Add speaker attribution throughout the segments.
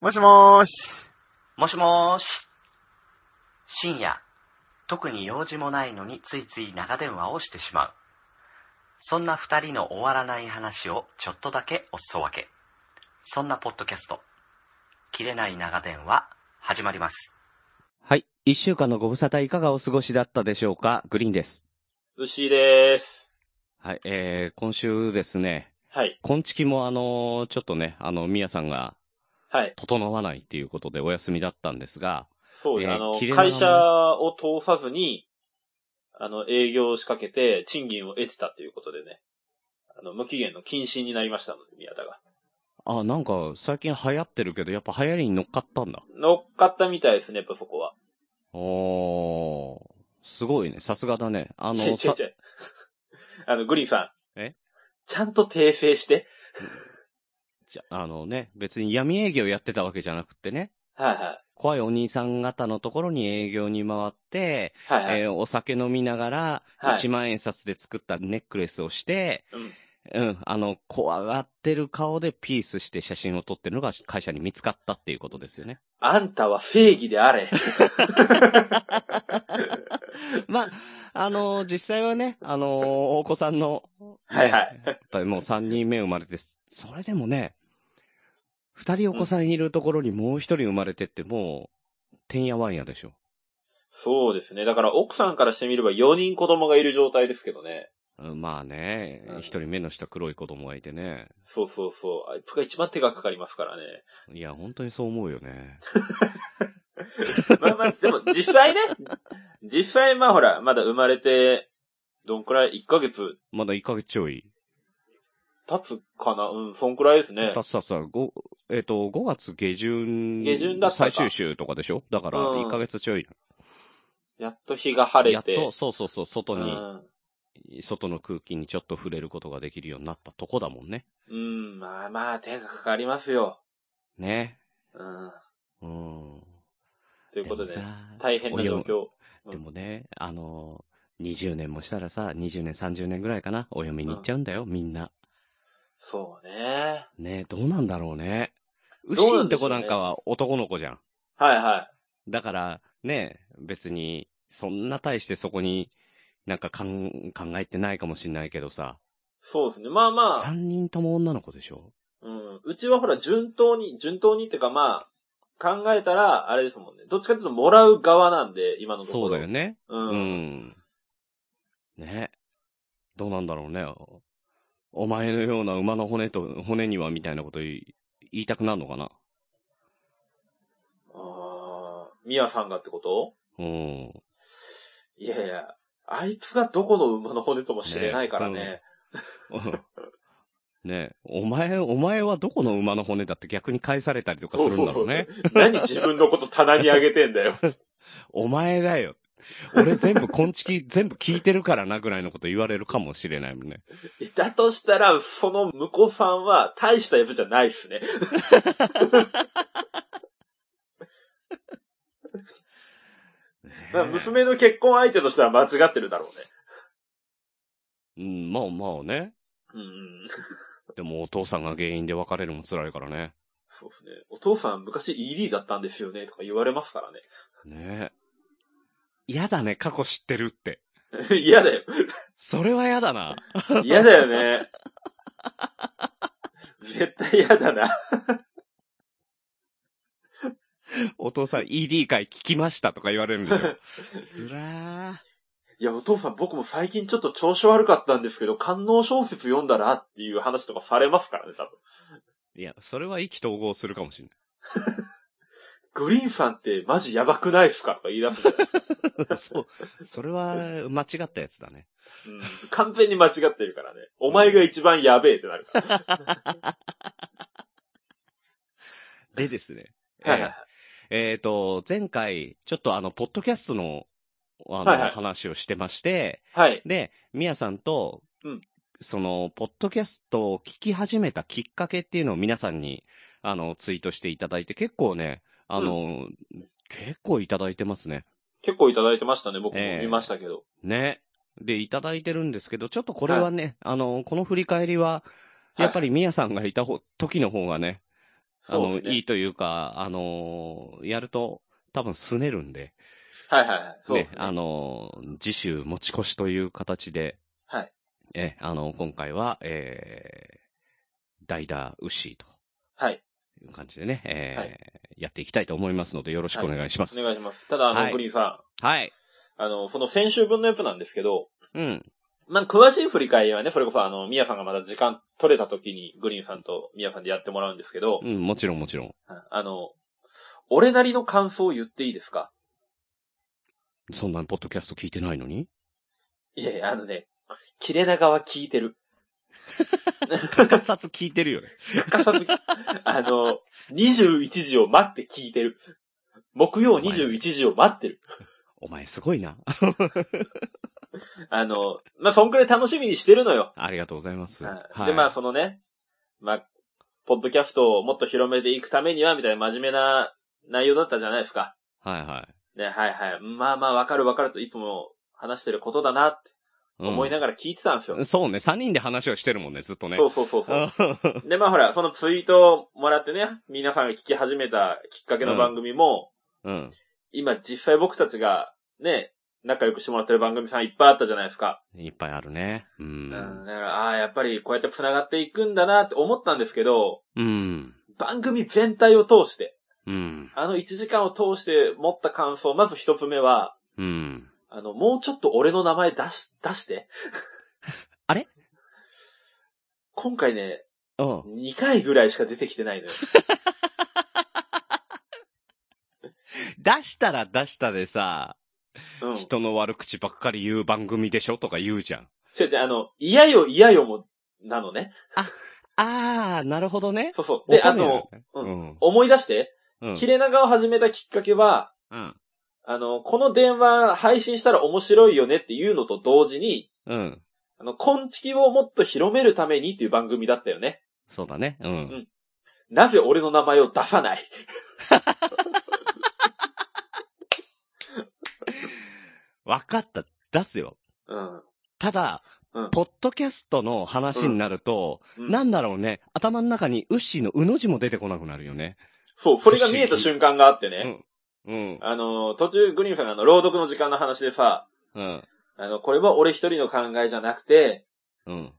Speaker 1: もしもーし。
Speaker 2: もしもーし。深夜、特に用事もないのについつい長電話をしてしまう。そんな二人の終わらない話をちょっとだけおすそ分け。そんなポッドキャスト、切れない長電話、始まります。
Speaker 3: はい。一週間のご無沙汰いかがお過ごしだったでしょうかグリーンです。
Speaker 4: 牛です。
Speaker 3: はい。えー、今週ですね、
Speaker 4: はい。
Speaker 3: 今月もあのーちょっとね、あの、みやさんが
Speaker 4: はい。
Speaker 3: 整わないっていうことでお休みだったんですが、
Speaker 4: そう、
Speaker 3: えー
Speaker 4: あの
Speaker 3: 切れ、長
Speaker 4: 会社を通さずに、あの、営業を仕掛けて、賃金を得てたっていうことでね。あの、無期限の謹慎になりましたので、宮田が。
Speaker 3: あ、なんか最近流行ってるけど、やっぱ流行りに乗っかったんだ。
Speaker 4: 乗っかったみたいですね、やっぱそこは。
Speaker 3: おー、すごいね。さすがだね。あ
Speaker 4: あ
Speaker 3: の、
Speaker 4: 違う違う
Speaker 3: さ
Speaker 4: 違うあの、グリーンさん。
Speaker 3: え
Speaker 4: ちゃんと訂正して。
Speaker 3: じゃあのね、別に闇営業やってたわけじゃなくってね、
Speaker 4: はいは
Speaker 3: 怖いお兄さん方のところに営業に回って、
Speaker 4: い。はいはい。
Speaker 3: えーお酒飲みながら、
Speaker 4: はい
Speaker 3: 1万円札で作ったネックレスをして、
Speaker 4: うん
Speaker 3: うん、あの、怖がってる顔でピースして写真を撮ってるのが会社に見つかったっていうことですよね。
Speaker 4: あんたは正義であれ。
Speaker 3: まあ、あのー実際はね、あのーお子さんの、
Speaker 4: はいはい
Speaker 3: ねやっぱりもう3人目生まれて、それでもね、2人お子さんいるところにもう1人生まれてってもう、てんやわんやでしょ。
Speaker 4: そうですね。だから奥さんからしてみれば4人子供がいる状態ですけどね。
Speaker 3: うんまあね、
Speaker 4: うん
Speaker 3: 1人目の下黒い子供がいてね。
Speaker 4: そうそうそう。あいつが一番手がかかりますからね。
Speaker 3: いや、本当にそう思うよね。
Speaker 4: まあまあ、でも実際ね、実際まあほら、まだ生まれて、どんくらい ?1 ヶ月
Speaker 3: まだ1ヶ月ちょい。
Speaker 4: 経つかなうん、そんくらいですね。
Speaker 3: たつたつは、ご、えっ、と、5月下旬。
Speaker 4: 下旬だったか
Speaker 3: 最終週とかでしょだから、
Speaker 4: うん
Speaker 3: 1ヶ月ちょい。
Speaker 4: やっと日が晴れ。
Speaker 3: やってと、そうそうそう、外
Speaker 4: う
Speaker 3: に、
Speaker 4: ん。
Speaker 3: 外の空気にちょっと触れることができるようになったとこだもんね。
Speaker 4: うん、まあまあ、手がかかりますよ。
Speaker 3: ね。
Speaker 4: うん。
Speaker 3: うん。
Speaker 4: ということで、
Speaker 3: もさ
Speaker 4: 大変な状
Speaker 3: およ
Speaker 4: 況。うん
Speaker 3: でもね、あのー、20年もしたらさ、20年、30年ぐらいかな、お嫁に行っちゃうんだよ、みんな。
Speaker 4: そうね。
Speaker 3: ねどうなんだろうね。う
Speaker 4: どう
Speaker 3: し
Speaker 4: なんん
Speaker 3: と
Speaker 4: でしょ
Speaker 3: こ
Speaker 4: うね
Speaker 3: なんかは男の子じゃん。
Speaker 4: はいはい。
Speaker 3: だから、ね、別に、そんな大してそこに、なんかかん考えてないかもしんないけどさ、
Speaker 4: そうですね。まあまあ、
Speaker 3: 三人とも女の子でしょ
Speaker 4: うん。うちはほら、順当に、順当にっていうかまあ、考えたら、あれですもんね。どっちかっていうと、もらう側なんで、今のとこ
Speaker 3: そ
Speaker 4: ろ。
Speaker 3: うだよ
Speaker 4: ね。
Speaker 3: ね。う
Speaker 4: うん。
Speaker 3: ん。ね。どうなんだろうね。お前のような馬の骨と、骨にはみたいなこと言い言いたくなるのかな
Speaker 4: あーミヤさんがってこと
Speaker 3: うん。
Speaker 4: いやいや、あいつがどこの馬の骨とも知れないからね。
Speaker 3: ねねお前、お前はどこの馬の骨だって逆に返されたりとかするんだろうね。
Speaker 4: 何自分のこと棚に上げて んだよ。
Speaker 3: お前だよ。俺全部、こんちき、 全部聞いてるからなぐらいのこと言われるかもしれないもんね。
Speaker 4: だとしたら、その婿さんは大したやつじゃないっすね。まあ、娘の結婚相手としては間違ってるだろうね。
Speaker 3: うん、まあまあね。
Speaker 4: うんうん。
Speaker 3: でもお父さんが原因で別れるも辛いからね。
Speaker 4: そうですね。お父さん昔 ED だったんですよね、とか言われますからね。
Speaker 3: ね嫌だね、過去知ってるって。
Speaker 4: 嫌だよ。
Speaker 3: それは嫌だな。
Speaker 4: 嫌だよね。 絶対嫌だな。
Speaker 3: お父さん ED 会聞きましたとか言われるんでしょ。 つらー。
Speaker 4: いや、お父さん僕も最近ちょっと調子悪かったんですけど、官能小説読んだらっていう話とかされますからね、多分。
Speaker 3: いや、それは意気投合するかもしれ
Speaker 4: グリーンさんってマジやばくないっすかとか言い出す、
Speaker 3: ない。 そう。それは間違ったやつだね。
Speaker 4: うん。完全に間違ってるからね。お前が一番やべえってなるから。
Speaker 3: でですね。
Speaker 4: はいはいはい
Speaker 3: えっ、と、前回、ちょっとあの、ポッドキャストの、あの、
Speaker 4: はいはい
Speaker 3: 話をしてまして、
Speaker 4: はい。
Speaker 3: で、みやさんと、
Speaker 4: うん
Speaker 3: その、ポッドキャストを聞き始めたきっかけっていうのを皆さんに、あの、ツイートしていただいて、結構ね、あの、結構いただいてますね。
Speaker 4: 結構いただいてましたね、僕も見ましたけど。
Speaker 3: ね。で、いただいてるんですけど、ちょっとこれはね、あの、この振り返りは、
Speaker 4: はい
Speaker 3: やっぱりみやさんがいたほ時の方がね、あ
Speaker 4: そう
Speaker 3: の、
Speaker 4: ですね。
Speaker 3: いいというか、あのーやると、多分すねるんで、
Speaker 4: はいはいはい。そう
Speaker 3: ね
Speaker 4: で、すね。
Speaker 3: あのー次週持ち越しという形で、
Speaker 4: はい。
Speaker 3: え、あの、今回は、えー、代打牛と
Speaker 4: はい。
Speaker 3: いう感じでね、えー
Speaker 4: は
Speaker 3: やっていきたいと思いますので、よろしくお願いします。
Speaker 4: お
Speaker 3: はい。
Speaker 4: 願いします。ただ、あの、
Speaker 3: はい
Speaker 4: グリーンさん、あの、その先週分のやつなんですけど、
Speaker 3: うん。
Speaker 4: まあ、詳しい振り返りはね、それこそ、あの、ミヤさんがまだ時間取れた時に、グリーンさんとミヤさんでやってもらうんですけど
Speaker 3: う、ん、もちろんもちろん。
Speaker 4: あの、俺なりの感想を言っていいですか
Speaker 3: そんなポッドキャスト聞いてないの に
Speaker 4: いやいや、あのね、切れ長は聞いてる。
Speaker 3: 欠かさず聞いてるよね。
Speaker 4: 欠かさず、あの、21時を待って聞いてる。木曜21時を待ってる。
Speaker 3: お前すごいな。
Speaker 4: あの、まあ、そんくらい楽しみにしてるのよ。
Speaker 3: ありがとうございます。
Speaker 4: はいで、まあ、そのね、まあ、ポッドキャストをもっと広めていくためには、みたいな真面目な内容だったじゃないですか。
Speaker 3: はいは
Speaker 4: ね、はいはい。まあまあ、わかるわかるといつも話してることだなって
Speaker 3: い。
Speaker 4: 思い
Speaker 3: な
Speaker 4: ながら聞いてたんですよ。
Speaker 3: そうね、3人で話をしてるもんね、ずっとね。
Speaker 4: そううそうそうそう。
Speaker 3: ん。
Speaker 4: で、まあほら、そのツイートをもらってね、皆さんが聞き始めたきっかけの番組も、
Speaker 3: うん。
Speaker 4: 今実際僕たちがね、仲良くしてもらってる番組さんいっぱいあったじゃないですか。
Speaker 3: いっぱいあるね。う。
Speaker 4: うんん、だから、ああー、やっぱりこうやって繋がっていくんだなって思ったんですけど、
Speaker 3: うん。
Speaker 4: 番組全体を通して、
Speaker 3: うん。
Speaker 4: あの1時間を通して持った感想、まず一つ目は、
Speaker 3: うん。
Speaker 4: あの、もうちょっと俺の名前出し、出して。
Speaker 3: あれ
Speaker 4: 今回ね、
Speaker 3: うん。
Speaker 4: 2回ぐらいしか出てきてないの よ。
Speaker 3: 出したら出したでさ、
Speaker 4: うん。
Speaker 3: 人の悪口ばっかり言う番組でしょとか言うじゃん。
Speaker 4: 違う違う、あの、嫌よ嫌よも、なのね。
Speaker 3: あー、なるほどね。
Speaker 4: そうそう。で、あ
Speaker 3: 乙女
Speaker 4: の、
Speaker 3: な
Speaker 4: うん
Speaker 3: んだね
Speaker 4: 思い出して、
Speaker 3: うん。
Speaker 4: 切れ長を始めたきっかけは、
Speaker 3: うん。
Speaker 4: あの、この電話配信したら面白いよねっていうのと同時に、
Speaker 3: うん。
Speaker 4: あの、昆虫をもっと広めるためにっていう番組だったよね。
Speaker 3: そうだね。うん。
Speaker 4: なぜ俺の名前を出さない
Speaker 3: わかった。出すよ。
Speaker 4: うん。
Speaker 3: ただ、
Speaker 4: うん
Speaker 3: ポッドキャストの話になると、
Speaker 4: うん
Speaker 3: なんだろうね、頭の中にウッシーのうの字も出てこなくなるよね。
Speaker 4: そう、それが見えた瞬間があって
Speaker 3: う
Speaker 4: ね。
Speaker 3: ん。うん。
Speaker 4: あの、途中グリーンさんがあの、朗読の時間の話でさ、
Speaker 3: うん。
Speaker 4: あの、これは俺一人の考えじゃなくて、
Speaker 3: うん。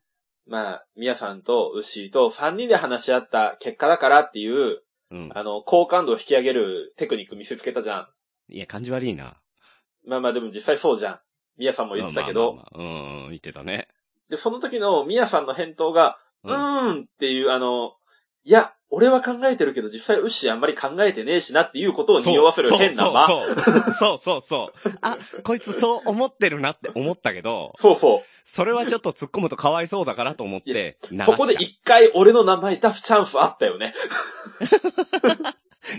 Speaker 4: まあ、ミヤさんとウッシーと3人で話し合った結果だからっていう、
Speaker 3: うん。
Speaker 4: あの、好感度を引き上げるテクニック見せつけたじゃん。
Speaker 3: いや、感じ悪いな。
Speaker 4: まあまあでも実際そうじゃん。ミヤさんも言ってたけど。
Speaker 3: まあまあまあうんうん、言ってたね。
Speaker 4: で、その時のミヤさんの返答が、う
Speaker 3: うん
Speaker 4: ーんっていうあの、いや、俺は考えてるけど実際ウッシーあんまり考えてねえしなっていうことを匂わせる変な間。
Speaker 3: そうそうそうそうそうそう。あ、こいつそう思ってるなって思ったけど、
Speaker 4: そうそ
Speaker 3: それはちょっと突っ込むとかわいそうだからと思って流し
Speaker 4: う。
Speaker 3: た
Speaker 4: そこで一回俺の名前出すチャンスあったよね。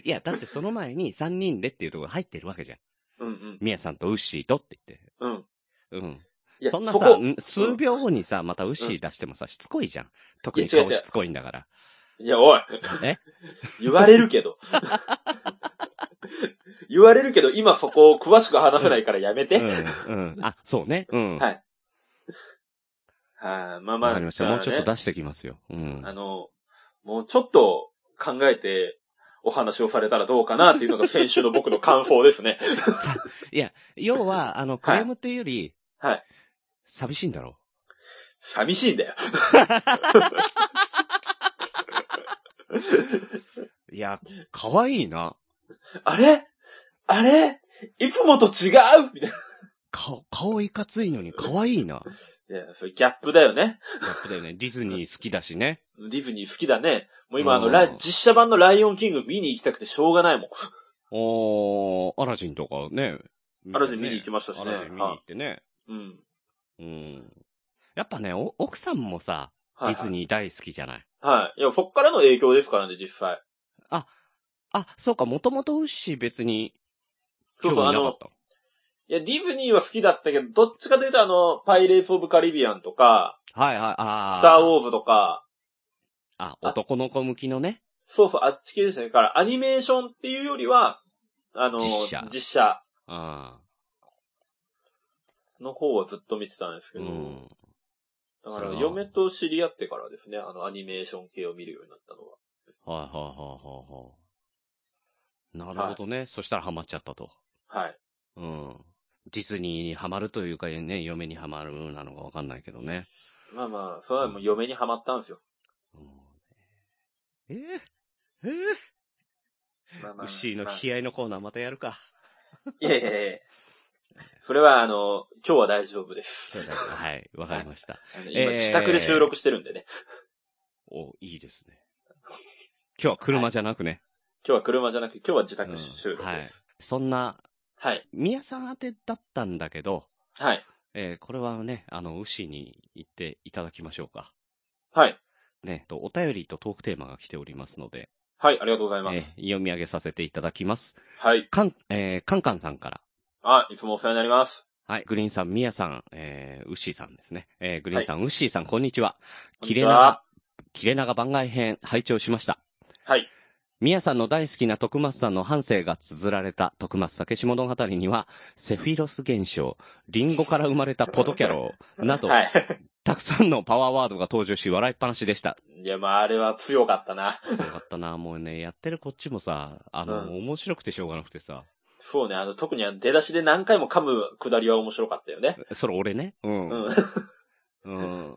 Speaker 3: いや、だってその前に3人でっていうところ入ってるわけじゃん。
Speaker 4: うんうん。
Speaker 3: みやさんとウッシーとって言って。
Speaker 4: うん。
Speaker 3: うん。
Speaker 4: いや、
Speaker 3: そんな
Speaker 4: そ
Speaker 3: さ、
Speaker 4: こ、
Speaker 3: ん数秒後にさ、またウッシー出してもさ、しつこいじゃん。特に
Speaker 4: いや違う
Speaker 3: 顔
Speaker 4: 違う
Speaker 3: しつこいんだから。
Speaker 4: いや、おい。
Speaker 3: え
Speaker 4: 言われるけど。 言われるけど、今そこを詳しく話せないからやめて。
Speaker 3: うん、うん。あ、そうね。うん。
Speaker 4: はいはい、まあまあ。
Speaker 3: わかりました。
Speaker 4: だか
Speaker 3: もう
Speaker 4: らね
Speaker 3: ちょっと出してきますよ。うん
Speaker 4: あ。の、もうちょっと考えてお話をされたらどうかなっていうのが先週の僕の感想で すね。
Speaker 3: さ、いや、要は、あの、クレームっていうより、
Speaker 4: はい。
Speaker 3: 寂しいんだろ
Speaker 4: 寂しいんだよ。
Speaker 3: う。いや、かわいいな。
Speaker 4: あれあれいつもと違うみたい
Speaker 3: 顔、顔いかついのにかわいいな。
Speaker 4: な。いや、それギャップだよね。
Speaker 3: やっぱだよね。ディズニー好きだしね。
Speaker 4: ディズニー好きだね。もう今あの、
Speaker 3: うん
Speaker 4: ラ実写版のライオンキング見に行きたくてしょうがないもん。
Speaker 3: おー、アラジンとかね。
Speaker 4: アラジン見に行きましたし
Speaker 3: ア
Speaker 4: ね。
Speaker 3: ラジン見に行ってね。
Speaker 4: うん。
Speaker 3: うん。やっぱね、お奥さんもさ、デ
Speaker 4: はい
Speaker 3: ィズニー大好きじゃない。
Speaker 4: はい。いや、そっからの影響ですからね、実際。
Speaker 3: あ、そうか、もともとウッシー別に、
Speaker 4: そ
Speaker 3: 興
Speaker 4: う
Speaker 3: 味
Speaker 4: そう、あ
Speaker 3: なか
Speaker 4: の
Speaker 3: っ、たの。
Speaker 4: いや、ディズニーは好きだったけど、どっちかというとあの、パイレーツ・オブ・カリビアンとか、
Speaker 3: はいはい、あ
Speaker 4: スター・ウ
Speaker 3: を
Speaker 4: ォーズとか、
Speaker 3: あ、男の子向きのね。
Speaker 4: そうそう、あっち系でしたね。だから、アニメーションっていうよりは、あの、
Speaker 3: 実写
Speaker 4: 実写
Speaker 3: あ
Speaker 4: の方はずっと見てたんです
Speaker 3: あ。
Speaker 4: け
Speaker 3: う
Speaker 4: ど、
Speaker 3: ん。
Speaker 4: だか
Speaker 3: そ
Speaker 4: ら、
Speaker 3: れは
Speaker 4: 嫁と知り合ってからですね、あの、アニメーション系を見るようになったのは。
Speaker 3: はいはいはいはいはい。なるほどね。そしたらハマっちゃったと。
Speaker 4: はい。
Speaker 3: うん。ディズニーにハマるというかね、嫁にハマるなのかわかんないけどね。
Speaker 4: まあまあ、それはもう嫁にはまったんですよ。
Speaker 3: うんえー、えー、
Speaker 4: まあま あ、
Speaker 3: 牛の
Speaker 4: まあ
Speaker 3: 悲哀のコーナーまたやるか。
Speaker 4: いやいやいや。それは、あの、今日は大丈夫です。
Speaker 3: はい、わかりました。
Speaker 4: あの
Speaker 3: えー
Speaker 4: 今、自宅で収録してるんでね。
Speaker 3: お、いいですね。今日は車じゃなくね。
Speaker 4: 今日は車じゃなくて、今日は自
Speaker 3: う
Speaker 4: 宅
Speaker 3: ん
Speaker 4: 収録
Speaker 3: は
Speaker 4: で
Speaker 3: い
Speaker 4: す。。
Speaker 3: そんな、
Speaker 4: はい。
Speaker 3: 宮さん宛てだったんだけど、
Speaker 4: はい。
Speaker 3: えーこれはね、あの、牛に行っていただきましょうか。
Speaker 4: はい。
Speaker 3: ね、とお便りとトークテーマが来ておりますので、
Speaker 4: はい、ありがとうござい
Speaker 3: え
Speaker 4: ま
Speaker 3: ー
Speaker 4: す。
Speaker 3: 読み上げさせていただきます。
Speaker 4: はい。
Speaker 3: かん、えーカンカンさんから。
Speaker 4: あ、いつもお世話になります。
Speaker 3: はい。グリーンさん、ミヤさん、えー、ウッシーさんですね。えー、グリーンさん、ウッシーさん、こんにちは。
Speaker 4: こんに
Speaker 3: 切
Speaker 4: ち
Speaker 3: れ
Speaker 4: は
Speaker 3: 長、切れ長番外編、拝聴しました。
Speaker 4: はい。
Speaker 3: ミヤさんの大好きな徳松さんの半生が綴られた徳松武史物語には、セフィロス現象、リンゴから生まれたポトキャ ロー、など、
Speaker 4: はい。
Speaker 3: たくさんのパワーワードが登場し、笑いっぱなしでした。
Speaker 4: いや、まあ、あれは強かったな。
Speaker 3: そうだったな、もうね、やってるこっちもさ、あの、
Speaker 4: うん
Speaker 3: 面白くてしょうがなくてさ、
Speaker 4: そうね、あの、特にあの出だしで何回も噛むくだりは面白かったよね。
Speaker 3: それ俺ね、うん
Speaker 4: うん。
Speaker 3: うん。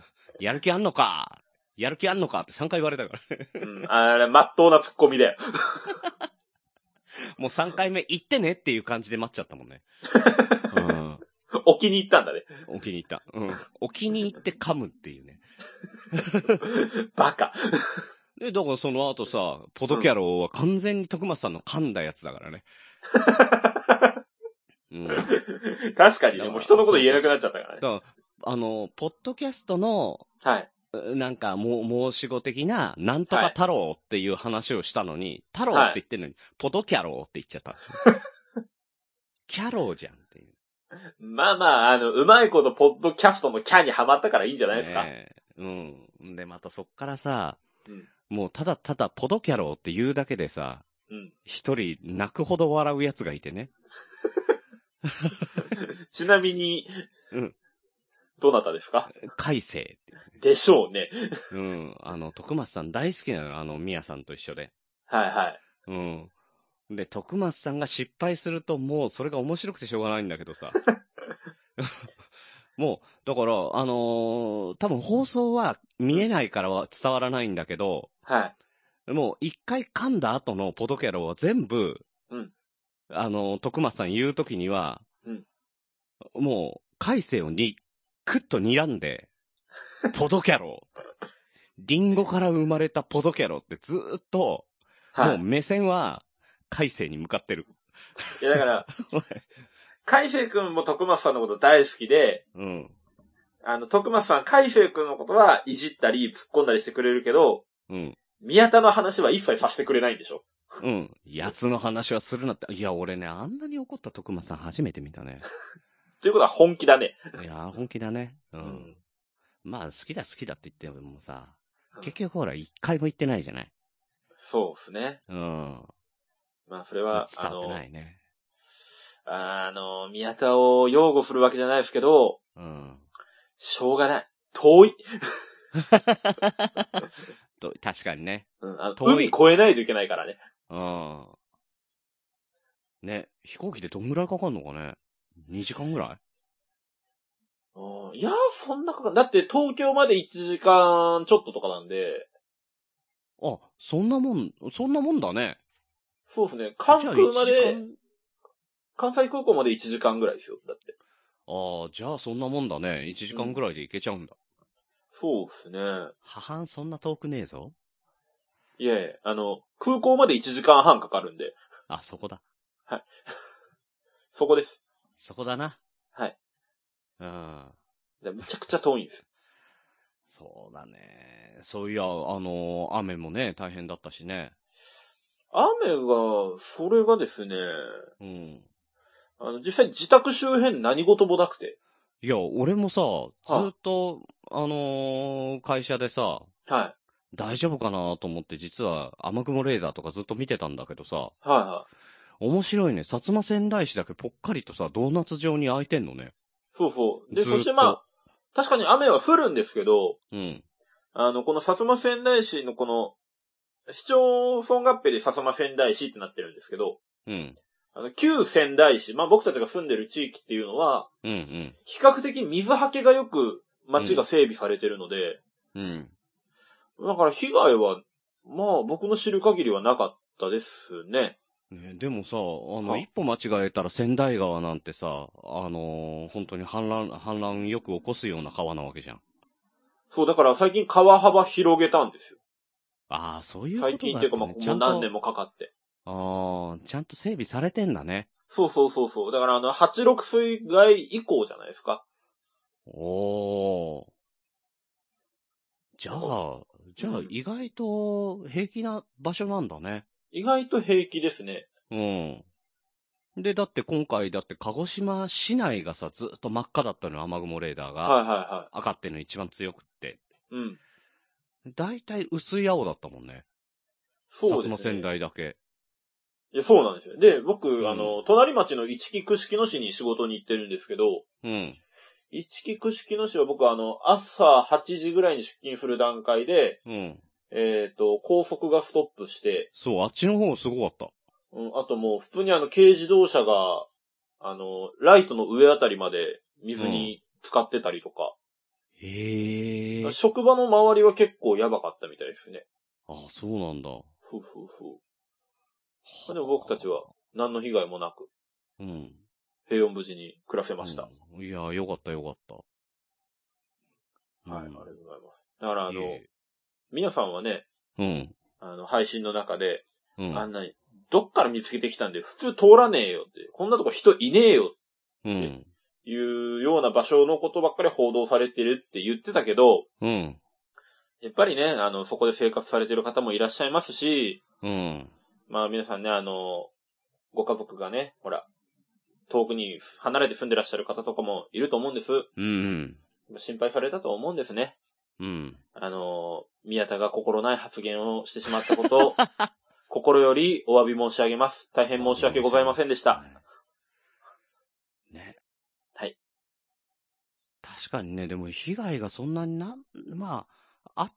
Speaker 3: やる気あんのかやる気あんのかって3回言われたから。
Speaker 4: うんあれ、まっとうな突っ込み だよ。
Speaker 3: もう3回目行ってねっていう感じで待っちゃったもんね。うん。
Speaker 4: お気に入ったんだね。
Speaker 3: お気に入った。うん。お気に入って噛むっていうね。
Speaker 4: バカ。
Speaker 3: で、だからその後さ、ポトキャロは完全に徳松さんの噛んだやつだからね。うん。だか
Speaker 4: 確かにね、もう人のこと言えなくなっちゃったからね。
Speaker 3: ら、あの、ポッドキャストの、
Speaker 4: はい。
Speaker 3: なんか、もう、申し子的な、なんとか太郎っていう話をしたのに、太郎って言ってんのに、ポトキャローって言っちゃったんですよ。キャローじゃんっていう。
Speaker 4: まあまあ、あの、うまいこと、ポッドキャストのキャにはまったからいいんじゃないですか。
Speaker 3: ねえうん。で、またそっからさ、
Speaker 4: うん
Speaker 3: もうただただポドキャローって言うだけでさ、
Speaker 4: うん。
Speaker 3: 一人泣くほど笑うやつがいてね。
Speaker 4: ちなみに、
Speaker 3: うん
Speaker 4: どなたですか
Speaker 3: 海星っていう。
Speaker 4: でしょうね。
Speaker 3: うん。あの、徳松さん大好きなの、あの、ミヤさんと一緒で。
Speaker 4: はいはい。
Speaker 3: うん。で、徳松さんが失敗するともうそれが面白くてしょうがないんだけど さ。もう、だから、あのー多分放送は見えないからは伝わらないんだけど、
Speaker 4: はい。
Speaker 3: もう一回噛んだ後のポトキャロは全部、
Speaker 4: うん
Speaker 3: あの、徳松さん言うときには、
Speaker 4: うん
Speaker 3: もう、海星をに、くっと睨ん で、ポトキャロリンゴから生まれたポトキャロってずーっと、
Speaker 4: は
Speaker 3: もう
Speaker 4: い。
Speaker 3: 目線は、海星に向かってる。
Speaker 4: いや だから、海星くんも徳松さんのこと大好きで、
Speaker 3: うん。
Speaker 4: あの、徳松さん、海星くんのことはいじったり、突っ込んだりしてくれるけど、
Speaker 3: うん。
Speaker 4: 宮田の話は一切させてくれないんでしょ
Speaker 3: うん。奴の話はするなって。いや、俺ね、あんなに怒った徳松さん初めて見たね。
Speaker 4: ということは本気だね。
Speaker 3: いや、本気だね。う。。
Speaker 4: うん
Speaker 3: まあ、好きだ好きだって言ってもさ、
Speaker 4: うん
Speaker 3: 結局ほら、一回も行ってないじゃない。
Speaker 4: そうですね。
Speaker 3: うん。
Speaker 4: まあ、それは、あ
Speaker 3: 伝わって
Speaker 4: の、
Speaker 3: ないね。
Speaker 4: あの、宮田を擁護するわけじゃないですけど、
Speaker 3: うん。
Speaker 4: しょうがない。遠い。
Speaker 3: と、確かにね。
Speaker 4: うん、あの
Speaker 3: 遠い
Speaker 4: 海越えないといけないからね。
Speaker 3: うん。ね、飛行機でどんぐらいかかんのかね ?2 時間ぐら
Speaker 4: うんいやー、そんなかかんだって東京まで1時間ちょっととかなんで、
Speaker 3: いあ、そんなもん、そんなもんだね。
Speaker 4: そうですね。関
Speaker 3: じゃあ
Speaker 4: 空
Speaker 3: 一
Speaker 4: ま
Speaker 3: 時
Speaker 4: で、
Speaker 3: 間
Speaker 4: 関西空港まで1時間ぐらいですよ。だって。
Speaker 3: ああ、じゃあそんなもんだね。1時間ぐらいで行けちゃうんだ。
Speaker 4: そうですね。
Speaker 3: ははん、そんな遠くねえぞ。
Speaker 4: いやいや、あの、空港まで1時間半かかるんで、
Speaker 3: あ、そこだ。
Speaker 4: そこです。
Speaker 3: そこだな。
Speaker 4: はい。
Speaker 3: うん。
Speaker 4: でむちゃくちゃ遠いんですよ。
Speaker 3: そうだね。そういや、あのー雨もね、大変だったしね。
Speaker 4: 雨が、それがですね、
Speaker 3: うん。
Speaker 4: あの、実際自宅周辺何事もなくて。
Speaker 3: いや、俺もさ、ずーっと、あのー会社でさ、
Speaker 4: は
Speaker 3: 大丈夫かなと思って、実は雨雲レーダーとかずっと見てたんだけどさ、
Speaker 4: い。はいはい。
Speaker 3: 面白いね、薩摩仙台市だけぽっかりとさ、ドーナツ状に開いてんのね。
Speaker 4: そうそう。で、
Speaker 3: ずーっと
Speaker 4: そしてまあ、確かに雨は降るんですけど、
Speaker 3: うん。
Speaker 4: あの、この薩摩仙台市のこの、市町村合併で薩摩仙台市ってなってるんですけど、
Speaker 3: うん。
Speaker 4: あの、旧仙台市、まあ僕たちが住んでる地域っていうのは、
Speaker 3: うんうん。
Speaker 4: 比較的水はけがよく街が整備されてるので、
Speaker 3: うん。
Speaker 4: だから被害は、まあ僕の知る限りはなかったですね。
Speaker 3: ね、でもさ、あの、
Speaker 4: は
Speaker 3: 一歩間違えたら仙台川なんてさ、あのー本当に氾濫、氾濫よく起こすような川なわけじゃん。
Speaker 4: そう、だから最近川幅広げたんですよ。
Speaker 3: ああ、そういうことだ
Speaker 4: 最近っていうかまあ、こ
Speaker 3: ちゃ
Speaker 4: こ
Speaker 3: んと
Speaker 4: 何年もかかって。
Speaker 3: ああ、ちゃんと整備されてんだね。
Speaker 4: そうそうそうそう。だからあの、86水害以降じゃないですか。
Speaker 3: おー。じゃあ、じゃあ
Speaker 4: うん
Speaker 3: 意外と平気な場所なんだね。
Speaker 4: 意外と平気ですね。
Speaker 3: うん。で、だって今回だって鹿児島市内がさ、ずっと真っ赤だったのよ雨雲レーダーが。
Speaker 4: はいはいは
Speaker 3: 赤っての一番強くって。
Speaker 4: い。うん。
Speaker 3: だいたい薄い青だったもんね。
Speaker 4: そうですね。
Speaker 3: 薩摩仙台だけ。
Speaker 4: いや、そうなんですよ。で、僕、
Speaker 3: うん
Speaker 4: あの、隣町の一木串木野市に仕事に行ってるんですけど、
Speaker 3: うん。
Speaker 4: 一木串木野市は僕、あの、朝8時ぐらいに出勤する段階で、
Speaker 3: うん。
Speaker 4: えっ、と、高速がストップして、
Speaker 3: そう、あっちの方すごかった。
Speaker 4: うん、あともう、普通にあの、軽自動車が、あの、ライトの上あたりまで水に浸かってたりとか、
Speaker 3: へえ。あ
Speaker 4: 職場の周りは結構やばかったみたいですね。
Speaker 3: あ、そうなんだ。
Speaker 4: そうそうそう。でも僕たちは、何の被害もなく、
Speaker 3: うん。
Speaker 4: 平穏無事に暮らせました。
Speaker 3: うんいや、よかったよかった。
Speaker 4: はい、あり
Speaker 3: うん
Speaker 4: がとうございます。だから、あの、
Speaker 3: いえ
Speaker 4: 皆さんはね、
Speaker 3: うん。
Speaker 4: あの、配信の中で、
Speaker 3: うん。
Speaker 4: あんなに、どっから見つけてきたんで、普通通らねえよって、こんなとこ人いねえよっ
Speaker 3: うん。
Speaker 4: ていうような場所のことばっかり報道されてるって言ってたけど、
Speaker 3: うん。
Speaker 4: やっぱりね、あの、そこで生活されてる方もいらっしゃいますし、
Speaker 3: うん。
Speaker 4: まあ皆さんね、あの、ご家族がね、ほら、遠くに離れて住んでらっしゃる方とかもいると思うんです。
Speaker 3: うん。
Speaker 4: 心配されたと思うんですね。
Speaker 3: うん。
Speaker 4: あの、宮田が心ない発言をしてしまった ことを、心よりお詫び申し上げます。大変申し訳ございませんでした。。
Speaker 3: ね。
Speaker 4: はい。
Speaker 3: 確かにね、でも被害がそんなにな、まあ、あ、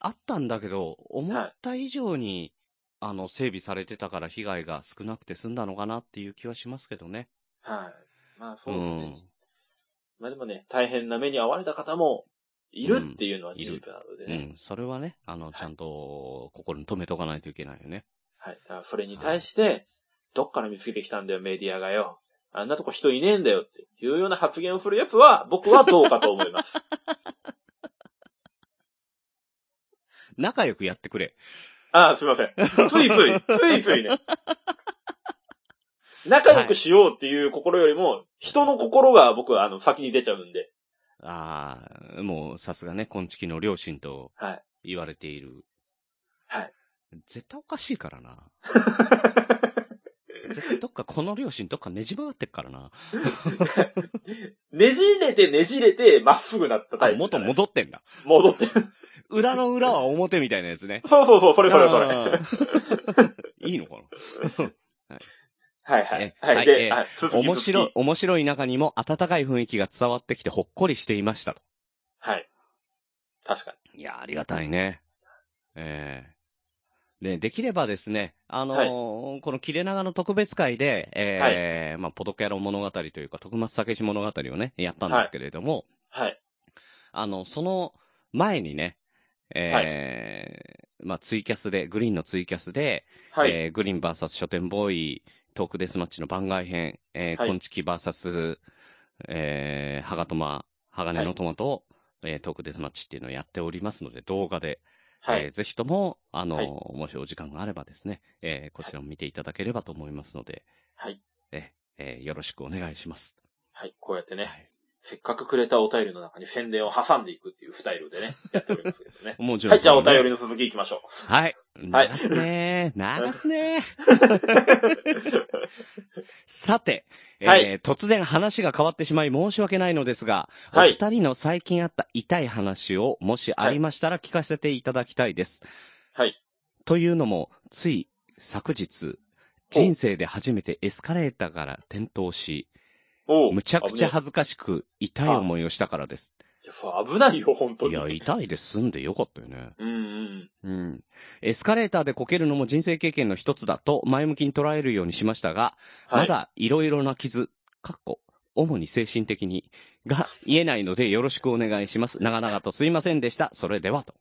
Speaker 3: あったんだけど、思った以上に、あの、整備されてたから被害が少なくて済んだのかなっていう気はしますけどね。
Speaker 4: はい。まあそうですね。まあでもね、大変な目に遭われた方もいるっていうのは事実なので
Speaker 3: う
Speaker 4: ね。
Speaker 3: ん。うん。それはね、あの、ちゃんと、心に留めとかないといけないよね。
Speaker 4: はい。だからそれに対して、どっから見つけてきたんだよ、メディアがよ。あんなとこ人いねえんだよっていうような発言をするやつは、僕はどうかと思います。
Speaker 3: 仲良くやってくれ。
Speaker 4: ああ、すいません。ついつい、ついついね。仲良くしようっていう心よりも、人の心が僕はあの先に出ちゃうんで。
Speaker 3: ああ、もうさすがね、昆虫の両親と
Speaker 4: はい
Speaker 3: 言われている。
Speaker 4: はい。
Speaker 3: 絶対おかしいから な。絶対どっかこの両親どっかねじ曲がってっからな。
Speaker 4: ねじれてねじれて、まっすぐなったタイプ。
Speaker 3: 元戻ってんだ。
Speaker 4: 戻って。
Speaker 3: 裏の裏は表みたいなやつね。
Speaker 4: そうそうそう、それそれそれ。
Speaker 3: あ ーいいのかな
Speaker 4: はいはい。
Speaker 3: え
Speaker 4: は。
Speaker 3: はいい
Speaker 4: で、
Speaker 3: え
Speaker 4: はい、続き
Speaker 3: 面白
Speaker 4: 続
Speaker 3: い
Speaker 4: き、
Speaker 3: 面白い中にも温かい雰囲気が伝わってきてほっこりしていましたと。
Speaker 4: はい。確か
Speaker 3: いや、ありがたいね。ええで、できればですね、あのーこの切れ長の特別会で、ええまあ、ポドキャロ物語というか、徳松酒志物語をね、やったんですけれども、
Speaker 4: に。はい。
Speaker 3: あの、その前にね、ええまあ、ツイキャスで、グリーンのツイキャスで、
Speaker 4: はい。
Speaker 3: えーグリーン VS 書店ボーイ、トークデスマッチの番外編、えー、
Speaker 4: はい
Speaker 3: コンチキ VS、えー、ハガトマ、鋼のトマトを、えートークデスマッチっていうのをやっておりますので、動画で、
Speaker 4: は
Speaker 3: えー
Speaker 4: い。
Speaker 3: ぜひとも、あの、
Speaker 4: はい
Speaker 3: もしお時間があればですね、えーこちらも見ていただければと思いますので、
Speaker 4: はい。
Speaker 3: ええーよろしくお願いします。
Speaker 4: はい。こうやって
Speaker 3: は
Speaker 4: ね、
Speaker 3: い。。
Speaker 4: せっかくくれたお便りの中に宣伝を挟んでいくっていうスタイルで ね、やっておりますけどね
Speaker 3: もうち
Speaker 4: はい、じゃあお便り
Speaker 3: り。
Speaker 4: の続き行きましょ
Speaker 3: はい。
Speaker 4: はい
Speaker 3: 流すねー。流すねー。
Speaker 4: う。
Speaker 3: さて、えー
Speaker 4: は
Speaker 3: 突然話が変わってしまい申し訳ないのですが、
Speaker 4: はい
Speaker 3: お二人の最近あった痛い話をもしありましたら聞かせていただきたいです。
Speaker 4: はい。
Speaker 3: というのも、つい昨日、人生で初めてエスカレーターから転倒し、
Speaker 4: おう
Speaker 3: むちゃくちゃ
Speaker 4: 危ね
Speaker 3: 恥ずかしく痛い思いをしたからです。
Speaker 4: えやそう危ないよ、本当
Speaker 3: い
Speaker 4: に。
Speaker 3: や、痛いで済んでよかったよね。
Speaker 4: うんうん。
Speaker 3: うん。エスカレーターでこけるのも人生経験の一つだと前向きに捉えるようにしましたが、
Speaker 4: は
Speaker 3: ま
Speaker 4: い。
Speaker 3: だいろいろな傷、かっこ、主に精神的に、が言えないのでよろしくお願いします。長々とすいませんでした。それではと。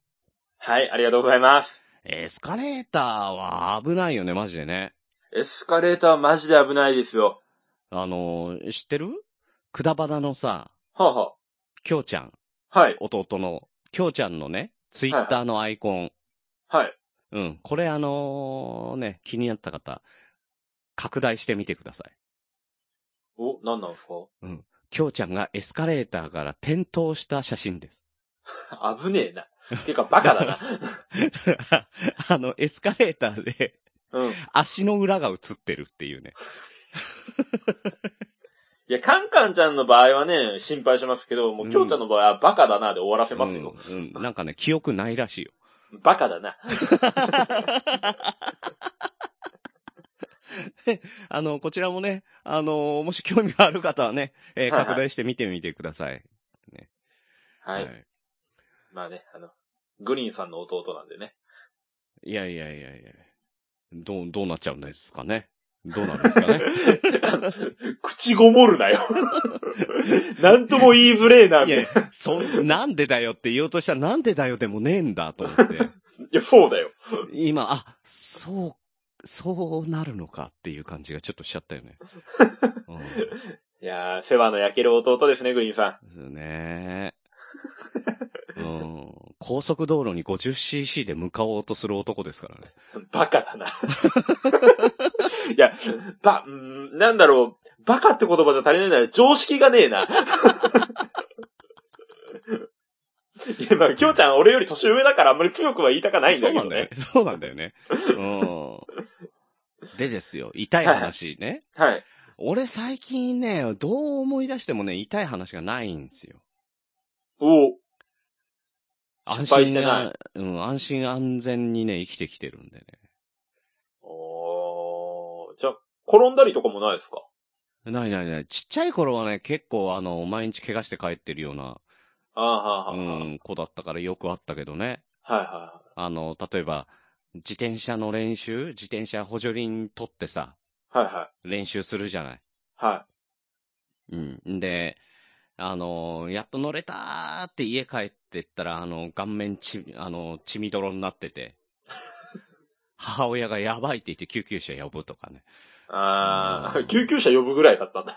Speaker 4: はい、ありがとうございます。
Speaker 3: エスカレーターは危ないよね、マジでね。
Speaker 4: エスカレーターマジで危ないですよ。
Speaker 3: あのー知ってるくだばなのさ、
Speaker 4: はあ、は
Speaker 3: きょうちゃん、
Speaker 4: あ、はい、
Speaker 3: 弟の、きょうちゃんのね、ツイッターのアイコン。
Speaker 4: はい。
Speaker 3: うん。これあのーね、気になった方、拡大してみてください。
Speaker 4: お、何なんですか
Speaker 3: きょうちゃんがエスカレーターから転倒した写真です。
Speaker 4: 危ねえな。てか、バカだ な。
Speaker 3: あの、エスカレーターで
Speaker 4: うん。い
Speaker 3: 足の裏が映ってるっていうね。
Speaker 4: や、カンカンちゃんの場合はね、心配しますけど、もう、きょうちゃんの場合はバカだなで終わらせますよ。
Speaker 3: うんうんなんかね、記憶ないらしいよ。
Speaker 4: バカだな。
Speaker 3: あの、こちらもね、あのもし興味がある方はね、えー
Speaker 4: はいはい
Speaker 3: 拡大して見てみてください。
Speaker 4: はい。まあね、あの、グリーンさんの弟なんでね。
Speaker 3: いやいやいやいやどう、どうなっちゃうんですかね。どうなるんですかね。
Speaker 4: 口ごもるなよ。 なんとも言いづれえな、み
Speaker 3: い
Speaker 4: たいな
Speaker 3: や、そん、なんでだよって言おうとしたらなんでだよでもねえんだと思って。
Speaker 4: いや、そうだよ。
Speaker 3: 今、あ、そう、そうなるのかっていう感じがちょっとしちゃったよね。うん
Speaker 4: いやー、世話の焼ける弟ですね、グリーンさ
Speaker 3: ですよね。うん。高速道路に 50cc で向かおうとする男ですからね。
Speaker 4: ん。 バカだな。いや、ば、うーんなんだろう、バカって言葉じゃ足りないなら常識がねえな。 いや、まあ、きょうちゃん俺より年上だからあんまり強くは言いたかないんだ
Speaker 3: そう
Speaker 4: け
Speaker 3: な
Speaker 4: ど
Speaker 3: んだよね
Speaker 4: ね。。
Speaker 3: そうなんだよね。うん。でですよ、痛い話ね。
Speaker 4: はい。
Speaker 3: 俺最近ね、どう思い出してもね、痛い話がないんですよ。
Speaker 4: おお。
Speaker 3: 安
Speaker 4: 失敗して
Speaker 3: 心
Speaker 4: ない
Speaker 3: が、うん、安心安全にね、生きてきてるんでね。
Speaker 4: おーじゃあ、転んだりとかもないですか
Speaker 3: ないないない。ちっちゃい頃はね、結構あの、毎日怪我して帰ってるような、
Speaker 4: ああ、はあ、はあ、
Speaker 3: う
Speaker 4: は
Speaker 3: ん、子だったからよくあったけどね。
Speaker 4: あ。はいはいはい。
Speaker 3: あの、例えば、自転車の練習自転車補助輪取ってさ、
Speaker 4: はいは
Speaker 3: 練習するじゃない。
Speaker 4: い。は
Speaker 3: うん。で、あの、やっと乗れたーって家帰ってったら、あの、顔面ち、あの、血みどろになって て、母親がやばいって言って救急車呼ぶとかね。
Speaker 4: い。あ
Speaker 3: う
Speaker 4: あ、
Speaker 3: ん
Speaker 4: 救急車呼ぶぐらいだったんだ。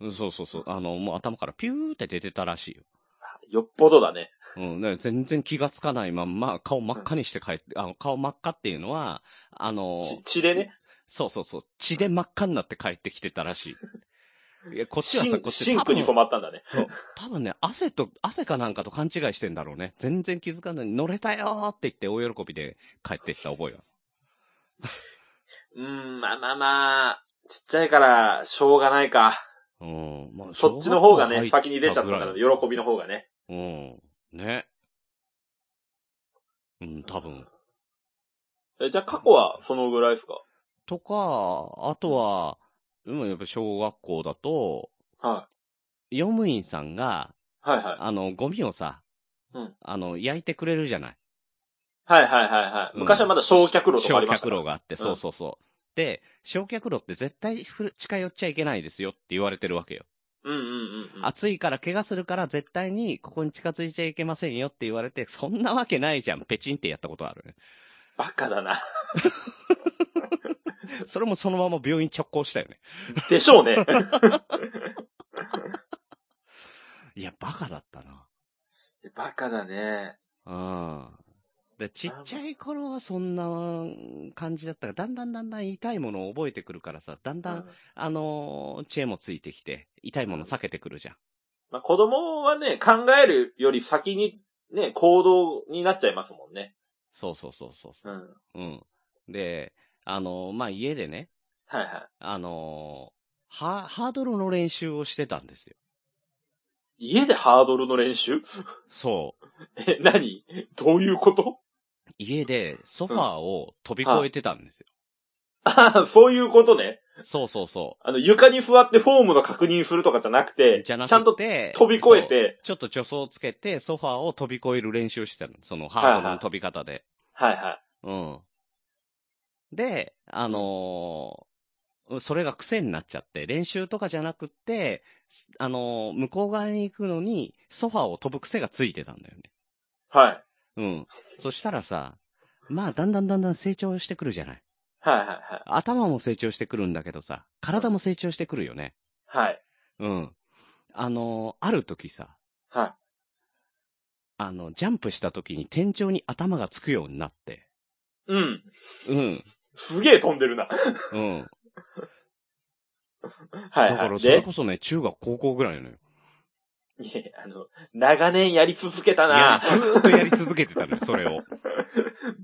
Speaker 3: うんそうそうそう。あの、もう頭からピューって出てたらしいよ。
Speaker 4: よっぽどだね。
Speaker 3: うん。だから全然気がつかないまんま、顔真っ赤にして帰って、あの、顔真っ赤っていうのは、あの、
Speaker 4: 血血でね。
Speaker 3: そうそうそう。血で真っ赤になって帰ってきてたらしい。 いや、こっちは
Speaker 4: シ
Speaker 3: さ、
Speaker 4: ン
Speaker 3: こっち
Speaker 4: シンクに
Speaker 3: 多
Speaker 4: 染
Speaker 3: 分
Speaker 4: まったんだね。
Speaker 3: そう多分ね、汗と、汗かなんかと勘違いしてんだろうね。全然気づかない。乗れたよーって言って大喜びで帰ってった覚えが。
Speaker 4: うーん、まあまあまあ、ちっちゃいから、しょうがないか。
Speaker 3: うん。まあ、
Speaker 4: そっちの方がね、
Speaker 3: 小学校入
Speaker 4: 先に出ちゃったから、
Speaker 3: ぐ
Speaker 4: 喜
Speaker 3: い
Speaker 4: びの方がね。
Speaker 3: うん。ね。うん、多分。
Speaker 4: え、じゃあ過去はそのぐらいですか
Speaker 3: とか、あとは、うん、やっぱ小学校だと、
Speaker 4: は
Speaker 3: 用務員さんが、
Speaker 4: い。はいはい。
Speaker 3: あの、ゴミをさ、
Speaker 4: うん
Speaker 3: あの、焼いてくれるじゃない。
Speaker 4: はいはいはいはい。
Speaker 3: うん
Speaker 4: 昔はまだ焼却炉とかありまし
Speaker 3: 焼
Speaker 4: たか
Speaker 3: 却
Speaker 4: ら。
Speaker 3: 炉があって、
Speaker 4: ん
Speaker 3: そうそうそう。で、焼却炉って絶対ふる近寄っちゃいけないですよって言われてるわけよ。
Speaker 4: うんうんうんうん。
Speaker 3: 暑いから怪我するから絶対にここに近づいちゃいけませんよって言われて、そんなわけないじゃん。ペチンってやったことあるね。
Speaker 4: バカだな。
Speaker 3: それもそのまま病院直行したよね。
Speaker 4: でしょ うね。
Speaker 3: いや、バカだったな。
Speaker 4: バカだね。
Speaker 3: うん。で、ちっちゃい頃はそんな感じだったが、だんだんだんだん痛いものを覚えてくるからさ、だんだん、あのー知恵もついてきて、痛いもの避けてくるじゃん。
Speaker 4: まあ、子供はね、考えるより先にね、行動になっちゃいますもんね。
Speaker 3: そうそうそうそうそうう。
Speaker 4: ん。はい
Speaker 3: うん。で、あのーまあ、家でね、
Speaker 4: は
Speaker 3: あのーは、ハードルの練習をしてたんですよ。
Speaker 4: い。家でハードルの練習
Speaker 3: そう。
Speaker 4: え、何どういうこと
Speaker 3: 家でソファーを飛び越えてたんですよ。
Speaker 4: ああ、そういうことね。
Speaker 3: そうそうそ
Speaker 4: あの、床に座ってフォームの確認するとかじゃなく
Speaker 3: う。
Speaker 4: て、
Speaker 3: じゃなくて、
Speaker 4: ちゃんと飛び越えて、
Speaker 3: そう。ちょっと助走をつけて、ソファーを飛び越える練習してたの。そのハードルの飛び方で。
Speaker 4: はいは
Speaker 3: うん。で、あのーそれが癖になっちゃって、練習とかじゃなくって、すあのー向こう側に行くのに、ソファーを飛ぶ癖がついてたんだよね。
Speaker 4: い。はい。
Speaker 3: うん。そしたらさ、まあ、だんだんだんだん成長してくるじゃない。
Speaker 4: はいはいはい。
Speaker 3: 頭も成長してくるんだけどさ、体も成長してくるよね。
Speaker 4: はい。
Speaker 3: うん。あのーある時さ、
Speaker 4: はい。
Speaker 3: あの、ジャンプした時に天井に頭がつくようになって。
Speaker 4: うん。
Speaker 3: うん。
Speaker 4: すげえ飛んでるな。
Speaker 3: うん。
Speaker 4: はい
Speaker 3: だか
Speaker 4: は
Speaker 3: ら
Speaker 4: い。
Speaker 3: それ
Speaker 4: で
Speaker 3: こ、そね、中学高校ぐらいのよ。
Speaker 4: いやあの、長年やり続けた
Speaker 3: いや
Speaker 4: な。
Speaker 3: ずーっとやり続けてたのよ、それを。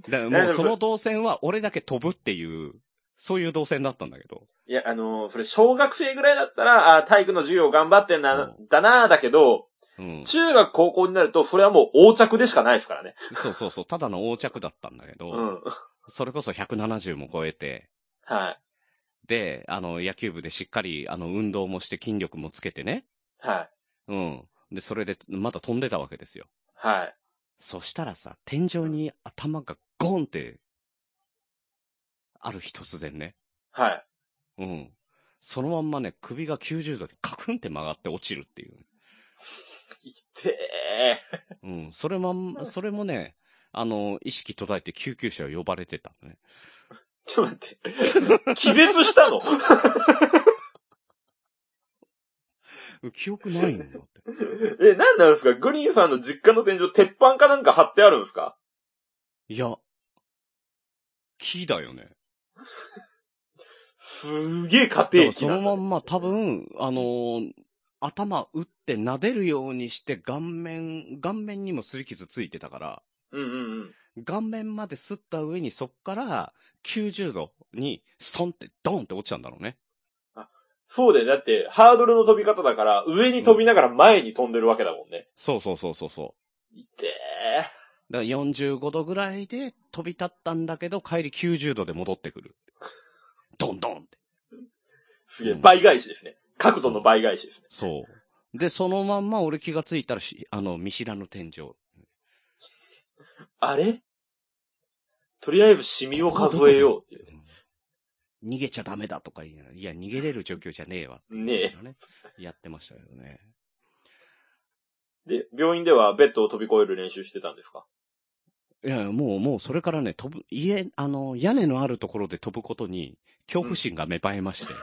Speaker 3: だからもうその動線は俺だけ飛ぶっていう、そういう動線だったんだけど。
Speaker 4: いや、あの、それ小学生ぐらいだったら、あ体育の授業頑張ってん
Speaker 3: う
Speaker 4: な、だな、だけど、
Speaker 3: うん。
Speaker 4: 中学高校になると、それはもう横着でしかないですからね。
Speaker 3: そうそうそう、ただの横着だったんだけど、
Speaker 4: うん。
Speaker 3: それこそ170も超えて、
Speaker 4: はい。
Speaker 3: で、あの、野球部でしっかり、あの、運動もして筋力もつけてね。
Speaker 4: はい。
Speaker 3: うん。で、それで、また飛んでたわけですよ。
Speaker 4: はい。
Speaker 3: そしたらさ、天井に頭がゴンって、ある日突然ね。
Speaker 4: はい。
Speaker 3: うん。そのまんまね、首が90度にカクンって曲がって落ちるっていう。
Speaker 4: いってえ。
Speaker 3: うん。それまん、それもね、あの、意識途絶えて救急車を呼ばれてたのね。
Speaker 4: ちょっと待って。気絶したの
Speaker 3: 記憶ないんだって。
Speaker 4: え、なんなんですかグリーンさんの実家の天井、鉄板かなんか貼ってあるんですか
Speaker 3: いや、木だよね。
Speaker 4: すげえ家
Speaker 3: で
Speaker 4: 庭
Speaker 3: も
Speaker 4: 機
Speaker 3: そ
Speaker 4: な
Speaker 3: のま
Speaker 4: んだ、
Speaker 3: んま多分、あのー頭打って撫でるようにして顔面、顔面にも擦り傷ついてたから、
Speaker 4: うんうんうん。
Speaker 3: 顔面まで擦った上にそっから90度にストンってドンって落ちたんだろうね。
Speaker 4: そうだよ。だって、ハードルの飛び方だから、上に飛びながら前に飛んでるわけだもんね。
Speaker 3: そうそうそうそうそ
Speaker 4: いってえ。
Speaker 3: う。だから45度ぐらいで飛び立ったんだけど、帰り90度で戻ってく る。ドンドンって。
Speaker 4: すげえ、
Speaker 3: うん
Speaker 4: 倍返しですね。角度の倍返しですね。
Speaker 3: そう。で、そのまんま俺気がついたらし、あの、見知らぬ天井。
Speaker 4: あれとりあえずシミを数えようっていう。
Speaker 3: うん逃げちゃダメだとか言いながら、いや、逃げれる状況じゃねえ わ。
Speaker 4: ねえ。
Speaker 3: ね。やってましたけどね。
Speaker 4: で、病院ではベッドを飛び越える練習してたんですか
Speaker 3: いや、もう、もう、それからね、飛ぶ、家、あの、屋根のあるところで飛ぶことに、恐怖心が芽生えまして。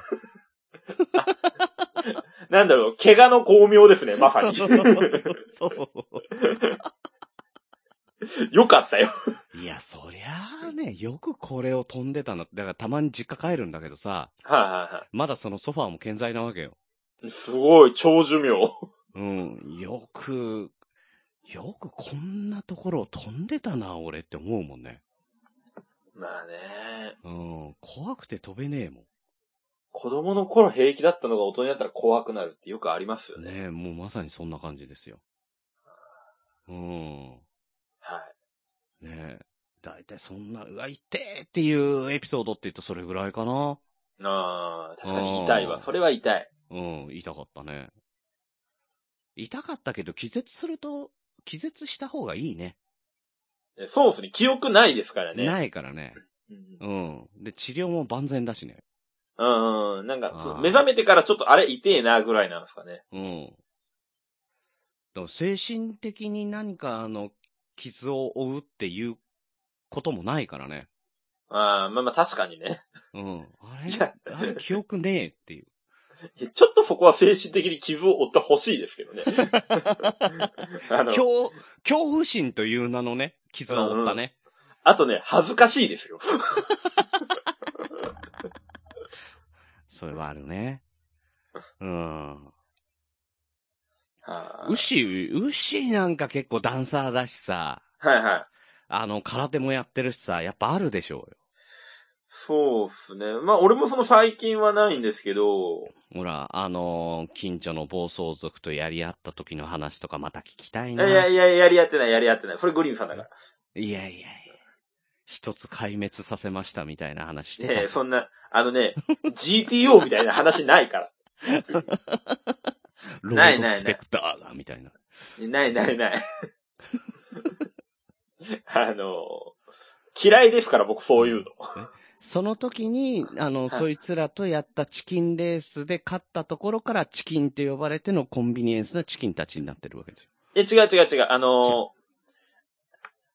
Speaker 4: なんだろう、怪我の巧妙ですね、ま さ に。
Speaker 3: そうそうそ
Speaker 4: よかったよ。
Speaker 3: う。いや、そりゃあね、よくこれを飛んでたな。だからたまに実家帰るんだけどさ、
Speaker 4: はいはいは
Speaker 3: まだそのソファーも健在なわけよ。
Speaker 4: い。すごい、超寿命。
Speaker 3: うん、よく、よくこんなところを飛んでたな、俺って思うもんね。
Speaker 4: まあね、
Speaker 3: うん、怖くて飛べねえもん。
Speaker 4: 子供の頃平気だったのが大人になったら怖くなるってよくありますよね。
Speaker 3: ねえ、もうまさにそんな感じですよ。うん。
Speaker 4: はい。
Speaker 3: ねえ。だいたいそんな、うわ、痛えっていうエピソードって言うとそれぐらいかな。
Speaker 4: あー確かに痛い
Speaker 3: あ
Speaker 4: わ。
Speaker 3: ー
Speaker 4: それは痛い。
Speaker 3: うん、痛かったね。痛かったけど気絶すると、気絶した方がいいね。
Speaker 4: えそうですね、記憶ないですからね。
Speaker 3: ないからね。
Speaker 4: うん
Speaker 3: うん。で、治療も万全だしね。
Speaker 4: うんうん、なんかそ
Speaker 3: あ
Speaker 4: う、
Speaker 3: ー
Speaker 4: 目覚めてからちょっとあれ痛えなぐらいなんですかね。
Speaker 3: うん。だから精神的に何かあの、傷を負うっていうこともないからね。
Speaker 4: ああ、まあまあ確かにね。
Speaker 3: うん。あ
Speaker 4: い
Speaker 3: れ
Speaker 4: や
Speaker 3: あれ記憶ねえっていう。
Speaker 4: いやちょっとそこは精神的に傷を負ってほしいですけどね。 あの、
Speaker 3: 恐、恐怖心という名のね、傷を負ったね。
Speaker 4: あとね、恥ずかしいですよ。
Speaker 3: それはあるね。うん。
Speaker 4: あ
Speaker 3: ウシ、ウシなんか結構ダンサーだしさ、
Speaker 4: ーはいはい。
Speaker 3: あの、空手もやってるしさ、やっぱあるでしょうよ。
Speaker 4: そうっすね。まあ俺もその最近はないんですけど、
Speaker 3: ほら、あのー近所の暴走族とやり合った時の話とかまた聞きたい
Speaker 4: い
Speaker 3: な。
Speaker 4: やいやいや、やり合ってない、やり合ってない。それグリーンさんだから。
Speaker 3: いやいやいや。一つ壊滅させましたみたいな話してた。
Speaker 4: ねえ、そんな、あのね、GTO みたいな話ないから。
Speaker 3: ロ
Speaker 4: ない
Speaker 3: ード
Speaker 4: ないない
Speaker 3: スペクターが、みたいな。
Speaker 4: ないないない。あの、嫌いですから僕そういうの。
Speaker 3: その時に、あの、そいつらとやったチキンレースで勝ったところからチキンって呼ばれてのコンビニエンスなチキンたちになってるわけですよ。
Speaker 4: え、違う違う違う。あの、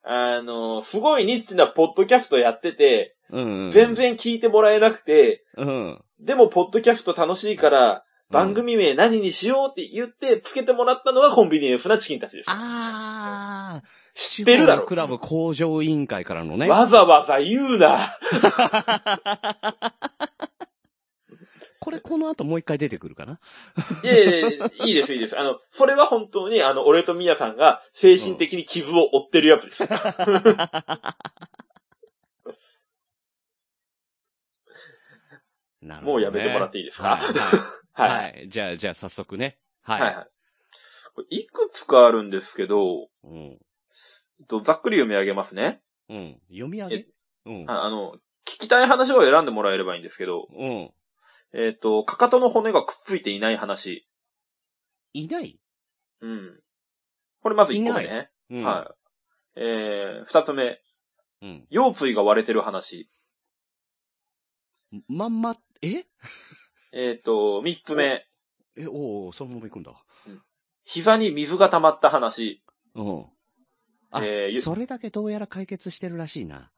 Speaker 4: あの、すごいニッチなポッドキャストやってて、
Speaker 3: うん、うん。
Speaker 4: 全。然聞いてもらえなくて、
Speaker 3: うん。
Speaker 4: でもポッドキャスト楽しいから、番組名何にしようって言って、つけてもらったのがコンビニエンスなチキンたちです。
Speaker 3: あー。知
Speaker 4: ってるだろ
Speaker 3: クラブ工場委員会からのね。
Speaker 4: わざわざ言うな。
Speaker 3: これこの後もう一回出てくるかない
Speaker 4: やいやいやいいです、いいです。あの、それは本当に、あの、俺とミヤさんが精神的に傷を負ってるやつ です。
Speaker 3: なるほどね、
Speaker 4: もうやめてもらっていいです
Speaker 3: は
Speaker 4: か
Speaker 3: いはい
Speaker 4: はい。
Speaker 3: は
Speaker 4: はい
Speaker 3: い。じゃあ、じゃあ早速ね。はい。
Speaker 4: はい。これいくつかあるんですけど、
Speaker 3: うん。
Speaker 4: えっとざっくり読み上げますね。
Speaker 3: うん。読み上げ
Speaker 4: え
Speaker 3: うん。
Speaker 4: ああの、聞きたい話を選んでもらえればいいんですけど、
Speaker 3: うん。
Speaker 4: えっ、と、かかとの骨がくっついていない話。
Speaker 3: いない
Speaker 4: うん。これまず1個目
Speaker 3: いな
Speaker 4: ね。
Speaker 3: うん。
Speaker 4: はい。えー、二つ目、
Speaker 3: うん。
Speaker 4: 腰椎が割れてる話。
Speaker 3: まんま、え
Speaker 4: えっ、と、三つ目、
Speaker 3: え、おおそのまま行くんだ。
Speaker 4: 膝に水が溜まった話。
Speaker 3: うん。あ、
Speaker 4: えーゆ
Speaker 3: それだけどうやら解決してるらしいな。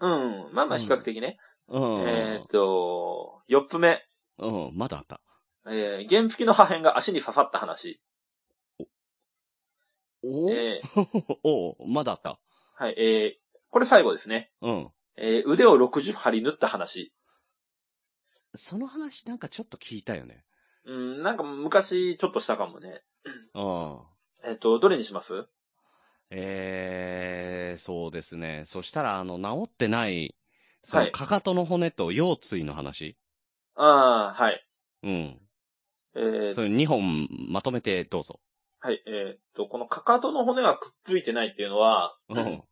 Speaker 4: うん。まあまあ比較的ね。
Speaker 3: うん。
Speaker 4: えーっと、四つ目。
Speaker 3: うん、まだあった。
Speaker 4: えー、原付きの破片が足に刺さった話。
Speaker 3: おー
Speaker 4: えー、
Speaker 3: おーまだあった。
Speaker 4: はい、えー、これ最後ですね。
Speaker 3: うん。
Speaker 4: えー、腕を60針縫った話。
Speaker 3: その話なんかちょっと聞いたよね。
Speaker 4: うん、なんか昔ちょっとしたかもね。
Speaker 3: うん。
Speaker 4: えーっと、どれにします
Speaker 3: えー、そうですね。そしたら、あの、治ってない、そ
Speaker 4: は
Speaker 3: の、
Speaker 4: い
Speaker 3: かかとの骨と腰椎の話。
Speaker 4: ああ、はい。
Speaker 3: うん。
Speaker 4: えー
Speaker 3: それ2本まとめてどうぞ。
Speaker 4: はい、えーっと、このかかとの骨がくっついてないっていうのは、
Speaker 3: うん。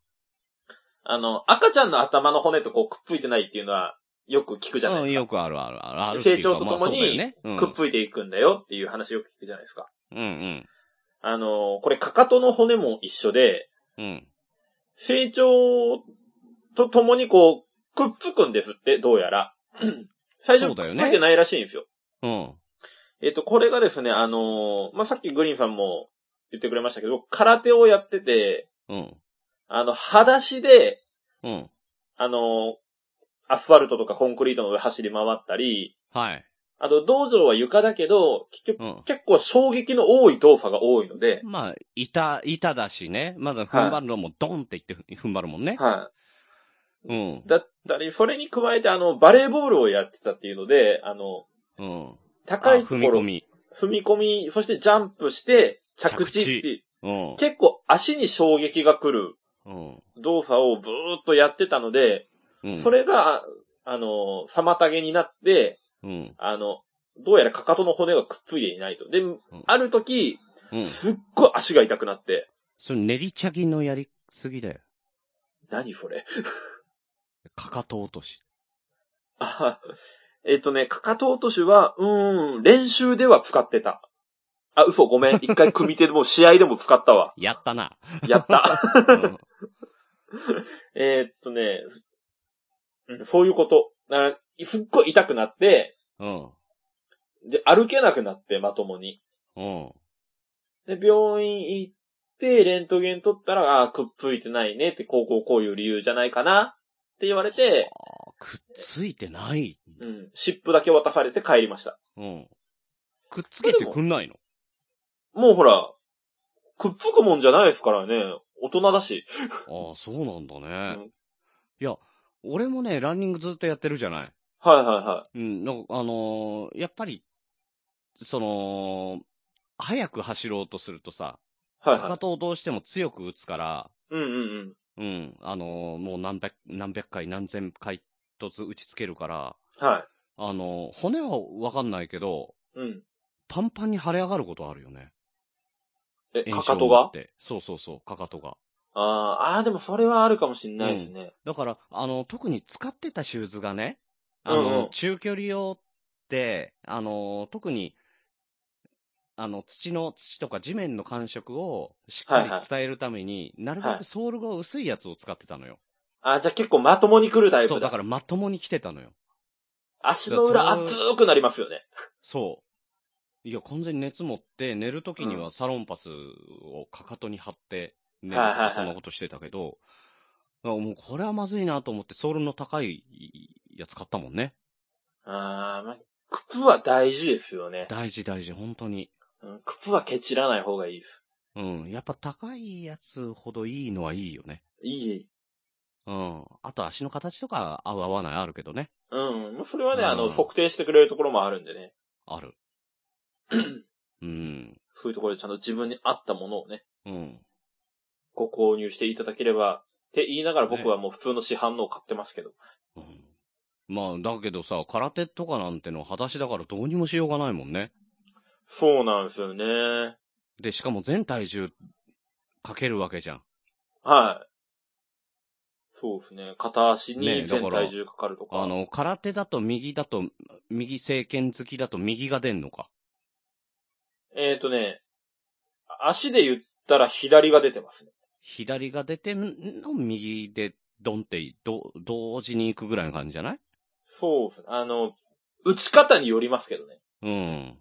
Speaker 4: あの、赤ちゃんの頭の骨とこうくっついてないっていうのは、よく聞くじゃない
Speaker 3: うん
Speaker 4: です
Speaker 3: よくあるあるあるあるってい
Speaker 4: 成
Speaker 3: うか。
Speaker 4: 長とと
Speaker 3: ま
Speaker 4: も
Speaker 3: あそうだよ
Speaker 4: に
Speaker 3: ねうん
Speaker 4: か。くっついていくんだよっていう話よく聞くじゃないですか。
Speaker 3: うん
Speaker 4: あの、これかかとの骨も一緒で、
Speaker 3: うん。うん。
Speaker 4: 成長とともにこう、くっつくんですって、どう やら。最
Speaker 3: そ
Speaker 4: 初
Speaker 3: うだ
Speaker 4: く
Speaker 3: よ
Speaker 4: っ
Speaker 3: ね
Speaker 4: ついてないらしいんですよ。
Speaker 3: うん。
Speaker 4: えっと、これがですね、あのーまあ、さっきグリーンさんも言ってくれましたけど、空手をやってて、
Speaker 3: うん。
Speaker 4: あの、裸足で、
Speaker 3: うん。
Speaker 4: あのーアスファルトとかコンクリートの上走り回ったり、
Speaker 3: はい。
Speaker 4: あと、道場は床だけど、結局、
Speaker 3: うん。
Speaker 4: 結構衝撃の多い動作が多いので、
Speaker 3: まあ、板、板だしね。まだ踏ん張るのもドンって言って踏ん張るもんね。
Speaker 4: はい。
Speaker 3: うん。
Speaker 4: だったり、それに加えて、あの、バレーボールをやってたっていうので、あの、
Speaker 3: うん。
Speaker 4: 高い
Speaker 3: あ
Speaker 4: とこ
Speaker 3: 踏
Speaker 4: ろ、
Speaker 3: み込み。
Speaker 4: 踏み込み、そしてジャンプして、着地っていう、
Speaker 3: うん。
Speaker 4: 結構足に衝撃が来る
Speaker 3: うん。
Speaker 4: 動作をずーっとやってたので、
Speaker 3: うん。
Speaker 4: それが、ああの、妨げになって、
Speaker 3: うん。
Speaker 4: あの、どうやらかかとの骨がくっついていないと。で、ある時、
Speaker 3: うん。
Speaker 4: すっごい足が痛くなって、
Speaker 3: それ練りチャギのやりすぎだよ。
Speaker 4: 何それ
Speaker 3: かかと落とし。
Speaker 4: あはえっとね、かかと落としは、うーん、練習では使ってた。あ、嘘、ごめん。一回組み手でも試合でも使ったわ。
Speaker 3: やった な。
Speaker 4: やった。
Speaker 3: うん
Speaker 4: えーっとね、うんそういうこと。だからすっごい痛くなって、
Speaker 3: うん。
Speaker 4: で、歩けなくなって、まともに。
Speaker 3: うん。
Speaker 4: で、病院行って、レントゲン取ったら、ああ、くっついてないねって、こうこうこういう理由じゃないかなって言われて、
Speaker 3: あーくっついてない。
Speaker 4: うん、湿布だけ渡されて帰りました。
Speaker 3: うん。くっつけてくんないの
Speaker 4: もうほら、くっつくもんじゃないですからね。大人だし。
Speaker 3: ああ、そうなんだ
Speaker 4: う
Speaker 3: ね
Speaker 4: ん。
Speaker 3: いや、俺もね、ランニングずっとやってるじゃない。
Speaker 4: はいはいは
Speaker 3: うん、なんかあのーやっぱり、その、早く走ろうとするとさ、
Speaker 4: い。はい
Speaker 3: か
Speaker 4: は
Speaker 3: か
Speaker 4: い。
Speaker 3: とをどうしても強く打つから、
Speaker 4: うんうんうん。
Speaker 3: うん、あのーもう何百、何百回何千回とつ打ちつけるから、
Speaker 4: はい。
Speaker 3: あのー骨はわかんないけど、
Speaker 4: うん。
Speaker 3: パンパンに腫れ上がることあるよね。
Speaker 4: え、
Speaker 3: 炎
Speaker 4: か
Speaker 3: 症
Speaker 4: か
Speaker 3: に
Speaker 4: と
Speaker 3: な
Speaker 4: が
Speaker 3: ってそうそうそう、かかとが。
Speaker 4: あーあー、でもそれはあるかもしんないですね。
Speaker 3: だから、あの、特に使ってたシューズがね、あの、
Speaker 4: うんうん
Speaker 3: 中距離用って、あの、特に、あの、土の、土とか地面の感触をしっかり
Speaker 4: はいはい
Speaker 3: 伝えるために、なるべ
Speaker 4: は
Speaker 3: く
Speaker 4: い
Speaker 3: ソールが薄いやつを使ってたのよ。
Speaker 4: あーじゃあ結構まともに来るタイプ
Speaker 3: そう、
Speaker 4: だ。
Speaker 3: だからまともに着てたのよ。
Speaker 4: 足の裏熱くなりますよね。
Speaker 3: そう。いや、完全に熱持って、寝るときにはサロンパスをかかとに貼って、寝る
Speaker 4: はい
Speaker 3: と
Speaker 4: はいは
Speaker 3: か
Speaker 4: い
Speaker 3: そんなことしてたけど、だからもうこれはまずいなと思って、ソールの高いやつ買ったもんね。
Speaker 4: あーまあ、靴は大事ですよね。
Speaker 3: 大事大事、本当に。
Speaker 4: うん靴はケチらない方がいいです。
Speaker 3: うん。やっぱ高いやつほどいいのはいいよね。
Speaker 4: いい。
Speaker 3: うん。あと足の形とか合う合わないあるけどね。
Speaker 4: うん。もうそれはね、あ
Speaker 3: うん
Speaker 4: の、測定してくれるところもあるんでね。
Speaker 3: ある。うん。
Speaker 4: そういうところでちゃんと自分に合ったものをね、
Speaker 3: うん。
Speaker 4: ご購入していただければ、って言いながら僕はもう普通の市販のを買ってますけど。
Speaker 3: うんまあ、だけどさ、空手とかなんてのは裸足だからどうにもしようがないもんね。
Speaker 4: そうなんですよね。
Speaker 3: で、しかも全体重かけるわけじゃん。
Speaker 4: はい。そうですね。片足
Speaker 3: ねえ
Speaker 4: に
Speaker 3: だから
Speaker 4: 全体重かかるとか。
Speaker 3: あの、空手だと右だと、右正拳突きだと右が出んのか。
Speaker 4: えっ、とね、足で言ったら左が出てますね。
Speaker 3: 左が出ての右でドンってど、同時に行くぐらいの感じじゃない
Speaker 4: そうですね。あの、打ち方によりますけどね。
Speaker 3: うん。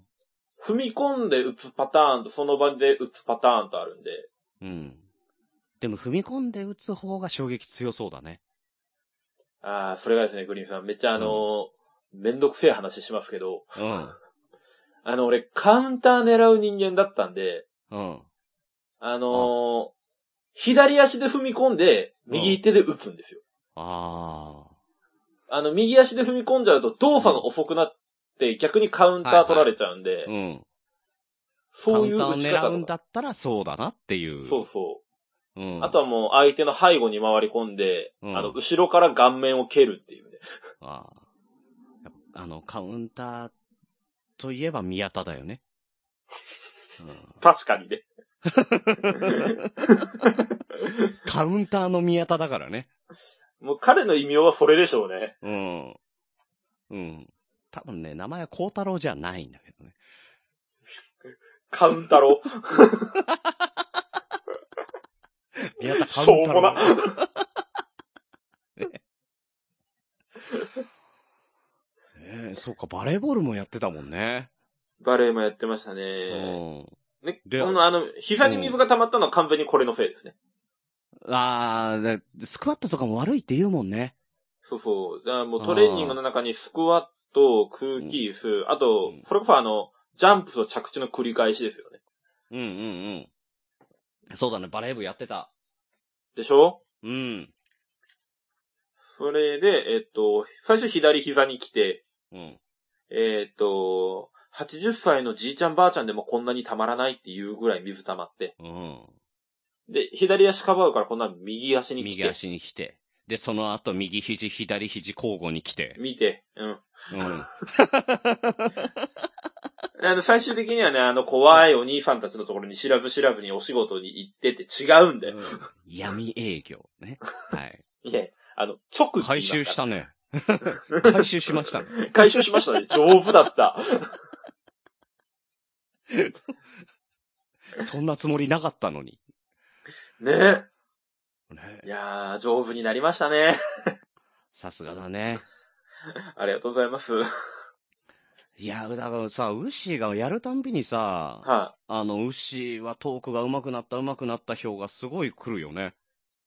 Speaker 4: 踏み込んで打つパターンと、その場で打つパターンとあるんで。
Speaker 3: うん。でも踏み込んで打つ方が衝撃強そうだね。
Speaker 4: ああ、それがですね、グリーンさん。めっちゃあのーめんどくせえ話しますけど、
Speaker 3: うん。
Speaker 4: あの、俺、カウンター狙う人間だったんで、
Speaker 3: うん。
Speaker 4: あのー左足で踏み込んで、右手で打つんですよ。
Speaker 3: あ
Speaker 4: あの、右足で踏み込んじゃうと動作が遅くなって、逆にカウンター取られちゃうんで、
Speaker 3: ー。うん。カ
Speaker 4: そう
Speaker 3: ウ
Speaker 4: い
Speaker 3: ンター
Speaker 4: う
Speaker 3: を
Speaker 4: 打ち方
Speaker 3: 狙うん
Speaker 4: と
Speaker 3: だ
Speaker 4: か。
Speaker 3: ったらそうだなっていう。。
Speaker 4: そうそうう。
Speaker 3: ん。
Speaker 4: あとはもう相手の背後に回り込んで、
Speaker 3: うん
Speaker 4: あの、後ろから顔面を蹴るっていうね。
Speaker 3: あーやっぱあの、カウンターといえば宮田だよね。
Speaker 4: 確かに
Speaker 3: うん、
Speaker 4: ね。
Speaker 3: カウンターの宮田だからね。
Speaker 4: もう彼の異名はそれでしょうね。
Speaker 3: うん。うん。多分ね、名前は孝太郎じゃないんだけどね。
Speaker 4: カウンタロー。
Speaker 3: 宮田
Speaker 4: しょうもな。
Speaker 3: ねえそうか、バレーボールもやってたもんね。
Speaker 4: バレーもやってました
Speaker 3: う
Speaker 4: ね。
Speaker 3: ん。
Speaker 4: ね、
Speaker 3: で
Speaker 4: このあの、膝に水が溜まったのは完全にこれのせいですね。
Speaker 3: あーでスクワットとかも悪いって言うもんね。
Speaker 4: そうそう。だからもうトレーニングの中にスクワット、空気椅子、あと
Speaker 3: うん、
Speaker 4: それこそあの、ジャンプと着地の繰り返しですよね。
Speaker 3: うんうんうん。そうだね、バレー部やってた。
Speaker 4: でしょ
Speaker 3: うん。
Speaker 4: それで、えっと、最初左膝に来て、
Speaker 3: うん。
Speaker 4: えっと、80歳のじいちゃんばあちゃんでもこんなにたまらないっていうぐらい水溜まって。
Speaker 3: うん。
Speaker 4: で、左足かばうからこんな右足に来
Speaker 3: 右
Speaker 4: て。
Speaker 3: 足に来て。で、その後、右肘、左肘交互に来て。
Speaker 4: 見て。う ん。
Speaker 3: う
Speaker 4: あの、最終的にはね、あの、怖いお兄さんたちのところに知らず知らずにお仕事に行ってって違うんだよ。
Speaker 3: ん。闇営業ね。 はい。
Speaker 4: いや、あの、直って言いますから
Speaker 3: 回収したね。 回収しましたね。
Speaker 4: 回収しましたね。上手だった。
Speaker 3: そんなつもりなかったのに。
Speaker 4: ね。
Speaker 3: ね
Speaker 4: いやー、上手になりましたね。
Speaker 3: さすがだね。
Speaker 4: ありがとうございます。はい、
Speaker 3: いや、だからさ、ウッシーがやるたんびにさ、あの、ウッシーはトークが上手くなった、上手くなった表がすごい来るよね。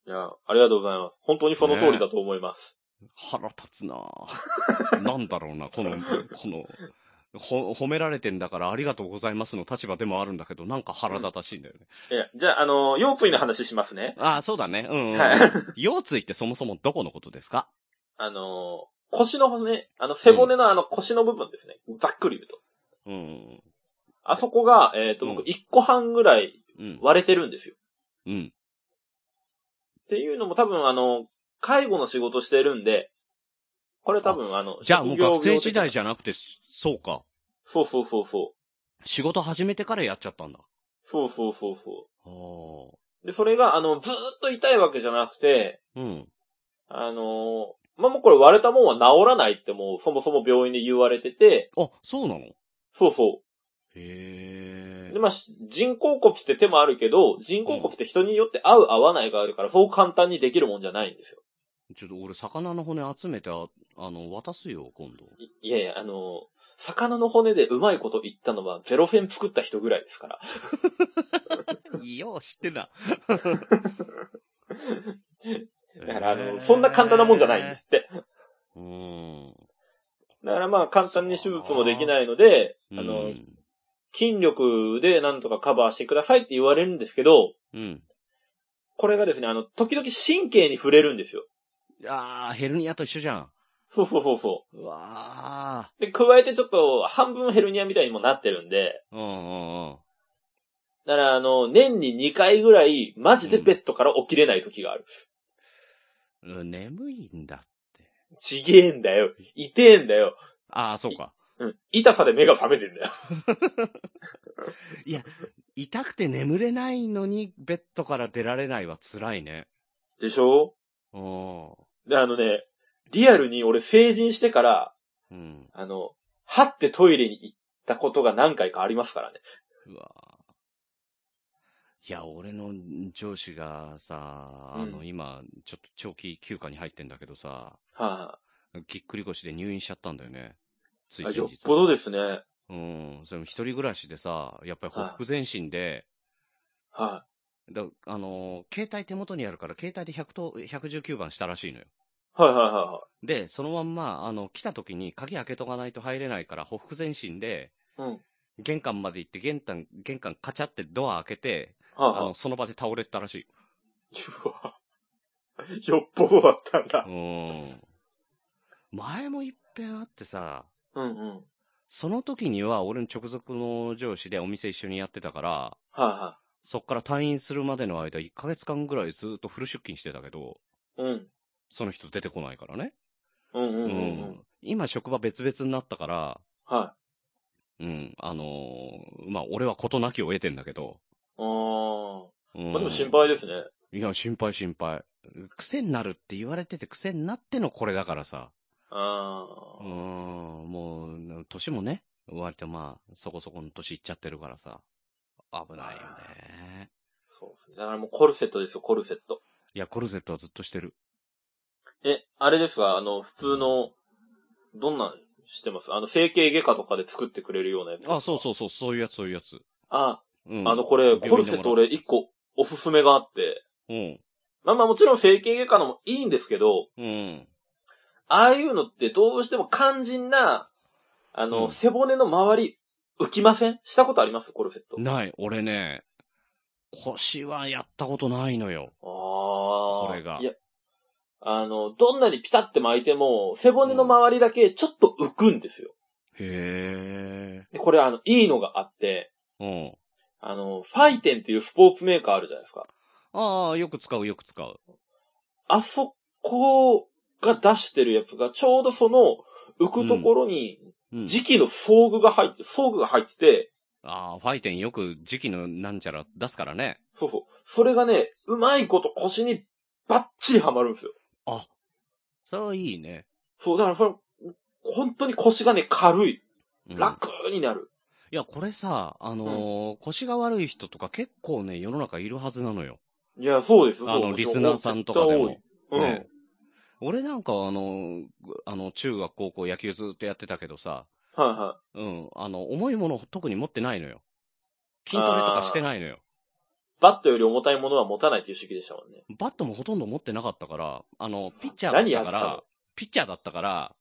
Speaker 4: いや、ありがとうございます。本当にその通りだと思います。
Speaker 3: 腹立つなぁなんだろうな、この、この、ほ、褒められてんだからありがとうございますの立場でもあるんだけど、なんか腹立たしいんだよね。
Speaker 4: いや、じゃあ、あの、腰椎の話しますね。
Speaker 3: ああ、そうだね。うん、うん。
Speaker 4: はい。
Speaker 3: 腰椎ってそもそもどこのことですか
Speaker 4: あの、腰の骨、あの、背骨のあの腰の部分ですね。ざっくり言うと。
Speaker 3: うん。
Speaker 4: あそこが、えっ、と、
Speaker 3: うん
Speaker 4: 僕、1個半ぐらい
Speaker 3: うん。
Speaker 4: 割れてるんですよ。
Speaker 3: うん。
Speaker 4: っていうのも多分、あの、介護の仕事してるんで、これ多分、あの、
Speaker 3: じゃあもう
Speaker 4: 職業病
Speaker 3: 学生時
Speaker 4: 的な
Speaker 3: 代じゃなくて、そうか。
Speaker 4: そうそうそうそう。
Speaker 3: 仕事始めてからやっちゃったんだ。
Speaker 4: そうそうそうそう。
Speaker 3: ああ。
Speaker 4: で、それが、あの、ずーっと痛いわけじゃなくて、
Speaker 3: うん。
Speaker 4: あのーまあ、もうこれ割れたもんは治らないってもう、そもそも病院で言われてて、
Speaker 3: あ、そうなの
Speaker 4: そうそ
Speaker 3: へえ
Speaker 4: う。で、。まあ、し人工骨って手もあるけど、人工骨って人によって合う合わないがあるから、そう簡単にできるもんじゃないんですよ。
Speaker 3: ちょっと俺、魚の骨集めて、ああの、渡すよ、今度。
Speaker 4: いいやいや、あのー魚の骨でうまいこと言ったのは、ゼロフェン作った人ぐらいですから。
Speaker 3: いいよ、知ってんだ。
Speaker 4: だから、あの、そんな簡単なもんじゃないんですって。
Speaker 3: うん。
Speaker 4: だからまあ、簡単に手術もできないので、あ
Speaker 3: う
Speaker 4: の、
Speaker 3: ん
Speaker 4: 筋力でなんとかカバーしてくださいって言われるんですけど、
Speaker 3: うん。
Speaker 4: これがですね、あの、時々神経に触れるんですよ。
Speaker 3: あー、ヘルニアと一緒じゃん。
Speaker 4: そうそうそうそう
Speaker 3: わ
Speaker 4: う。で、加えてちょっと、半分ヘルニアみたいにもなってるんで、
Speaker 3: ー。うんうんうん。
Speaker 4: だからあの、年に2回ぐらい、マジでベッドから起きれない時がある。
Speaker 3: うん眠いんだ。
Speaker 4: ちげえんだよ。痛えんだよ。
Speaker 3: あー、そうか。
Speaker 4: うん。痛さで目が覚めてんだよ。
Speaker 3: いや、痛くて眠れないのに、ベッドから出られないは辛いね。
Speaker 4: でしょ
Speaker 3: うん。
Speaker 4: で、あのね、リアルに俺成人してから、
Speaker 3: うん。
Speaker 4: あの、はってトイレに行ったことが何回かありますからね。
Speaker 3: うわいや、俺の上司がさ、あの、
Speaker 4: うん
Speaker 3: 今、ちょっと長期休暇に入ってんだけどさ、
Speaker 4: は
Speaker 3: ぎっくり腰で入院しちゃったんだよね。つ
Speaker 4: い、
Speaker 3: い
Speaker 4: あ。
Speaker 3: 先日。
Speaker 4: よっぽどですね。はい、
Speaker 3: うん。それも一人暮らしでさ、やっぱり北北前進で、だあのー携帯手元にあるから、携帯で100と、119番したらしいのよ。
Speaker 4: はいはいはいは
Speaker 3: で、そのまんま、あの、来た時に鍵開けとかないと入れないから、北北前進で、
Speaker 4: い。うん。はい
Speaker 3: 玄関まで行って、玄関、玄関カチャってドア開けて、あ
Speaker 4: はい
Speaker 3: の、その場で倒れてたらしい。
Speaker 4: うわよっぽどだったんだ
Speaker 3: う。ん。前も一遍あってさ、
Speaker 4: うんうん。はい
Speaker 3: その時には俺の直属の上司でお店一緒にやってたから、
Speaker 4: は
Speaker 3: そっから退院するまでの間、1ヶ月間ぐらいずっとフル出勤してたけど、
Speaker 4: い。うん。
Speaker 3: その人出てこないからね。
Speaker 4: うんうん
Speaker 3: う
Speaker 4: うんうん。
Speaker 3: 今職場別々になったから、
Speaker 4: はい。
Speaker 3: うん、あのーまあ、俺は事なきを得てんだけど。
Speaker 4: あー。
Speaker 3: うん
Speaker 4: まあ、でも心配ですね。
Speaker 3: いや、心配心配。癖になるって言われてて癖になってのこれだからさ。
Speaker 4: あ
Speaker 3: うーん、
Speaker 4: ー。
Speaker 3: もう、年もね、割とまあ、そこそこの年いっちゃってるからさ。危ないよね。
Speaker 4: そうですね。だからもうコルセットですよ、コルセット。
Speaker 3: いや、コルセットはずっとしてる。
Speaker 4: え、あれですかあの、普通の、どんなんしてますあの、整形外科とかで作ってくれるようなやつ。
Speaker 3: あ、そうそうそう、そういうやつ、そういうやつ。
Speaker 4: あ、
Speaker 3: うん。
Speaker 4: あの、これ、
Speaker 3: 病院でもらう
Speaker 4: コルセット俺一個おすすめがあって、
Speaker 3: うん。
Speaker 4: まあまあもちろん整形外科のもいいんですけど、
Speaker 3: うん。
Speaker 4: ああいうのってどうしても肝心な、あ
Speaker 3: う
Speaker 4: の、
Speaker 3: ん
Speaker 4: 背骨の周り、浮きませんしたことありますコルセット。
Speaker 3: ない、俺ね、腰はやったことないのよ。
Speaker 4: ああ。
Speaker 3: これが
Speaker 4: いや、あの、どんなにピタって巻いても、背骨の周りだけちょっと浮くんですよ。
Speaker 3: へ
Speaker 4: でこれあの、いいのがあって、
Speaker 3: え。うん。
Speaker 4: あの、ファイテンっていうスポーツメーカーあるじゃないですか。
Speaker 3: ああ、よく使う、よく使う。
Speaker 4: あそこが出してるやつが、ちょうどその、浮くところに、
Speaker 3: うん。
Speaker 4: 時期の装具が入って、装具が入ってて、
Speaker 3: ああ、ファイテンよく時期のなんちゃら出すからね。
Speaker 4: そうそう。それがね、うまいこと腰にバッチリはまるんですよ。
Speaker 3: あ、それはいいね。
Speaker 4: そう、だからそれ、本当に腰がね、軽い。
Speaker 3: うん
Speaker 4: 楽になる。
Speaker 3: いや、これさ、あのー腰が悪い人とか結構ね、世の中いるはずなのよ。
Speaker 4: いや、そうです。そう
Speaker 3: あの、
Speaker 4: もち
Speaker 3: リ
Speaker 4: ろ
Speaker 3: スナーさんとかでも
Speaker 4: 絶。対多いうん。
Speaker 3: ね俺なんかはあのー、あの、中学、高校野球ずっとやってたけどさ、
Speaker 4: はいは
Speaker 3: うん、あの、重いもの特に持ってないのよ。筋トレとかしてないのよ。
Speaker 4: い。バットより重たいものは持たないという主義でしたもんね。
Speaker 3: バットもほとんど持ってなかったから、あの、ピッチャーだっ
Speaker 4: 何や
Speaker 3: た
Speaker 4: って
Speaker 3: か
Speaker 4: たの
Speaker 3: ら、ピッチャーだったから、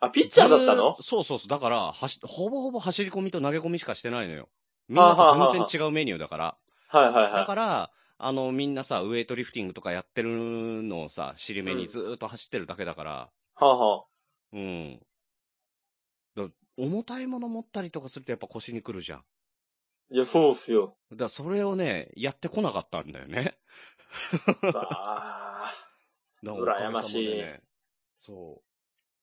Speaker 4: あ、ピッチャーだった
Speaker 3: ずー
Speaker 4: の
Speaker 3: とそうそうそう。だから、はし、ほぼほぼ走り込みと投げ込みしかしてないのよ。みんなと全然違うメニューだから。
Speaker 4: はいはい
Speaker 3: だ
Speaker 4: は
Speaker 3: から、あの、みんなさ、ウエイトリフティングとかやってるのをさ、尻目にずーっと走ってるだけだから、
Speaker 4: い。はあ、は
Speaker 3: うん。だ重たいもの持ったりとかするとやっぱ腰にくるじゃん。
Speaker 4: あ、いや、そうっすよ。
Speaker 3: だからそれをね、やってこなかったんだよね。 だ
Speaker 4: あ
Speaker 3: からおかげ
Speaker 4: 羨ましい
Speaker 3: さでねそう。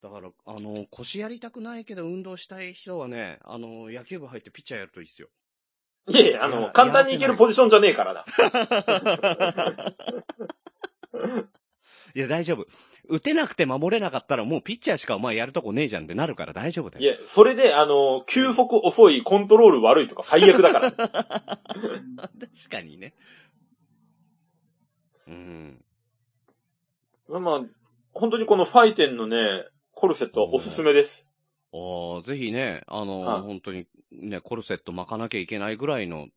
Speaker 3: だから、あの、腰やりたくないけど運動したい人はね、あの、野球部入ってピッチャーやるといいっすよ。
Speaker 4: いえいえ、あ
Speaker 3: いや
Speaker 4: の、簡単にいけるポジションじゃねえからな。
Speaker 3: いや、大丈夫。打てなくて守れなかったらもうピッチャーしかお前やるとこねえじゃんってなるから大丈夫だ
Speaker 4: い
Speaker 3: よ。
Speaker 4: や、それで、あの、休息遅い、コントロール悪いとか最悪だから。
Speaker 3: 確かにね。うん。
Speaker 4: まあまあ、本当にこのファイテンのね、コルセットはおすすめです。
Speaker 3: ああ、ぜひね、あの、
Speaker 4: はい
Speaker 3: 本当にね、コルセット巻かなきゃいけないぐらいの、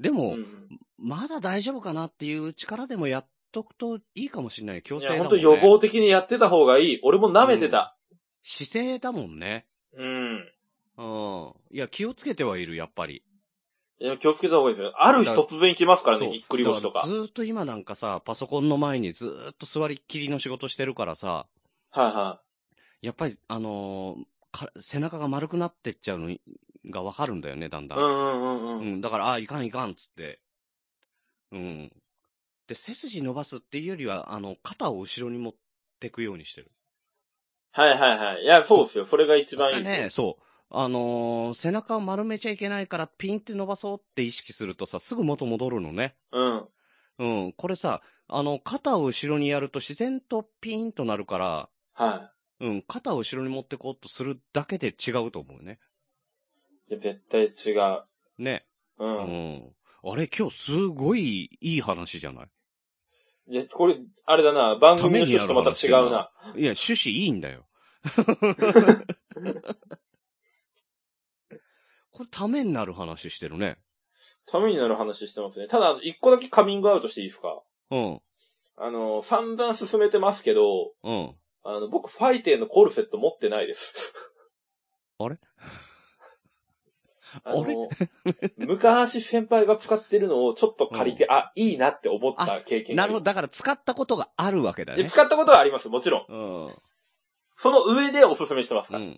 Speaker 3: でも、
Speaker 4: うん
Speaker 3: まだ大丈夫かなっていう力でもやっとくといいかもしれない。強
Speaker 4: い
Speaker 3: 制だ
Speaker 4: や、
Speaker 3: もん
Speaker 4: 本
Speaker 3: ね。
Speaker 4: 当予防的にやってた方がいい。俺も舐めてた。
Speaker 3: 姿勢だもんね。
Speaker 4: うん。
Speaker 3: うん。いや、気をつけてはいる、やっぱり。
Speaker 4: いや、気をつけた方がいいですよ。ある日突然来ますからね、
Speaker 3: そう
Speaker 4: ぎっくり腰と
Speaker 3: だ。
Speaker 4: から
Speaker 3: ずーっと今なんかさ、パソコンの前にずーっと座りっきりの仕事してるからさ、
Speaker 4: はいは
Speaker 3: やっぱり、あのーか背中が丸くなってっちゃうのがわかるんだよね、だんだ。
Speaker 4: い。うんんうんうん
Speaker 3: う
Speaker 4: うん。
Speaker 3: ん、だから、ああー、いかんいかん、つって。うん。で、背筋伸ばすっていうよりは、あの、肩を後ろに持ってくようにしてる。
Speaker 4: はいはいはい。いや、そうですよ。それが一番いいですよ。
Speaker 3: ね、そう。あのー背中を丸めちゃいけないから、ピンって伸ばそうって意識するとさ、すぐ元戻るのね。
Speaker 4: うん。
Speaker 3: うん。これさ、あの、肩を後ろにやると自然とピーンとなるから、
Speaker 4: は
Speaker 3: うん、肩を後ろに持ってこうとするだけで違うと思うね。
Speaker 4: い。いや絶対違う。
Speaker 3: ね。
Speaker 4: う。
Speaker 3: うんん。あれ、今日すごいいい話じゃない
Speaker 4: いや、これ、あれだな、番組の趣旨とまた違うな。
Speaker 3: いや、趣旨いいん だよ。これ、ためになる話してるね。
Speaker 4: ためになる話してますね。ただ、一個だけカミングアウトしていいですか
Speaker 3: うん、
Speaker 4: あの、散々進めてますけど、
Speaker 3: うん。
Speaker 4: あの、僕、ファイテーのコルセット持ってないです。
Speaker 3: あれ
Speaker 4: あの、昔先輩が使ってるのをちょっと借りて、あ、いいなって思った経験が
Speaker 3: な
Speaker 4: あ
Speaker 3: る
Speaker 4: り
Speaker 3: ほど。だから、使ったことがあるわけだ
Speaker 4: いや
Speaker 3: ね。
Speaker 4: 使ったことはあります、もちろん。
Speaker 3: うん。
Speaker 4: その上でおすすめしてますから。
Speaker 3: う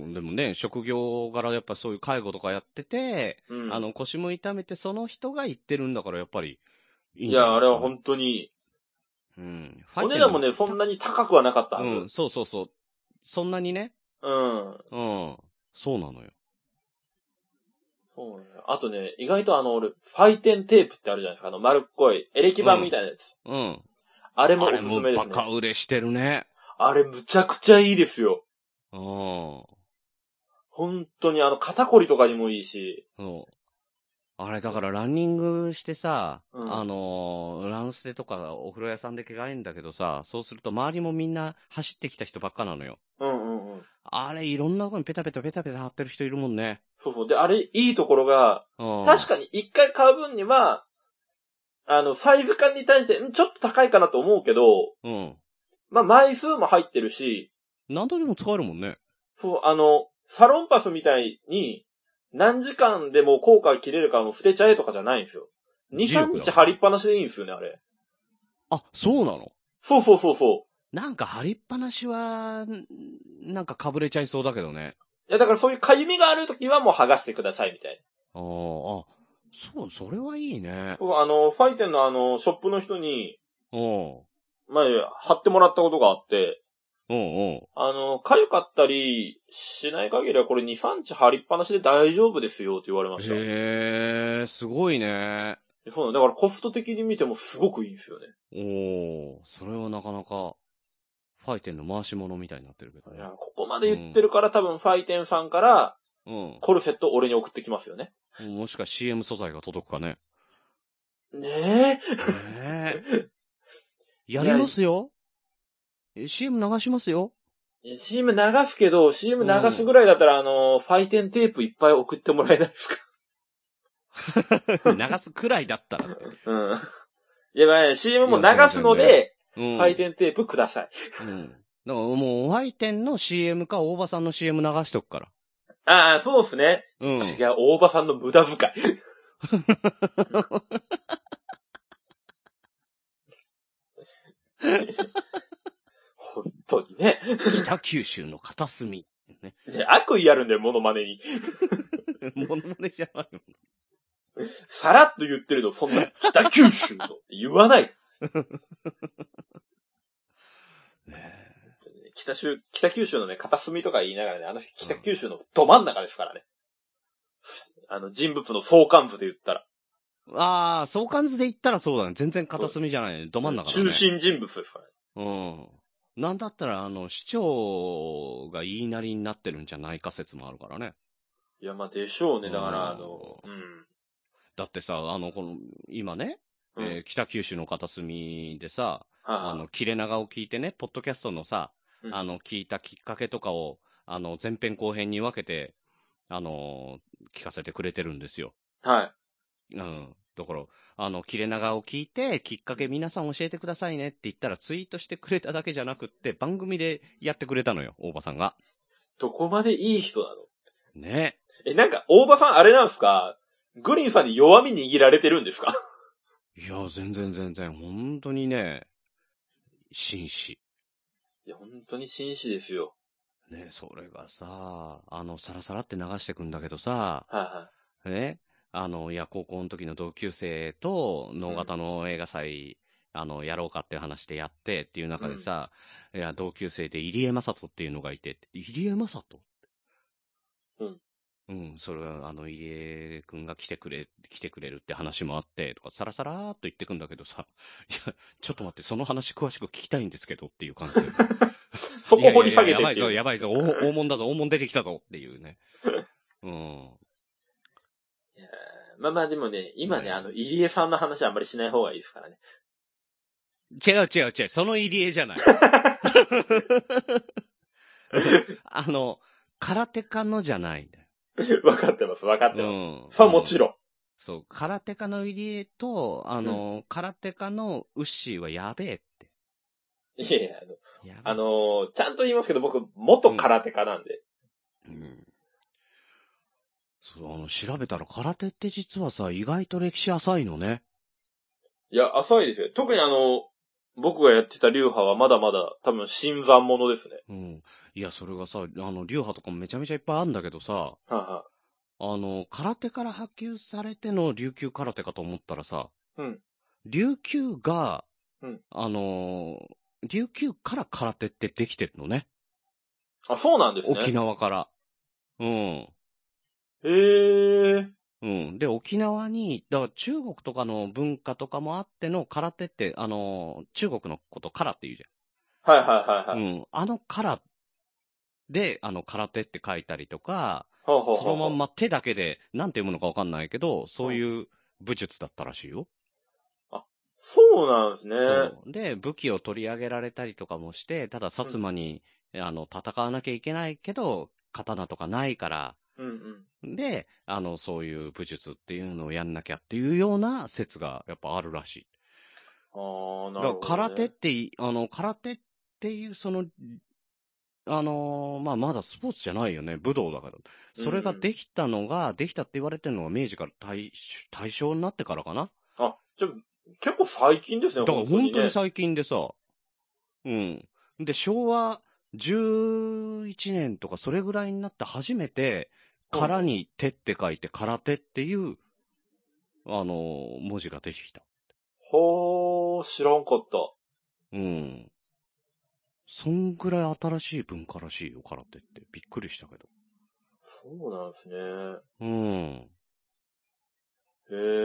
Speaker 3: ん。でもね、職業柄やっぱそういう介護とかやってて、
Speaker 4: うん。
Speaker 3: あの、腰も痛めてその人が言ってるんだから、やっぱりいいん
Speaker 4: い
Speaker 3: じゃな
Speaker 4: や、
Speaker 3: で
Speaker 4: あれ
Speaker 3: すか
Speaker 4: は本当に、
Speaker 3: うん。ファ
Speaker 4: お
Speaker 3: イテ
Speaker 4: 値
Speaker 3: ン
Speaker 4: 段もね、そんなに高くはなかったはず。
Speaker 3: うん、そうそうそう。そんなにね。
Speaker 4: うん。
Speaker 3: うん。そうなのよ。
Speaker 4: そうね。あとね、意外とあの、俺、ファイテンテープってあるじゃないですか。あの、丸っこい、エレキ板みたいなやつ。
Speaker 3: うん。
Speaker 4: あれも
Speaker 3: あ
Speaker 4: お
Speaker 3: れ
Speaker 4: すす
Speaker 3: も
Speaker 4: めで
Speaker 3: バ
Speaker 4: すね。
Speaker 3: カ売れしてるね。
Speaker 4: あれ、むちゃくちゃいいですよ。
Speaker 3: うん。
Speaker 4: 本当に、あの、肩こりとかにもいいし。
Speaker 3: そう。あれ、だからランニングしてさ、
Speaker 4: うん
Speaker 3: あのーランステとかお風呂屋さんで着替えんだけどさ、そうすると周りもみんな走ってきた人ばっかなのよ。
Speaker 4: うんうんうん。
Speaker 3: あれ、いろんなとこにペタペタペタペタ貼ってる人いるもんね。
Speaker 4: そうそう。で、あれ、いいところが、
Speaker 3: うん。
Speaker 4: 確かに一回買う分には、あの、サイズ感に対して、んちょっと高いかなと思うけど、
Speaker 3: うん。
Speaker 4: まあ、枚数も入ってるし、
Speaker 3: 何度でも使えるもんね。
Speaker 4: そう、あの、サロンパスみたいに、何時間でもう効果切れるからもう捨てちゃえとかじゃないんですよ。2、
Speaker 3: 自由
Speaker 4: 3
Speaker 3: だ
Speaker 4: 日貼りっぱなしでいいんですよね、あれ。
Speaker 3: あ、そうなの
Speaker 4: そうそうそうそ
Speaker 3: なんか貼りっぱなしは、んなんかかぶれちゃいそうだけどね。
Speaker 4: う。いや、だからそういうかゆみがあるときはもう剥がしてください、みたいな。
Speaker 3: ああ、あ、そう、それはいいね。
Speaker 4: そう、あの、ファイテンのあの、ショップの人に、
Speaker 3: うん。
Speaker 4: 前、貼ってもらったことがあって、
Speaker 3: うんうん。
Speaker 4: あの、痒かったりしない限りはこれ2、3日貼りっぱなしで大丈夫ですよって言われました。
Speaker 3: へえ、すごいね。
Speaker 4: そうなんだからコスト的に見てもすごくいいんですよね。
Speaker 3: おお、それはなかなか、ファイテンの回し物みたいになってるけど
Speaker 4: い
Speaker 3: ね
Speaker 4: や。ここまで言ってるから、多分ファイテンさんからコルセットを俺に送ってきますよね。
Speaker 3: うん。もしか CM 素材が届くか ね。
Speaker 4: ねえ。
Speaker 3: ねえ。やりますよ。え CM 流しますよ。
Speaker 4: CM 流すけど、CM 流すぐらいだったら、あの、ファイテンテープいっぱい送ってもらえないですか
Speaker 3: 流すくらいだったらって。
Speaker 4: うん。いや、まあ、CM も流すの
Speaker 3: いや全然
Speaker 4: で、
Speaker 3: うん。
Speaker 4: ファイテンテープください。
Speaker 3: うん。だからもう、ファイテンの CM か大場さんの CM 流しとくから。
Speaker 4: ああ、そうですね。
Speaker 3: うん。
Speaker 4: 違う、大場さんの無駄遣い。本当にね。
Speaker 3: 北九州の片隅。
Speaker 4: ね悪意あるんだよ、モノマネに。
Speaker 3: ものまねじゃないよ。
Speaker 4: さらっと言ってるの、そんな、北九州のって言わ ない。
Speaker 3: ねえ
Speaker 4: 北州、北九州のね、片隅とか言いながらね、あの人北九州のど真ん中ですからね。ふあの、人物の相関図で言ったら。
Speaker 3: ああ、相関図で言ったらそうだね。全然片隅じゃないね。ど真ん中だね。
Speaker 4: 中心人物ですからね。
Speaker 3: うん。なんだったら、あの、市長が言いなりになってるんじゃないか説もあるからね。
Speaker 4: いや、まあ、でしょうね。だから、あの、
Speaker 3: う
Speaker 4: うん。
Speaker 3: だってさ、あの、この、今ね、
Speaker 4: うん
Speaker 3: えー北九州の片隅でさ、あ
Speaker 4: は
Speaker 3: の、切れ長を聞いてね、ポッドキャストのさ、
Speaker 4: うん
Speaker 3: あの、聞いたきっかけとかを、あの、前編後編に分けて、あの、聞かせてくれてるんですよ。
Speaker 4: い。はい。
Speaker 3: うん。だから、あの、切れ長を聞いて、きっかけ皆さん教えてくださいねって言ったら、ツイートしてくれただけじゃなくって、番組でやってくれたのよ、大場さんが。
Speaker 4: どこまでいい人なの
Speaker 3: ね。
Speaker 4: え、なんか、大場さんあれなんですかグリーンさんに弱み握られてるんですか
Speaker 3: いや、全然全然、本当にね、紳士。
Speaker 4: いや、本当に紳士ですよ。
Speaker 3: ね、それがさ、あの、さらさらって流してくんだけどさ、
Speaker 4: はいは
Speaker 3: ね、あの、いや、高校の時の同級生と、能型の映画祭、あの、やろうかっていう話でやってっていう中でさ、いや、同級生で入江正人っていうのがいて、入江正人
Speaker 4: うん。
Speaker 3: うん、それは、あの、入江くんが来てくれ、来てくれるって話もあって、とか、さらさらーっと言ってくんだけどさ、いや、ちょっと待って、その話詳しく聞きたいんですけどっていう感 じで。
Speaker 4: い。 そこ掘り下げて
Speaker 3: いや
Speaker 4: っ
Speaker 3: い
Speaker 4: て
Speaker 3: やいや
Speaker 4: いう。
Speaker 3: やばいぞ、やばいぞ、大大物だぞ、大物出てきたぞっていうね。うん。
Speaker 4: まあまあでもね、今ね、
Speaker 3: はい
Speaker 4: あの、入江さんの話あんまりしない方がいいですからね。
Speaker 3: 違う違う違う、その入江じゃ ない。あの、空手家のじゃないんだよ。
Speaker 4: 分かってます、分かって
Speaker 3: う
Speaker 4: ます。
Speaker 3: ん。
Speaker 4: さあもちろん。
Speaker 3: そう、空手家の入江と、あの、空手家のウッシーはやべえって。
Speaker 4: いやいや、あ
Speaker 3: や
Speaker 4: の、
Speaker 3: べえ
Speaker 4: あのーちゃんと言いますけど、僕、元空手家なんで。
Speaker 3: うん。そう、あの、調べたら空手って実はさ、意外と歴史浅いのね。
Speaker 4: いや、浅いですよ。特にあの、僕がやってた流派はまだまだ、多分、新参者ですね。
Speaker 3: うん。いや、それがさ、あの、流派とかもめちゃめちゃいっぱいあるんだけどさ、
Speaker 4: は
Speaker 3: あの、空手から波及されての琉球空手かと思ったらさ、
Speaker 4: いはい。うん。
Speaker 3: 琉球が、
Speaker 4: うん
Speaker 3: あのー琉球から空手ってできてるのね。
Speaker 4: あ、そうなんですね。
Speaker 3: 沖縄から。うん。
Speaker 4: へえ。
Speaker 3: うん。で、沖縄に、だから中国とかの文化とかもあっての空手って、あのー中国のことからって言うじ
Speaker 4: はいはいはい
Speaker 3: ゃ
Speaker 4: は
Speaker 3: ん。
Speaker 4: い。
Speaker 3: うん。あのからで、あの空手って書いたりとか、
Speaker 4: ほうほう
Speaker 3: そ
Speaker 4: ほう
Speaker 3: のまんま手だけで、なんて読むのかわかんないけど、そういう武術だったらしいよ。
Speaker 4: そうなんですね。
Speaker 3: そう。で、武器を取り上げられたりとかもして、ただ薩摩に、あの、戦わなきゃいけないけど、刀とかないから、
Speaker 4: うんうん。
Speaker 3: で、あの、そういう武術っていうのをやんなきゃっていうような説がやっぱあるらしい。
Speaker 4: ああ、な
Speaker 3: だ
Speaker 4: る
Speaker 3: か
Speaker 4: ほ
Speaker 3: ら空
Speaker 4: ど、ね。
Speaker 3: 手ってい、あの、空手っていうその、あのーまあ、まだスポーツじゃないよね。武道だから。それができたのが、できたって言われてるのが明治から対対象になってからかな。
Speaker 4: あ、ちょ、結構最近ですね、
Speaker 3: だから
Speaker 4: 本当に、
Speaker 3: 本
Speaker 4: ね。
Speaker 3: 当に最近でさ、うん。で、昭和11年とかそれぐらいになって初めて、
Speaker 4: うん
Speaker 3: 空に手って書いて空手っていう、あのー、文字が出てきた。
Speaker 4: ほー、知らんかった。
Speaker 3: うん。そんぐらい新しい文化らしいよ、空手って。びっくりしたけど。
Speaker 4: そうなんですね。
Speaker 3: うん。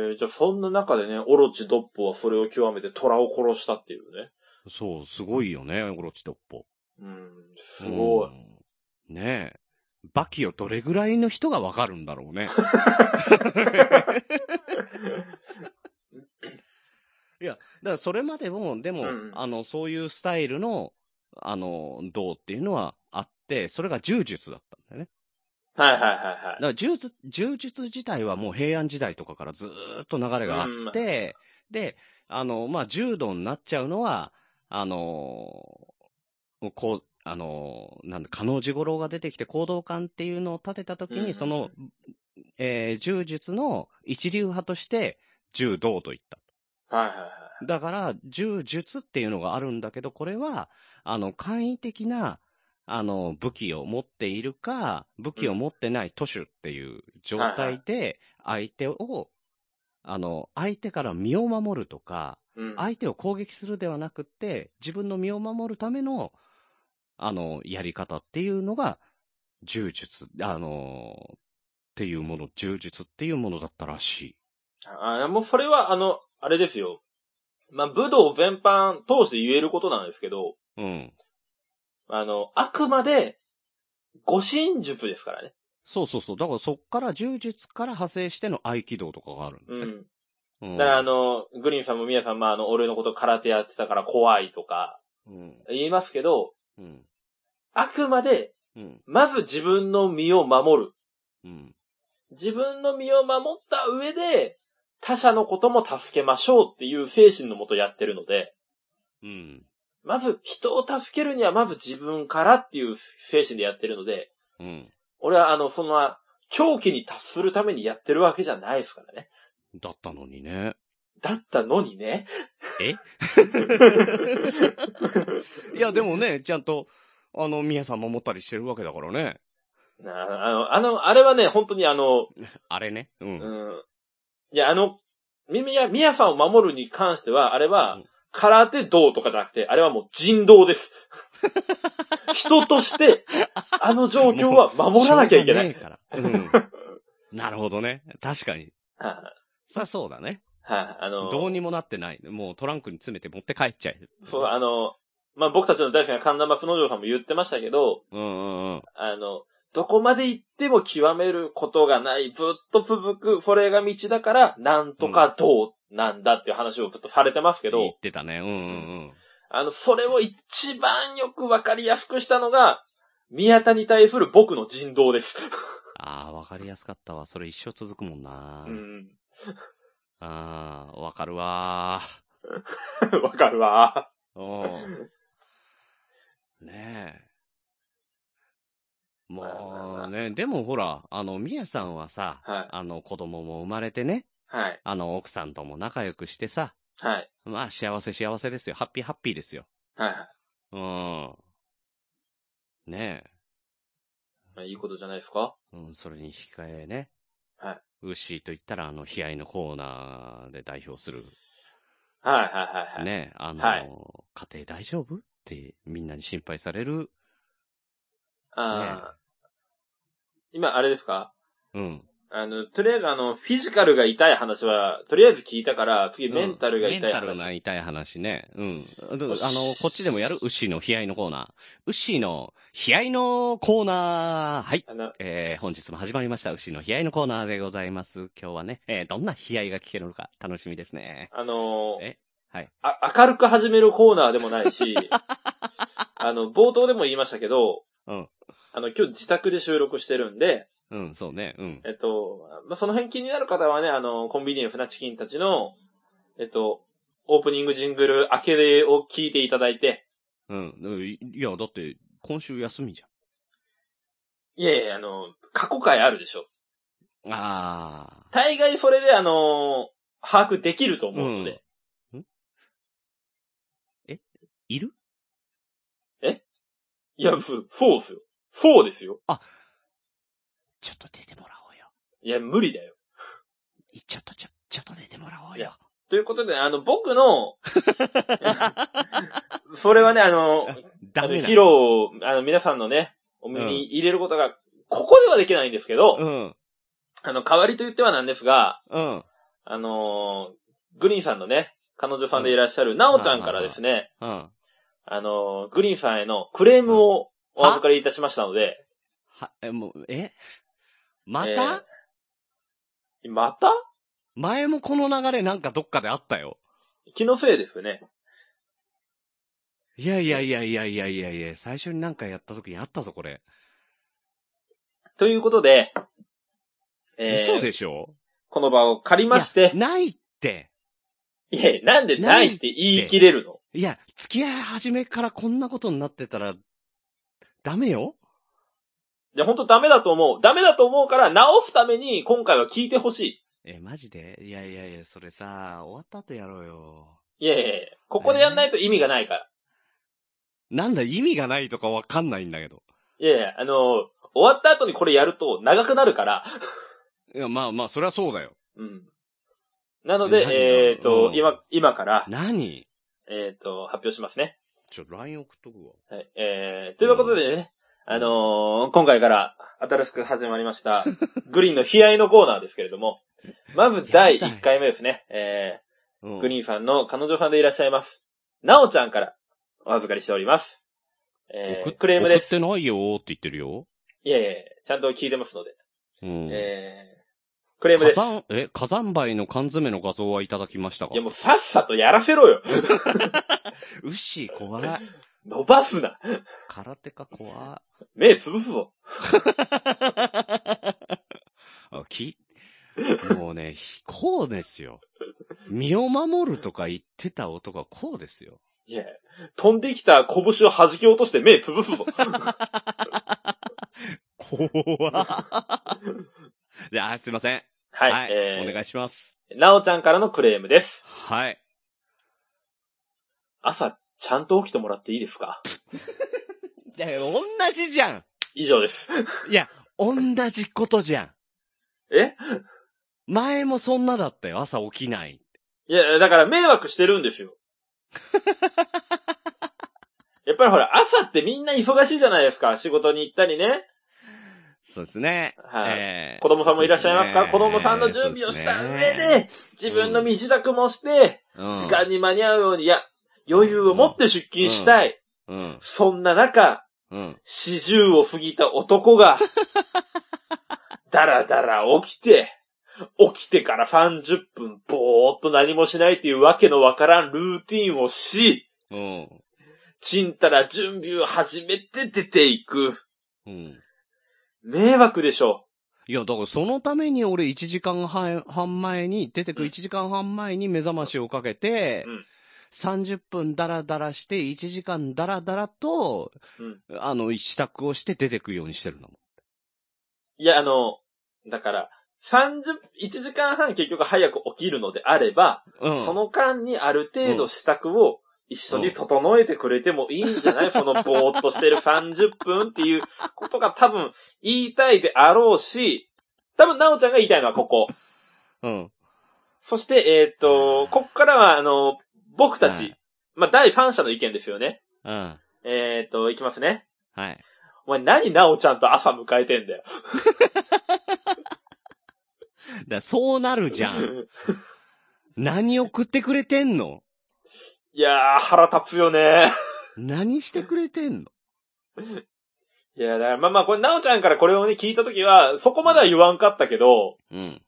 Speaker 4: へえ、じゃあそんな中でね、オロチドッポはそれを極めて虎を殺したっていうね。
Speaker 3: そう、すごいよね、オロチドッポ。
Speaker 4: うん、すごい。
Speaker 3: うんねえ。バキをどれぐらいの人がわかるんだろう ね。いや、だからそれまでも、でも、
Speaker 4: うんうん
Speaker 3: あの、そういうスタイルの、あの、道っていうのはあって、それが柔術だったんだよね。
Speaker 4: はいはいは
Speaker 3: だ
Speaker 4: い
Speaker 3: から柔術、柔術自体はもう平安時代とかからずーっと流れがあって、で、あの、まあ、柔道になっちゃうのは、あの、こう、あの、なんだ、加納治五郎が出てきて行動感っていうのを立てたとき
Speaker 4: うんうん
Speaker 3: に、その、えー柔術の一流派として柔道と言った。
Speaker 4: はい。はいはいはい。
Speaker 3: だから、柔術っていうのがあるんだけど、これは、あの、簡易的な、あの、武器を持っているか、武器を持ってない徒手っていう状態で、相手を、あの、相手から身を守るとか、
Speaker 4: うん。
Speaker 3: 相手を攻撃するではなくって、自分の身を守るための、あの、やり方っていうのが、柔術、あの、っていうもの、充実っていうものだったらしい。
Speaker 4: あもうそれは、あの、あれですよ。まあ、武道全般通して言えることなんですけど、
Speaker 3: うん。
Speaker 4: あの、あくまで、護身術ですからね。
Speaker 3: そうそうそう。だからそっから柔術から派生しての合気道とかがあるんだ
Speaker 4: う
Speaker 3: ね。
Speaker 4: ん。
Speaker 3: うん。
Speaker 4: だからあの、グリーンさんもミヤさんもあの、俺のこと空手やってたから怖いとか、
Speaker 3: うん、
Speaker 4: 言いますけど、
Speaker 3: うん。
Speaker 4: あくまで、
Speaker 3: うん。
Speaker 4: まず自分の身を守る。
Speaker 3: うん。
Speaker 4: 自分の身を守った上で、他者のことも助けましょうっていう精神のもとやってるので、
Speaker 3: うん。
Speaker 4: まず人を助けるにはまず自分からっていう精神でやってるので、
Speaker 3: うん。
Speaker 4: 俺はあの、そんな、狂気に達するためにやってるわけじゃないですからね。
Speaker 3: だったのにね。
Speaker 4: だったのにね。
Speaker 3: いや、でもね、ちゃんと、あの、宮さん守ったりしてるわけだからね。
Speaker 4: なあの、あの、あれはね、本当にあの、
Speaker 3: あれね。うん。
Speaker 4: うん。いや、あの、みみや、みやさんを守るに関しては、あれ
Speaker 3: う
Speaker 4: は
Speaker 3: ん、
Speaker 4: 空手道とかじゃなくて、あれはもう人道 です。人として、あの状況は守らなきゃいけな
Speaker 3: し
Speaker 4: い。
Speaker 3: ょうがねえから。うん。なるほどね。確かに。
Speaker 4: はい、
Speaker 3: さあ、そうだね。
Speaker 4: はい、あ
Speaker 3: どう
Speaker 4: の、
Speaker 3: にもなってない。もうトランクに詰めて持って帰っちゃえ。
Speaker 4: そう、あの、まあ、僕たちの大好きな神田松之丞さんも言ってましたけど、
Speaker 3: うんうんうん。
Speaker 4: あの、どこまで行っても極めることがない、ずっと続く、それが道だから、なんとかどうなんだっていう話をずっとされてますけど、
Speaker 3: 言ってたね。うんうん
Speaker 4: あの、それを一番よくわかりやすくしたのが、宮田に対する僕の人道です。
Speaker 3: うん。ああ、わかりやすかったわ。それ一生続くもんな
Speaker 4: う。ん。
Speaker 3: ああ、わかるわー。
Speaker 4: わかるわ。
Speaker 3: お ねえ。
Speaker 4: まあまあま
Speaker 3: も
Speaker 4: あ
Speaker 3: うね、でもほら、あの、みやさんはさ、
Speaker 4: はい。
Speaker 3: あの、子供も生まれてね、
Speaker 4: はい。
Speaker 3: あの、奥さんとも仲良くしてさ、
Speaker 4: はい。
Speaker 3: まあ、幸せ幸せですよ。ハッピーハッピーですよ。
Speaker 4: はい。
Speaker 3: うん。ねえ。
Speaker 4: まあ、いいことじゃないですか
Speaker 3: うん、それに引き換えね。
Speaker 4: はい。
Speaker 3: ウッシーと言ったら、あの、悲哀のコーナーで代表する、
Speaker 4: はいはいはいはい。
Speaker 3: ね、あの、
Speaker 4: はい
Speaker 3: 家庭大丈夫ってみんなに心配される、
Speaker 4: あー今、あれですか
Speaker 3: うん。
Speaker 4: あの、とりあえずあの、フィジカルが痛い話は、とりあえず聞いたから、次メンタルが痛い
Speaker 3: メンタル
Speaker 4: 話。
Speaker 3: が痛い話ね。うん。あの、
Speaker 4: よ
Speaker 3: こ
Speaker 4: し
Speaker 3: っちでもやる牛の悲哀のコーナー。牛の悲哀のコーナーはい。
Speaker 4: あの、
Speaker 3: えー、本日も始まりました。牛の悲哀のコーナーでございます。今日はね、えー、どんな悲哀が聞けるのか楽しみですね。
Speaker 4: あのー
Speaker 3: えはい
Speaker 4: あ、明るく始めるコーナーでもないし、 あの、冒頭でも言いましたけど、
Speaker 3: うん
Speaker 4: あの、今日自宅で収録してるんで、
Speaker 3: うん、そうね。うん。
Speaker 4: えっと、まあ、その辺気になる方はね、あの、コンビニエンスなチキンたちの、えっと、オープニングジングル明けでを聞いていただいて、
Speaker 3: うん。いいや、だって、今週休みじゃ
Speaker 4: いやいや、あの、過去回あるでしょ。
Speaker 3: ん。あ
Speaker 4: 大概それであの、把握できると
Speaker 3: ー。
Speaker 4: 思うので、
Speaker 3: うん。んえいる
Speaker 4: いや、そうそうですよ。そうですよ。
Speaker 3: ちょっと出てもらおうよ。
Speaker 4: いや、無理だよ。
Speaker 3: いちょっと、ちょ、ちょっと出てもらおう
Speaker 4: いや
Speaker 3: よ。
Speaker 4: ということで、あの、僕の、それはね、あの、
Speaker 3: ダメ
Speaker 4: あの
Speaker 3: だ。
Speaker 4: 披露を、あの、皆さんのね、お目に入れることが、ここではできないんですけど、
Speaker 3: うん。
Speaker 4: あの、代わりと言ってはなんですが、
Speaker 3: うん。
Speaker 4: あのーグリーンさんのね、彼女さんでいらっしゃる、なおちゃんからですね、
Speaker 3: うん。
Speaker 4: あのーグリーンさんへのクレームをお預かりいたしましたので、
Speaker 3: は、え、もう、えまた、
Speaker 4: えーまた
Speaker 3: 前もこの流れなんかどっかであったよ。
Speaker 4: 気のせいですよね。
Speaker 3: いやいやいやいやいやいやいや、最初になんかやった時にあったぞ、これ。
Speaker 4: ということで、え
Speaker 3: 嘘
Speaker 4: ー、
Speaker 3: でしょ
Speaker 4: この場を借りまして
Speaker 3: いや、ないって。
Speaker 4: いや、なんでないって言い切れるの
Speaker 3: いや、付き合い始めからこんなことになってたら、ダメよ
Speaker 4: いや、ほんとダメだと思う。ダメだと思うから、直すために今回は聞いてほし
Speaker 3: え、マジでいやいやいや、それさ、終わった後やろうよ。
Speaker 4: い。いやいやいや、ここでやんないと意味がないから。
Speaker 3: なんだ、意味がないとかわかんないんだけど。
Speaker 4: いやいや、あのー終わった後にこれやると長くなるから。
Speaker 3: いや、まあまあ、そりゃそうだよ。
Speaker 4: うん。なの
Speaker 3: 何よ
Speaker 4: で、えっ、と、
Speaker 3: うん
Speaker 4: 今、今から、
Speaker 3: 何
Speaker 4: えっ、と、発表しますね。
Speaker 3: ちょ、LINE 送っとくわ。
Speaker 4: はい。えー、ということでね、あのー今回から新しく始まりました。グリーンの悲哀のコーナーですけれども、まず第1回目ですね。え
Speaker 3: うん
Speaker 4: ー、グリーンさんの彼女さんでいらっしゃいます。なおちゃんからお預かりしております。え
Speaker 3: 送っ
Speaker 4: ー、クレームです。
Speaker 3: 送ってないよーって言ってるよ。
Speaker 4: いやいやいやちゃんと聞いてますので。
Speaker 3: うん。
Speaker 4: えー、クレーム
Speaker 3: 火
Speaker 4: です。
Speaker 3: 山、え、火山灰の缶詰の画像はいただきました
Speaker 4: い
Speaker 3: が
Speaker 4: や。もうさっさとやらせろよ。
Speaker 3: うっしー 怖い。
Speaker 4: 伸ばすな。
Speaker 3: 空手か怖い。
Speaker 4: 目潰すぞ。
Speaker 3: あき、もうね、ひこうですよ。身を守るとか言ってた男はこうですよ。
Speaker 4: いや、飛んできた拳を弾き落として目 潰すぞ。
Speaker 3: 怖じゃあ、すいません。
Speaker 4: はい、
Speaker 3: お願
Speaker 4: え
Speaker 3: いします。
Speaker 4: ー、なおちゃんからのクレームです。
Speaker 3: はい。
Speaker 4: 朝、ちゃんと起きてもらっていいですか
Speaker 3: いや、同じじゃん
Speaker 4: 以上です。
Speaker 3: いや、同じことじゃ
Speaker 4: え
Speaker 3: ん前もそんなだったよ、朝起きない。
Speaker 4: いや、だから迷惑してるんで すよ。やっぱりほら、朝ってみんな忙しいじゃないですか。仕事に行ったりね。
Speaker 3: そうですね。
Speaker 4: はい
Speaker 3: えー
Speaker 4: 子供さんもいらっしゃいますか
Speaker 3: そうで
Speaker 4: 子
Speaker 3: ね
Speaker 4: 供さんの準備をした
Speaker 3: そう
Speaker 4: 上で、自分の身支度もして、
Speaker 3: で
Speaker 4: 時
Speaker 3: すね
Speaker 4: 間に間に合うように、いや、余裕を持って出勤したい。
Speaker 3: うん。うん。
Speaker 4: そんな中、
Speaker 3: うん。
Speaker 4: 四十を過ぎた男が、だらだら起きて、起きてから30分ぼーっと何もしないっていうわけのわからんルーティンをし、
Speaker 3: うん。
Speaker 4: ちんたら準備を始めて出ていく。
Speaker 3: うん。
Speaker 4: 迷惑でしょ
Speaker 3: いや、だからそのために俺1時間半半前に、出てく
Speaker 4: うん
Speaker 3: 1時間半前に目覚ましをかけて、
Speaker 4: うん
Speaker 3: 30分ダラダラして、1時間ダラダラと、
Speaker 4: うん
Speaker 3: あの、支度をして出てくようにしてるの。
Speaker 4: う。いや、あの、だから、30、1時間半結局早く起きるのであれば、
Speaker 3: うん。
Speaker 4: その間にある程度支度を一緒に整えてくれてもいいんじ ゃない、そのぼーっとしてる30分っていうことが多分言いたいであろうし、多分なおちゃんが言いたいのはここ。
Speaker 3: うん。
Speaker 4: そして、えーっと、ここからは、あの、僕た
Speaker 3: は
Speaker 4: ち
Speaker 3: い、
Speaker 4: まあ、第三者の意見ですよね。
Speaker 3: うん。
Speaker 4: えーっと、いきますね。
Speaker 3: はい。
Speaker 4: お前何なおちゃんと朝迎えてんだよ。
Speaker 3: だからそうなるじゃ ん。何を食ってくれてんの
Speaker 4: いやー、腹立つよね。
Speaker 3: 何してくれてんの
Speaker 4: いや、だからまあまあ、これ、なおちゃんからこれをね、聞いたときは、そこまでは言わんかったけど、
Speaker 3: うん。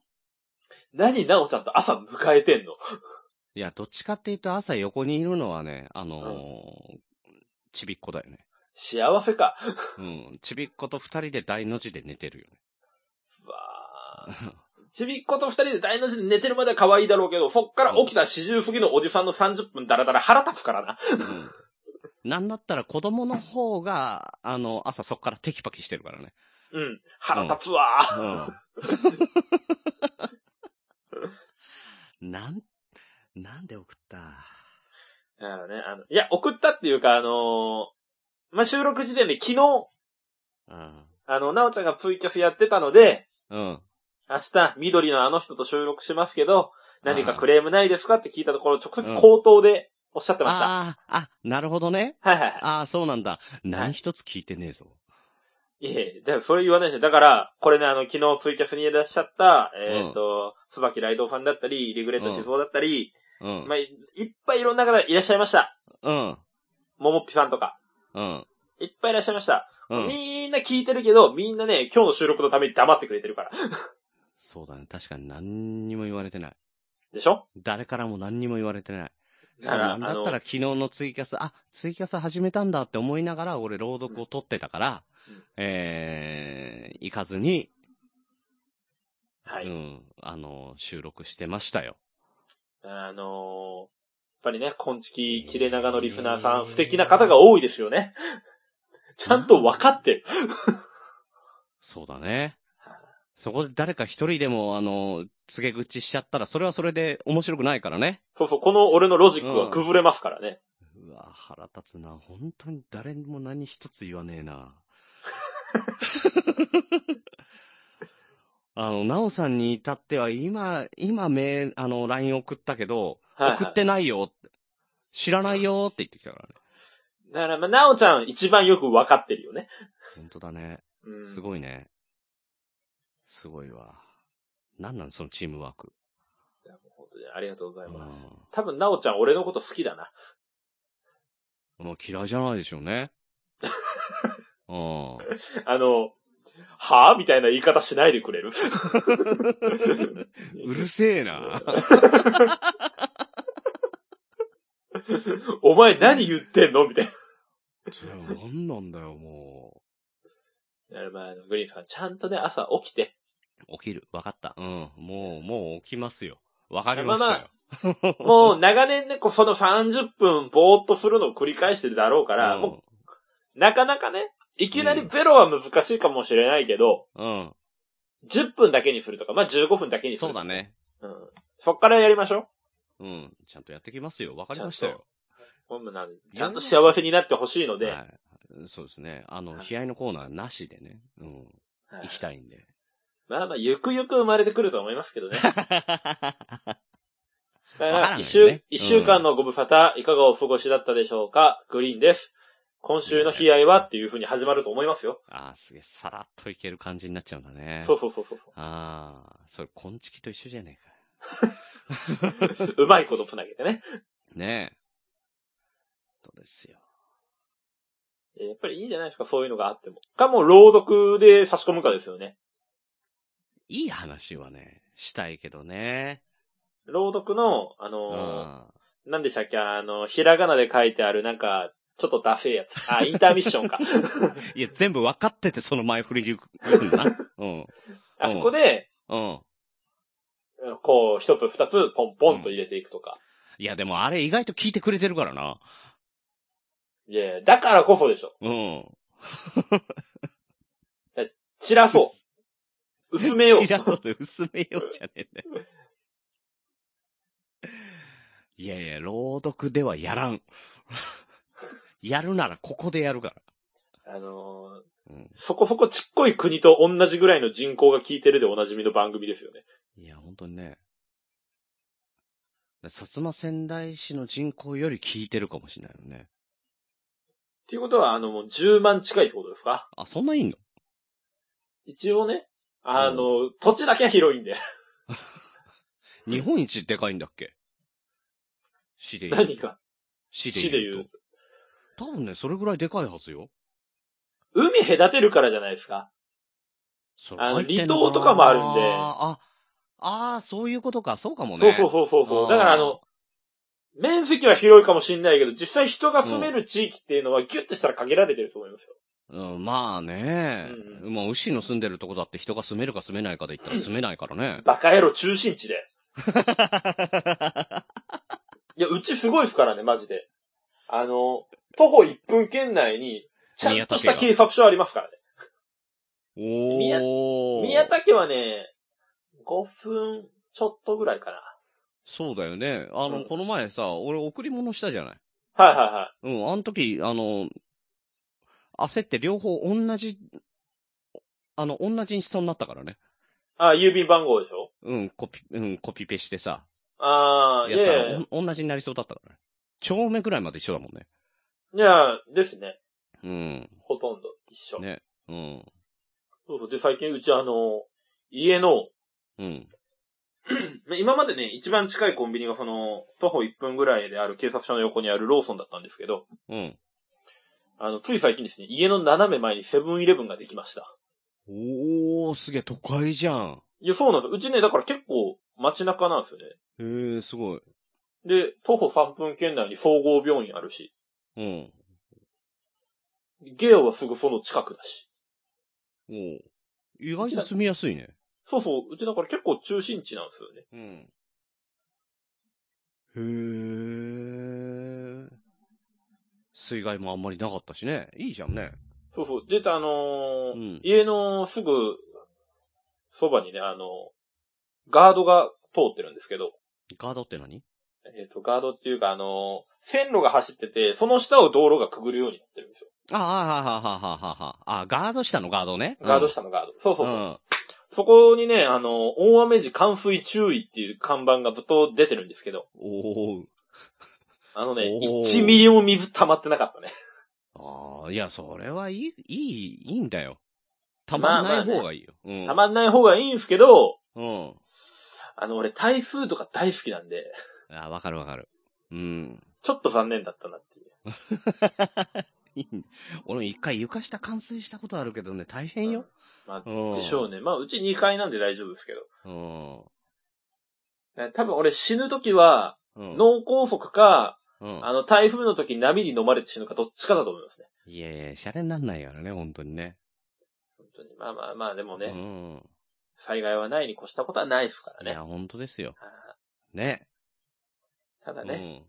Speaker 4: 何なおちゃんと朝迎えてんの
Speaker 3: いや、どっちかっていうと朝横にいるのはね、あのーちびっこだよね。
Speaker 4: 幸せか。
Speaker 3: うん。ちびっこと二人で大の字で寝てるよね。
Speaker 4: うわーちびっこと二人で大の字で寝てるまでは可愛いだろうけど、そっから起きた四十過ぎのおじさんの30分だらだら腹立つからな。
Speaker 3: うん。なんだったら子供の方が、あの、朝そっからテキパキしてるからね。
Speaker 4: うん。腹立つわー。
Speaker 3: うん。なん、なんで送った
Speaker 4: だからね、あの、いや、送ったっていうか、あのーまあ、収録時点で昨日、
Speaker 3: うん。
Speaker 4: あの、なおちゃんがツイキャスやってたので、
Speaker 3: うん。
Speaker 4: 明日、緑のあの人と収録しますけど、何か
Speaker 3: うん
Speaker 4: クレームないですかって聞いたところ、直
Speaker 3: うん
Speaker 4: 接口頭でおっしゃってました。
Speaker 3: ああー、あ、なるほどね。
Speaker 4: はいはいはい。
Speaker 3: ああ、そうなんだ。何一つ聞いてねえぞ。
Speaker 4: いえいえ、だからそれ言わないでしょ。だから、これね、あの、昨日ツイキャスにいらっしゃった、えっ、と、椿雷道さんだったり、リグレット思想だったり、
Speaker 3: うん
Speaker 4: ま。あ、いいっぱいいろんな方いらっしゃいました。
Speaker 3: うん。
Speaker 4: ももっぴさんとか。
Speaker 3: うん。
Speaker 4: いっぱいいらっしゃいました。
Speaker 3: うん。
Speaker 4: みんな聞いてるけど、みんなね、今日の収録のために黙ってくれてるから。
Speaker 3: そうだね。確かに何にも言われてない。
Speaker 4: でしょ
Speaker 3: 誰からも何にも言われてない。
Speaker 4: だから、
Speaker 3: な
Speaker 4: あ
Speaker 3: んだっ
Speaker 4: の
Speaker 3: たら、昨日のツイキャス、あ、ツイキャス始めたんだって思いながら、俺朗読を取ってたから、
Speaker 4: うん
Speaker 3: えー、行かずに、
Speaker 4: はい。
Speaker 3: うん、あの、収録してましたよ。
Speaker 4: あのーやっぱりね、今月、切れ長のリスナーさん、素敵な方が多いですよね。ちゃんと分かってる。
Speaker 3: そうだね。そこで誰か一人でも、あの、告げ口しちゃったら、それはそれで面白くないからね。
Speaker 4: そうそう、この俺のロジックは崩れますからね。
Speaker 3: うわ、腹立つな。本当に誰にも何一つ言わねえ な。あの、なおさんに至っては、今、今メール、あの、LINE 送ったけど、
Speaker 4: はいはい
Speaker 3: 送ってないよって。知らないよって言ってきたからね。
Speaker 4: だから、まあ、なおちゃん一番よく分かってるよね。
Speaker 3: 本当だね。
Speaker 4: うん、
Speaker 3: すごいね。すごいわ。なんなんそのチームワーク。
Speaker 4: いやもう本当にありがとうございます。
Speaker 3: う
Speaker 4: 多分、なおちゃん俺のこと好きだな。
Speaker 3: ん。もう嫌いじゃないでしょう ね。うん。
Speaker 4: あの、はぁみたいな言い方しないでくれる
Speaker 3: うるせえな。
Speaker 4: お前何言ってんのみたい
Speaker 3: なんなんだよ、も
Speaker 4: な。いやまああの、グリーンさん、ちゃんとね、朝起きて。
Speaker 3: う。起きる。わかった。うん。もう、もう起きますよ。わかりましたよ。
Speaker 4: もう長年ね、こうその30分ぼーっとするのを繰り返してるだろうから、
Speaker 3: うん
Speaker 4: もう、なかなかね、いきなりゼロは難しいかもしれないけど、
Speaker 3: うん。
Speaker 4: 10分だけにするとか、まあ15分だけにする。
Speaker 3: そうだ。ね。
Speaker 4: うん。そっからやりましょう。
Speaker 3: うん。ちゃんとやってきますよ。わかりましたよ。
Speaker 4: ほんまなんでちゃんと幸せになってほしいので、
Speaker 3: はい。そうですね。あの、
Speaker 4: はい
Speaker 3: 悲哀のコーナーなしでね。うん。
Speaker 4: はい
Speaker 3: 行きたいんで。
Speaker 4: まあまあ、ゆくゆく生まれてくると思います けどね。
Speaker 3: わ
Speaker 4: だか
Speaker 3: かららない
Speaker 4: 一
Speaker 3: よ
Speaker 4: 週
Speaker 3: ね、
Speaker 4: 一週間のご無沙汰、いかがお過ごしだったでしょうかグリーンです。今週の悲哀はっていう風に始まると思いますよ。
Speaker 3: ああ、すげえ、さらっといける感じになっちゃうんだね。
Speaker 4: そうそうそうそうそ
Speaker 3: ああ、それ、昆虫と一緒じゃねえか。
Speaker 4: う。うまいことつなげてね。
Speaker 3: ねえ。そうですよ。
Speaker 4: やっぱりいいんじゃないですかそういうのがあっても。かもう朗読で差し込むかですよね。
Speaker 3: いい話はね、したいけどね。
Speaker 4: 朗読の、あ
Speaker 3: う
Speaker 4: の
Speaker 3: ん。
Speaker 4: ー、なんでしたっけあの、ひらがなで書いてあるなんか、ちょっとダセえやつ。あ、インターミッショ ンか。
Speaker 3: いや、全部分かってて、その前振りで行く んだな。うん。
Speaker 4: あそこで、
Speaker 3: うん。
Speaker 4: こう、一つ二つ、ポンポンと入れていくとか。
Speaker 3: いや、でもあれ意外と聞いてくれてるからな。
Speaker 4: いやいやだからこそでしょ。
Speaker 3: うん。
Speaker 4: 散 らそう。薄めよう。
Speaker 3: 知らんこと薄めようじゃねえんだよ。いやいや、朗読ではやらん。 やるならここでやるから。
Speaker 4: あの
Speaker 3: うん
Speaker 4: ー、そこそこちっこい国と同じぐらいの人口が聞いてるでおなじみの番組ですよね。
Speaker 3: いや、本当にね。薩摩仙台市の人口より聞いてるかもしれないよね。
Speaker 4: っていうことは、あの、もう10万近いってことですか
Speaker 3: あ、そんないんの
Speaker 4: 一応ね、あの、土地だけは広いんで。
Speaker 3: 日本一でかいんだっけ市で言うと
Speaker 4: 何か。
Speaker 3: 市
Speaker 4: 市
Speaker 3: で
Speaker 4: で
Speaker 3: 言
Speaker 4: 言
Speaker 3: う
Speaker 4: う
Speaker 3: と。。多分ね、それぐらいでかいはずよ。
Speaker 4: 海隔てるからじゃないですか。
Speaker 3: それ
Speaker 4: あの
Speaker 3: 入ってんの
Speaker 4: 離島とかもあるんで
Speaker 3: あ、ああ、そういうことか、そうかもね。
Speaker 4: そうそうそうそうそう。
Speaker 3: あー
Speaker 4: だからあの、面積は広いかもしんないけど、実際人が住める地域っていうのはギュッとしたら限られてると思いますよ。
Speaker 3: うん、まあね。
Speaker 4: うん。
Speaker 3: まあ、牛の住んでるとこだって人が住めるか住めないかで言ったら住めないからね
Speaker 4: バカ野郎中 心地で。いや、うちすごいですからね、マジで。あの、徒歩1分圏内に、ちゃんとした警察署ありますからね。
Speaker 3: おー。
Speaker 4: 宮田家はね、5分ちょっとぐらいかな。
Speaker 3: そうだよね。あの、
Speaker 4: うん
Speaker 3: この前さ、俺贈り物したじゃない。
Speaker 4: はいはいは
Speaker 3: うん、あの時、あの、焦って両方同じ、あの、同じにしそうになったからね。
Speaker 4: い。あ、郵便番号でしょ
Speaker 3: うん、コピ、うん、コピペしてさ。
Speaker 4: ああ、い
Speaker 3: やった
Speaker 4: やい
Speaker 3: ら
Speaker 4: や、
Speaker 3: おん、同じになりそうだったからね。丁目ぐらいまで一緒だもんね。
Speaker 4: いや、ですね。
Speaker 3: うん。
Speaker 4: ほとんど一緒。
Speaker 3: ね。うん。
Speaker 4: そうそう。で、最近うちあの、家の、
Speaker 3: うん。
Speaker 4: ま今までね、一番近いコンビニがその、徒歩1分ぐらいである警察署の横にあるローソンだったんですけど、
Speaker 3: うん。
Speaker 4: あの、つい最近ですね、家の斜め前にセブンイレブンができました。
Speaker 3: おー、すげえ、都会じゃん。
Speaker 4: いや、そうなんです。うちね、だから結構街中なんですよね。
Speaker 3: へえ、すごい。
Speaker 4: で、徒歩3分圏内に総合病院あるし、
Speaker 3: うん。
Speaker 4: ゲオはすぐその近くだし。
Speaker 3: おう意外と住みやすいね。
Speaker 4: そうそう、うちだから結構中心地なんですよね。
Speaker 3: うん。へえ。水害もあんまりなかったしね。いいじゃんね。
Speaker 4: そうそう。で、あのー
Speaker 3: うん
Speaker 4: 家のすぐ、そばにね、あのーガードが通ってるんですけど、
Speaker 3: ガードって何
Speaker 4: えっ、と、ガードっていうか、あのー線路が走ってて、その下を道路がくぐるようになってるんですよ。
Speaker 3: ああ、ああ、ああ、ああ、ああ、ガード下のガードね。
Speaker 4: ガード
Speaker 3: 下。
Speaker 4: 下のガード。そうそう
Speaker 3: う
Speaker 4: そう。
Speaker 3: ん。
Speaker 4: そこにね、あのー大雨時冠水注意っていう看板がずっと出てるんですけど、
Speaker 3: お
Speaker 4: あのね、
Speaker 3: おー
Speaker 4: 1ミリも水溜まってなかったね。
Speaker 3: お。ああ、いや、それはいい、いい、いいんだよ。たまんない方がいいよ。うん。
Speaker 4: たまんない方がいいんですけど、
Speaker 3: うん。
Speaker 4: あの、俺台風とか大好きなんで、
Speaker 3: あ、わかるわかる。うん。
Speaker 4: ちょっと残念だったなっていう。
Speaker 3: いいね俺も一回床下冠水したことあるけどね、大変よ。
Speaker 4: ま
Speaker 3: うん。
Speaker 4: あ、でしょうね。まあ、うち2階なんで大丈夫ですけど。
Speaker 3: うん。
Speaker 4: ね多分俺死ぬ時は、
Speaker 3: うん。
Speaker 4: 脳梗塞か、
Speaker 3: うん
Speaker 4: あの、台風の時に波に飲まれて死ぬかどっちかだと思いますね。
Speaker 3: いやいや、シャレになんないからね、本当にね。
Speaker 4: 本当に。まあまあまあ、でもね、
Speaker 3: うん。
Speaker 4: 災害はないに越したことはないですから
Speaker 3: い
Speaker 4: ね
Speaker 3: や、。本当ですよ。
Speaker 4: あ
Speaker 3: ね。
Speaker 4: ーただね、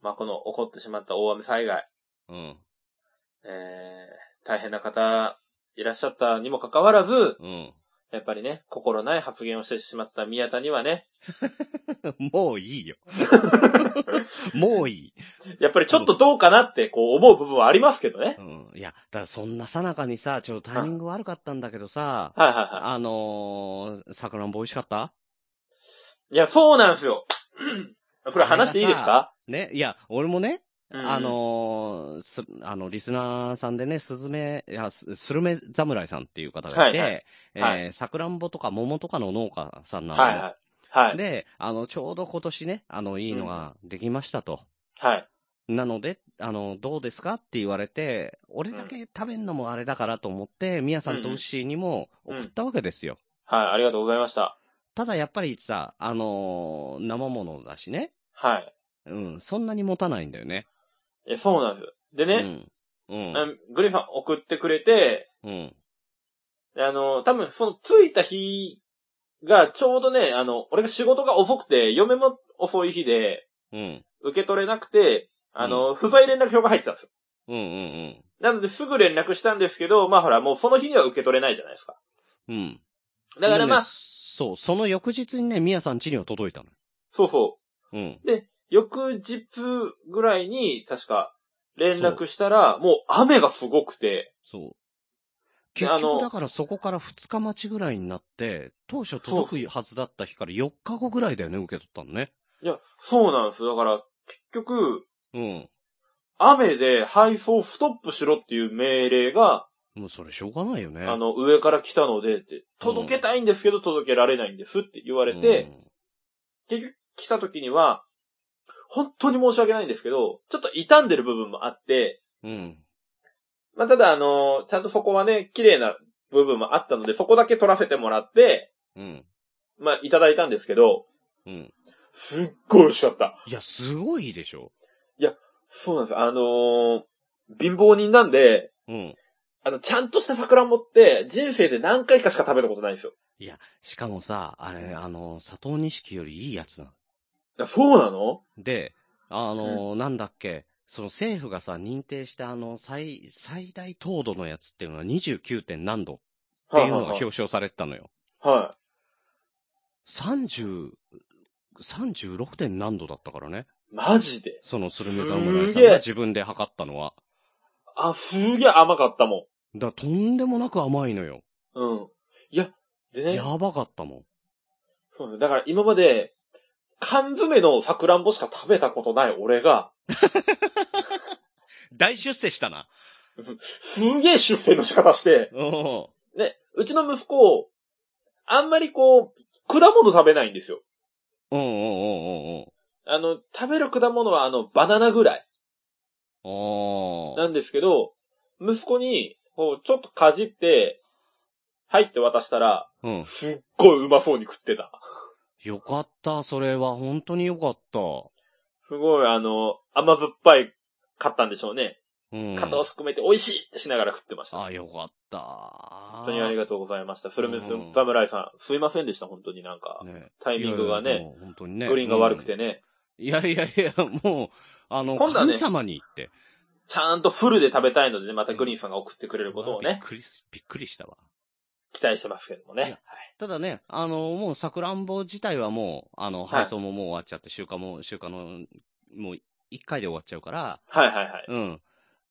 Speaker 4: まあこの起こってしまった大雨災害、
Speaker 3: うん。うん。
Speaker 4: えー、大変な方いらっしゃったにもかかわらず、
Speaker 3: うん。
Speaker 4: やっぱりね、心ない発言をしてしまった宮田にはね、
Speaker 3: もういいよ。もういい。
Speaker 4: やっぱりちょっとどうかなってこう思う部分はありますけどね
Speaker 3: う。ん。いや、だからそんなさなかにさ、ちょっとタイミング悪かったんだけどさ、
Speaker 4: はいはいは
Speaker 3: あのー、桜んぼ美味しかった
Speaker 4: い。いや、そうなんですよ。それ話していいですか
Speaker 3: ね。いや、俺もね、
Speaker 4: うん
Speaker 3: あのー、す、あの、リスナーさんでね、スズメ、いや、ススルメ侍さんっていう方がいて、
Speaker 4: はいはい
Speaker 3: え
Speaker 4: は
Speaker 3: ー、桜んぼとか桃とかの農家さんなの。
Speaker 4: はいはい。はい。
Speaker 3: で、あの、ちょうど今年ね、あの、いいのができましたと。
Speaker 4: はい。
Speaker 3: なので、あの、どうですかって言われて、俺だけ食べんのもあれだからと思って、ミヤさんとウッシーにも送ったわけですよ。
Speaker 4: はい、ありがとうございました。
Speaker 3: ただやっぱりさ、あのー生ものだしね。
Speaker 4: はい。
Speaker 3: うん、そんなに持たないんだよね。
Speaker 4: え、そうなんですよ。でね、
Speaker 3: うん。
Speaker 4: あのグリファン送ってくれて、
Speaker 3: うん。うん。
Speaker 4: あの、多分その着いた日がちょうどね、あの、俺が仕事が遅くて、嫁も遅い日で、
Speaker 3: うん。
Speaker 4: 受け取れなくて、あの、不在連絡票が入ってたんですよ。
Speaker 3: うんうん
Speaker 4: なので、すぐ連絡したんですけど、まあほら、もうその日には受け取れないじゃないですか。
Speaker 3: うん。うん。
Speaker 4: だか
Speaker 3: で
Speaker 4: らま
Speaker 3: ね
Speaker 4: あ、
Speaker 3: そう、その翌日にね、ミヤさん家には届いたの。
Speaker 4: そうそ
Speaker 3: うん。
Speaker 4: う。翌日ぐらいに、確か、連絡したら、もう雨がすごくて、
Speaker 3: そう。
Speaker 4: で
Speaker 3: 結
Speaker 4: あの
Speaker 3: 局だからそこから2日待ちぐらいになって、当初届くはずだった日から4日後ぐらいだよね、受け取ったのね。
Speaker 4: いや、そうなんですよ。だから、結局、
Speaker 3: うん。
Speaker 4: 雨で配送ストップしろっていう命令が、
Speaker 3: もうそれしょうがないよね。
Speaker 4: あの、上から来たのでって、届けたいんですけど届けられないんですって言われて、結局来た時には、本当に申し訳ないんですけど、ちょっと傷んでる部分もあって、
Speaker 3: うん、うん。
Speaker 4: まあ、ただあの、ちゃんとそこはね、綺麗な部分もあったので、そこだけ取らせてもらって、
Speaker 3: うん。
Speaker 4: まあ、いただいたんですけど、
Speaker 3: うん。
Speaker 4: すっごい美味しかった。
Speaker 3: いや、すごいでしょ。
Speaker 4: そうなんです。あのー貧乏人なんで、
Speaker 3: うん。
Speaker 4: あの、ちゃんとした桜んぼって、人生で何回かしか食べたことないんですよ。
Speaker 3: しかもさ、あれ、あの、佐藤錦よりいいやつなの。
Speaker 4: いやそうなの
Speaker 3: で、あの、なんだっけ、その政府がさ、認定したあの、最、最大糖度のやつっていうのは 29. 点何度っていうのが表彰されてたのよ。
Speaker 4: はいはいはい。はい
Speaker 3: 30、36. 点何度だったからね。
Speaker 4: マジで。
Speaker 3: そのスルメ侍
Speaker 4: す
Speaker 3: さ
Speaker 4: ー
Speaker 3: ん
Speaker 4: げえ
Speaker 3: が自分で測ったのは。
Speaker 4: あ、すげえ甘かったも
Speaker 3: だからとんでもなく甘いのよ。
Speaker 4: ん。うん。いや、でね、
Speaker 3: やばかったもん。
Speaker 4: そうなのだから今まで、缶詰の桜んぼしか食べたことない俺が、
Speaker 3: 大出世したな。
Speaker 4: すげえ出世の仕方して、
Speaker 3: うん。
Speaker 4: ね、うちの息子、あんまりこう、果物食べないんですよ。
Speaker 3: うんうんうんうんうん。
Speaker 4: あの、食べる果物はあの、バナナぐらい
Speaker 3: ああ。
Speaker 4: なんですけど、息子に、こう、ちょっとかじって、入って渡したら、
Speaker 3: うん。
Speaker 4: すっごいうまそうに食ってた。
Speaker 3: よかった、それは。本当によかった。
Speaker 4: すごい、あの、甘酸っぱい、買ったんでしょうね。
Speaker 3: うん。
Speaker 4: 肩を含めて美味しいってしながら食ってました。
Speaker 3: あ、よかった。
Speaker 4: 本当にあり
Speaker 3: が
Speaker 4: がとうございました。フルムス
Speaker 3: うん
Speaker 4: 侍さん、すいませんでした、本当になんか。
Speaker 3: ね、
Speaker 4: タイミングがね
Speaker 3: いやいや、でも本当にね。
Speaker 4: グリーンが悪くてね。
Speaker 3: うん。いやいやいや、もう、あの、
Speaker 4: 今度はね
Speaker 3: 神様に言って。
Speaker 4: ちゃんとフルで食べたいのでね、またグリーンさんが送ってくれることを
Speaker 3: びっ
Speaker 4: ね、
Speaker 3: くりす、びっくりしたわ。
Speaker 4: 期待してますけども
Speaker 3: い
Speaker 4: ね
Speaker 3: や。ただね、あの、もう、桜んぼ自体はもう、あの、
Speaker 4: はい
Speaker 3: 配送ももう終わっちゃって、収穫も、収穫の、もう、一回で終わっちゃうから、
Speaker 4: はいはいはいはい。
Speaker 3: うん。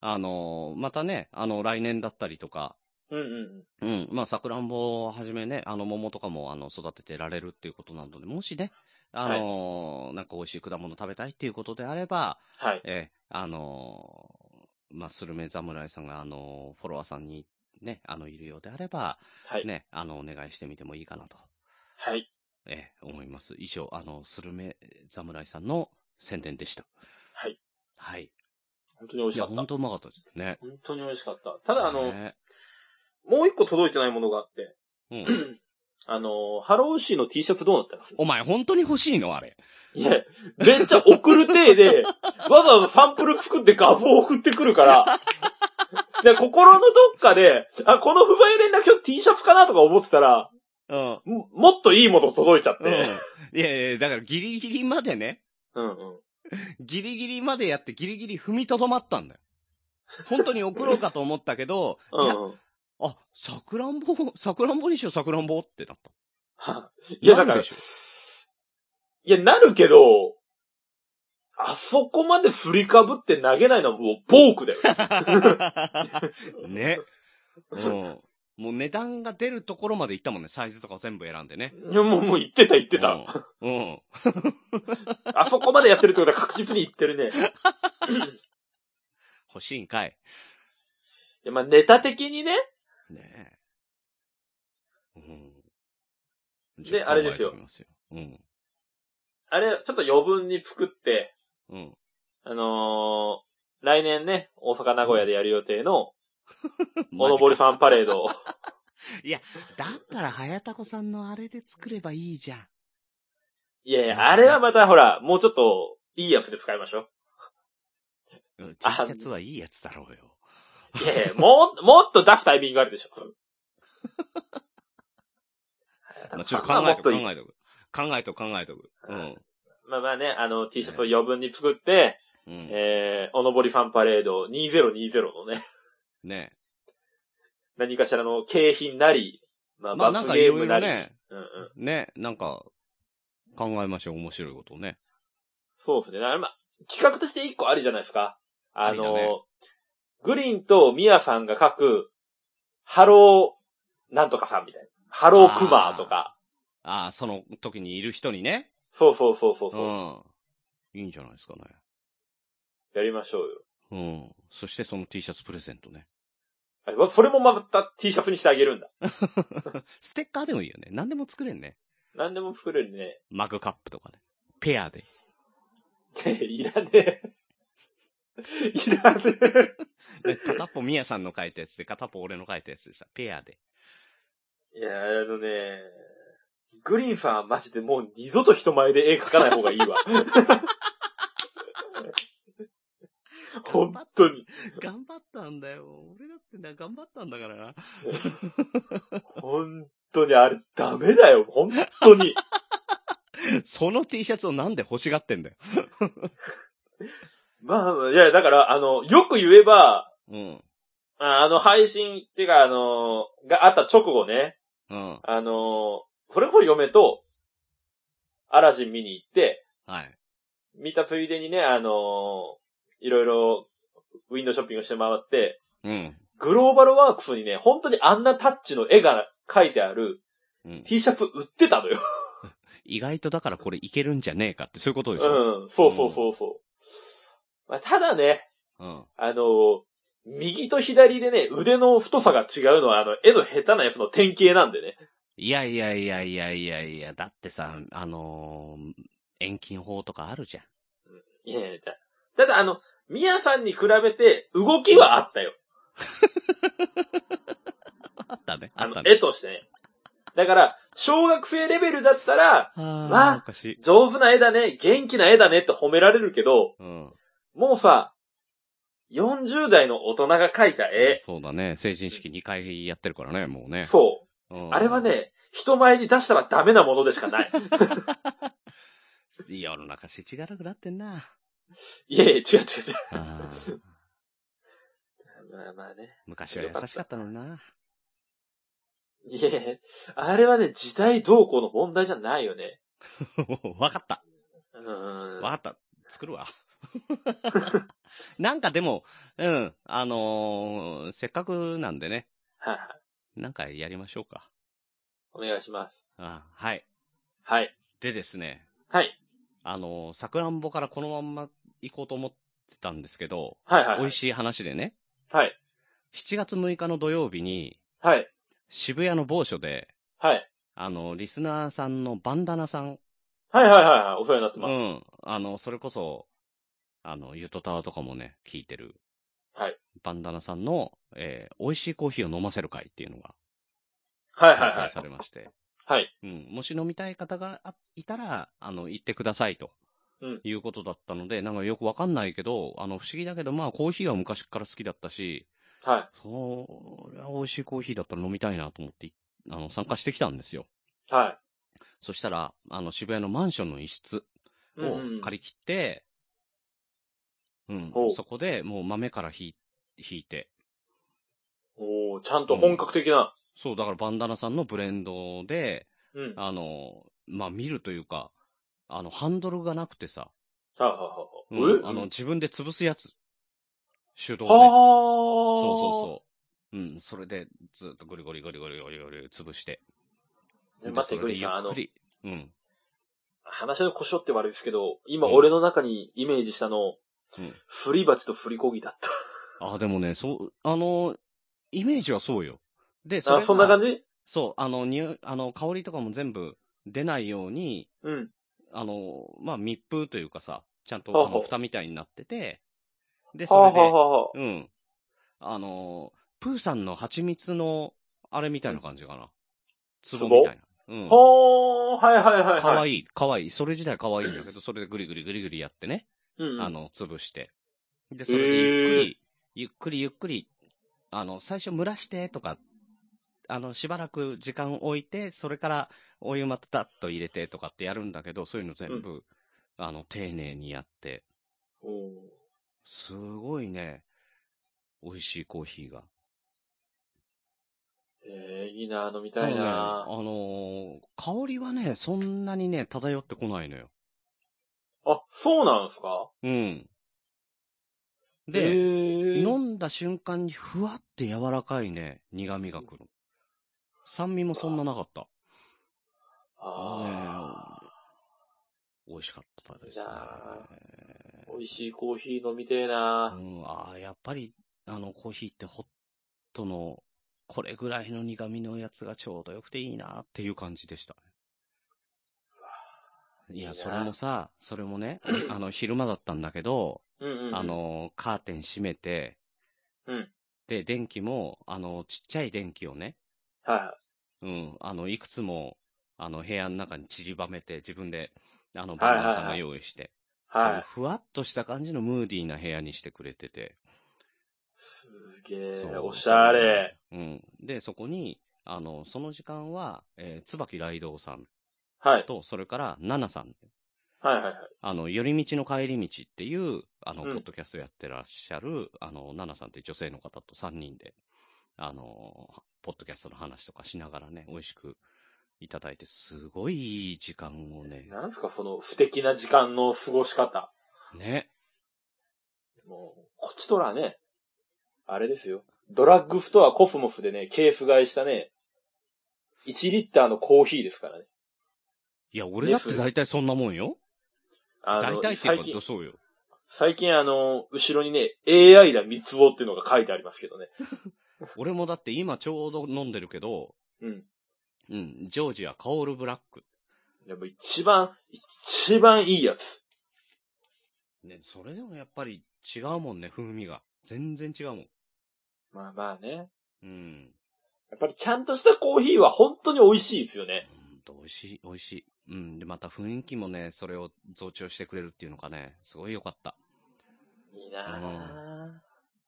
Speaker 3: あの、またね、あの、来年だったりとか、
Speaker 4: うんうんうん。
Speaker 3: うん。まあ、桜んぼをはじめね、あの、桃とかも、あの、育ててられるっていうことなので、もしね、あのーなんか美味しい果物食べたいっていうことであれば、
Speaker 4: はい。
Speaker 3: ええ、あのーまあ、スルメ侍さんが、あのーフォロワーさんにね、あの、いるようであれば、
Speaker 4: はい。
Speaker 3: ね、あの、お願いしてみてもいいかなと、
Speaker 4: はい。
Speaker 3: ええ、思います。以上、あの、スルメ侍さんの宣伝でした。
Speaker 4: はい。
Speaker 3: はい。
Speaker 4: 本当に美味
Speaker 3: い
Speaker 4: しか
Speaker 3: や、
Speaker 4: っ
Speaker 3: 本
Speaker 4: た。本
Speaker 3: 当うまかったですね。
Speaker 4: 当に美味しかった。ただ、あの、
Speaker 3: ね
Speaker 4: もう一個届いてないものがあって、
Speaker 3: うん、
Speaker 4: あの、ハローシーの T シャツどうなったの
Speaker 3: お前、本当に欲しいのあれ。
Speaker 4: いや、めっちゃ送る体で、わざわざサンプル作って画像送ってくるから、で心のどっかで、あ、この不在連絡表 T シャツかなとか思ってたら、
Speaker 3: うん。
Speaker 4: ももっといいもの届いちゃっ
Speaker 3: うん。い
Speaker 4: て。
Speaker 3: やいや、だからギリギリまでね、
Speaker 4: うんうん。
Speaker 3: ギリギリまでやってギリギリ踏みとどまったんだよ。本当に送ろうかと思ったけど、
Speaker 4: う
Speaker 3: い
Speaker 4: ん
Speaker 3: や、
Speaker 4: うん。
Speaker 3: あ、さくらんぼ、さくらんぼにしよう、さくらんぼってなった。
Speaker 4: いや、だ
Speaker 3: なる
Speaker 4: か
Speaker 3: で
Speaker 4: ら、い
Speaker 3: しょ
Speaker 4: や、なるけど、あそこまで振りかぶって投げないのはもうボークだよ。
Speaker 3: ね。うん。もう値段が出るところまで行ったもんね。サイズとかを全部選んでね。
Speaker 4: いや、もう、もう言ってた言ってた。
Speaker 3: うん。うん。
Speaker 4: あそこまでやってるってことは確実に言ってるね。
Speaker 3: 欲しいんかい。
Speaker 4: いや、まあネタ的にね、
Speaker 3: ねえ。うん。
Speaker 4: であれですよ
Speaker 3: 考えてみますよ。うん。
Speaker 4: あれ、ちょっと余分に作って、
Speaker 3: うん。
Speaker 4: あのー、来年ね、大阪名古屋でやる予定の、おの
Speaker 3: マジ
Speaker 4: ぼりさんパレードを。
Speaker 3: だったら、早田子さんのあれで作ればいいじゃん。
Speaker 4: いやいや、あれはまたほら、もうちょっと、いいやつで使いましょ
Speaker 3: うん T シャツはいいやつだろうよ。
Speaker 4: う。いやいや、もう、もっと出すタイミングあるでしょ。
Speaker 3: まあちょっと
Speaker 4: まあ
Speaker 3: 考
Speaker 4: も
Speaker 3: え
Speaker 4: っ
Speaker 3: と
Speaker 4: と
Speaker 3: く、
Speaker 4: いい
Speaker 3: 考えとく。考えとく、考えとく。うん。
Speaker 4: まあまあね、あの、T シャツを余分に作って、
Speaker 3: うん。
Speaker 4: えー、おのぼりファンパレード2020のね、
Speaker 3: ね
Speaker 4: 何かしらの景品なり、まあ、
Speaker 3: まあなん
Speaker 4: 罰
Speaker 3: かい
Speaker 4: ゲー
Speaker 3: ろ
Speaker 4: ム
Speaker 3: い
Speaker 4: な
Speaker 3: ろ
Speaker 4: り。
Speaker 3: ね、
Speaker 4: うんうん、
Speaker 3: ね、なんか、考えましょう、面白いことをね。
Speaker 4: そうですね。あれまあ、企画として一個ありじゃないですか。あ
Speaker 3: ありだ
Speaker 4: の、
Speaker 3: ね
Speaker 4: グリーンとミヤさんが書く、ハロー、なんとかさんみたいな。ハロークマーとか。
Speaker 3: ああ、その時にいる人にね。
Speaker 4: そうそうそうそう
Speaker 3: う
Speaker 4: そう、
Speaker 3: ん。いいんじゃないですかね。
Speaker 4: やりましょうよ。
Speaker 3: うん。そしてその T シャツプレゼントね。
Speaker 4: あわそれもまた T シャツにしてあげるんだ。
Speaker 3: ステッカーでもいいよね。何でも作れんね。
Speaker 4: 何でも作れるね。
Speaker 3: マグカップとかね。ペア で。
Speaker 4: いらねえ。いらね
Speaker 3: で片っぽミヤさんの書いたやつで、片っぽ俺の書いたやつでさ、ペアで。
Speaker 4: え。いや、あのね、グリーンさんはマジでもう二度と人前で絵描かない方がいいわ。本当に。
Speaker 3: 頑張ったんだよ。俺だってな、頑張ったんだからな。
Speaker 4: 本当にあれダメだよ、本当に。
Speaker 3: その T シャツをなんで欲しがってんだよ。
Speaker 4: まあ、いや、だから、あの、よく言えば、
Speaker 3: うん。
Speaker 4: ああの、配信っていうか、あの、があった直後ね、
Speaker 3: うん。
Speaker 4: あの、それこそ嫁と、アラジン見に行って、
Speaker 3: はい。
Speaker 4: 見たついでにね、あの、いろいろ、ウィンドウショッピングして回って、
Speaker 3: うん。
Speaker 4: グローバルワークスにね、本当にあんなタッチの絵が描いてある
Speaker 3: うん、
Speaker 4: T シャツ売ってたのよ。
Speaker 3: 意外とだからこれいけるんじゃねえかって、そういうことでしょ。
Speaker 4: うん、そうそうそうそう。まあ、ただね、
Speaker 3: うん。
Speaker 4: あの、右と左でね、腕の太さが違うのは、あの、絵の下手なやつの典型なんでね。
Speaker 3: いやいやいやいやいやいや、だってさ、あのー遠近法とかあるじゃん。
Speaker 4: いやいやだただ、あの、ミヤさんに比べて、動きはあったよ。
Speaker 3: あったね。あ
Speaker 4: あ
Speaker 3: っ
Speaker 4: の
Speaker 3: た、
Speaker 4: 絵
Speaker 3: ね。
Speaker 4: としてね。だから、小学生レベルだったら、
Speaker 3: あ
Speaker 4: わ
Speaker 3: あ、おかしい。
Speaker 4: 上手な絵だね、元気な絵だねって褒められるけど、
Speaker 3: うん。
Speaker 4: もうさ、40代の大人が描いた絵、
Speaker 3: そうだね。成人式2回やってるからね、もうね。
Speaker 4: そう。
Speaker 3: うん
Speaker 4: あれは、ね、人前に出したらダメなものでしか ない。
Speaker 3: 世の中世知がなくなってんな。
Speaker 4: いやいや、違う違う違
Speaker 3: あー
Speaker 4: う。 まあまあね。
Speaker 3: 昔は優しかったのにな。
Speaker 4: いえ、あれはね、時代動向の問題じゃないよね。
Speaker 3: わかった。
Speaker 4: うーん。
Speaker 3: わかった。作るわ。 なんかでも、うん、あのーせっかくなんでね、
Speaker 4: はいはい。
Speaker 3: なんかやりましょうか。
Speaker 4: お願いします。
Speaker 3: あはい。
Speaker 4: はい。
Speaker 3: でですね、
Speaker 4: はい。
Speaker 3: あの、さくらんぼからこのまんま行こうと思ってたんですけど、
Speaker 4: はいはい、はい。
Speaker 3: 美味しい話でね、
Speaker 4: はい。
Speaker 3: 7月6日の土曜日に、
Speaker 4: はい。
Speaker 3: 渋谷の某所で、
Speaker 4: はい。
Speaker 3: あの、リスナーさんのバンダナさん、
Speaker 4: はいはいはいはい。お世話になって
Speaker 3: う
Speaker 4: ます。
Speaker 3: ん、あの、それこそ、あの、ゆとたわとかもね、聞いてる。
Speaker 4: はい。
Speaker 3: バンダナさんの、えー美味しいコーヒーを飲ませる会っていうのが
Speaker 4: はいはい
Speaker 3: 開
Speaker 4: は
Speaker 3: 催
Speaker 4: い。
Speaker 3: されまして、
Speaker 4: はい。
Speaker 3: うん、もし飲みたい方があいたら、あの、行ってくださいと。
Speaker 4: うん
Speaker 3: いうことだったので、なんかよくわかんないけど、あの、不思議だけど、まあ、コーヒーは昔から好きだったし、
Speaker 4: は
Speaker 3: そりゃ美味しいコーヒーだったら飲みたいなと思って、あの、参加してきたんですよ。
Speaker 4: い。は
Speaker 3: そしたら、あの、渋谷のマンションの一室
Speaker 4: い。うんうん
Speaker 3: を借り切って、うん、
Speaker 4: ほう
Speaker 3: そこでもう豆からひ引いて、
Speaker 4: おーちゃんと本格的な。
Speaker 3: そう、だからバンダナさんのブレンドで、
Speaker 4: うん。はい
Speaker 3: あの、まあ、見るというか、あの、ハンドルがなくてさ、
Speaker 4: はいは
Speaker 3: う
Speaker 4: い
Speaker 3: ん
Speaker 4: はい。え
Speaker 3: あの、自分で潰すやつ。手動
Speaker 4: は
Speaker 3: で。
Speaker 4: あ。
Speaker 3: そう
Speaker 4: そ
Speaker 3: そうそう。うん、それで、ずっとゴリゴリゴリゴリゴリゴリ潰して。
Speaker 4: え待って、
Speaker 3: でそ
Speaker 4: グ
Speaker 3: れ
Speaker 4: リ
Speaker 3: で
Speaker 4: ーンさん、
Speaker 3: ゆ
Speaker 4: あ
Speaker 3: っ
Speaker 4: の
Speaker 3: く、りうん。
Speaker 4: 話の故障って悪いですけど、今
Speaker 3: うん
Speaker 4: 俺の中にイメージしたの、
Speaker 3: うん
Speaker 4: 振り鉢と振りこぎだった。
Speaker 3: あ、でもね、そう、あの、イメージはそうよ。で、
Speaker 4: あ、そんな感
Speaker 3: じ
Speaker 4: じ
Speaker 3: そう、あの、にゅあの、香りとかも全部出ないように、
Speaker 4: うん。
Speaker 3: あの、まあ、密封というかさ、ちゃんと、
Speaker 4: はあ
Speaker 3: あ
Speaker 4: はあ
Speaker 3: の、蓋みたいになってて、で、
Speaker 4: はあ、
Speaker 3: そ
Speaker 4: は
Speaker 3: れで
Speaker 4: あ、はあはあ、
Speaker 3: うん。あのー、プーさんの蜂蜜の、あれみたいな感じかな。
Speaker 4: 壺
Speaker 3: 壺みたいな。うん。
Speaker 4: ほー、はいはいはい、はい。
Speaker 3: かわいい、かわいい。それ自体かわいいんだけど、それでぐりぐりぐりぐりやってね。
Speaker 4: うんうん、
Speaker 3: あの、潰して。で、それでゆっくり、ゆっくりゆっくり、あの、最初蒸らしてとか、あの、しばらく時間置いて、それからお湯またダッと入れてとかってやるんだけど、そういうの全部、あの、丁寧にやって、
Speaker 4: おー
Speaker 3: すごいね、美味しいコーヒーが。
Speaker 4: えー、いいな飲み
Speaker 3: あの
Speaker 4: たい
Speaker 3: ね
Speaker 4: な
Speaker 3: あのー香りはね、そんなにね、漂ってこないのよ。
Speaker 4: あ、そうなんですか
Speaker 3: うん。
Speaker 4: え
Speaker 3: で、
Speaker 4: ー、
Speaker 3: 飲んだ瞬間にふわって柔らかいね、苦味がくる。酸味もそんななかった。
Speaker 4: あ
Speaker 3: ね美味しかったです
Speaker 4: い
Speaker 3: ね
Speaker 4: い。なー美味しいコーヒー飲みてえな
Speaker 3: うん、ああ、やっぱり、あの、コーヒーってホットの、これぐらいの苦味のやつがちょうどよくていいなっていう感じでしたね。い
Speaker 4: いいな
Speaker 3: や、それもさ、それもね、あの、昼間だったんだけど、
Speaker 4: うんうんうん。
Speaker 3: あ、の、カーテン閉めて、
Speaker 4: うん。
Speaker 3: で、電気も、あの、ちっちゃい電気をね、
Speaker 4: はいはい。
Speaker 3: うん、あの、いくつも、あの、部屋の中に散りばめて、自分で、あの、
Speaker 4: はい
Speaker 3: バ
Speaker 4: はいはい
Speaker 3: ナナさんが用意して、そ
Speaker 4: は
Speaker 3: の
Speaker 4: い。
Speaker 3: ふわっとした感じのムーディーな部屋にしてくれてて、
Speaker 4: すげ
Speaker 3: そ
Speaker 4: え、
Speaker 3: う
Speaker 4: おしゃれ。。
Speaker 3: うん。で、そこに、あの、その時間は、えー、椿雷道さん
Speaker 4: はい。
Speaker 3: と、それから、ナナさん。
Speaker 4: はいはいはい。
Speaker 3: あの、寄り道の帰り道っていう、あの、
Speaker 4: うん
Speaker 3: ポッドキャストやってらっしゃる、あの、ナナさんっていう女性の方と3人で、あの、ポッドキャストの話とかしながらね、美味しくいただいて、すごいいい時間をね、
Speaker 4: なんすか、その不敵な時間の過ごし方。
Speaker 3: ね。
Speaker 4: もう、こっちとらね、あれですよ。ドラッグストアコスモスでね、ケース買いしたね、1リッターのコーヒーですからね。
Speaker 3: いや、俺だって大体そんなもんよ。
Speaker 4: あ
Speaker 3: 大
Speaker 4: の、
Speaker 3: 体っていう
Speaker 4: 最
Speaker 3: か
Speaker 4: 近、
Speaker 3: そうよ。
Speaker 4: 最近あの、後ろにね、AI だ三つおっていうのが書いてありますけどね。
Speaker 3: 俺もだって今ちょうど飲んでるけど、
Speaker 4: うん。
Speaker 3: うん、ジョージアカオルブラック。
Speaker 4: やっぱ一番、一番いいやつ。
Speaker 3: ね、それでもやっぱり違うもんね、風味が。全然違うもん。
Speaker 4: まあまあね。
Speaker 3: うん。
Speaker 4: やっぱりちゃんとしたコーヒーは本当に美味しいですよね。
Speaker 3: ほんと美味しい、美味しい。うん。で、また雰囲気もね、それを増長してくれるっていうのかね、すごい良かった。
Speaker 4: いいなあ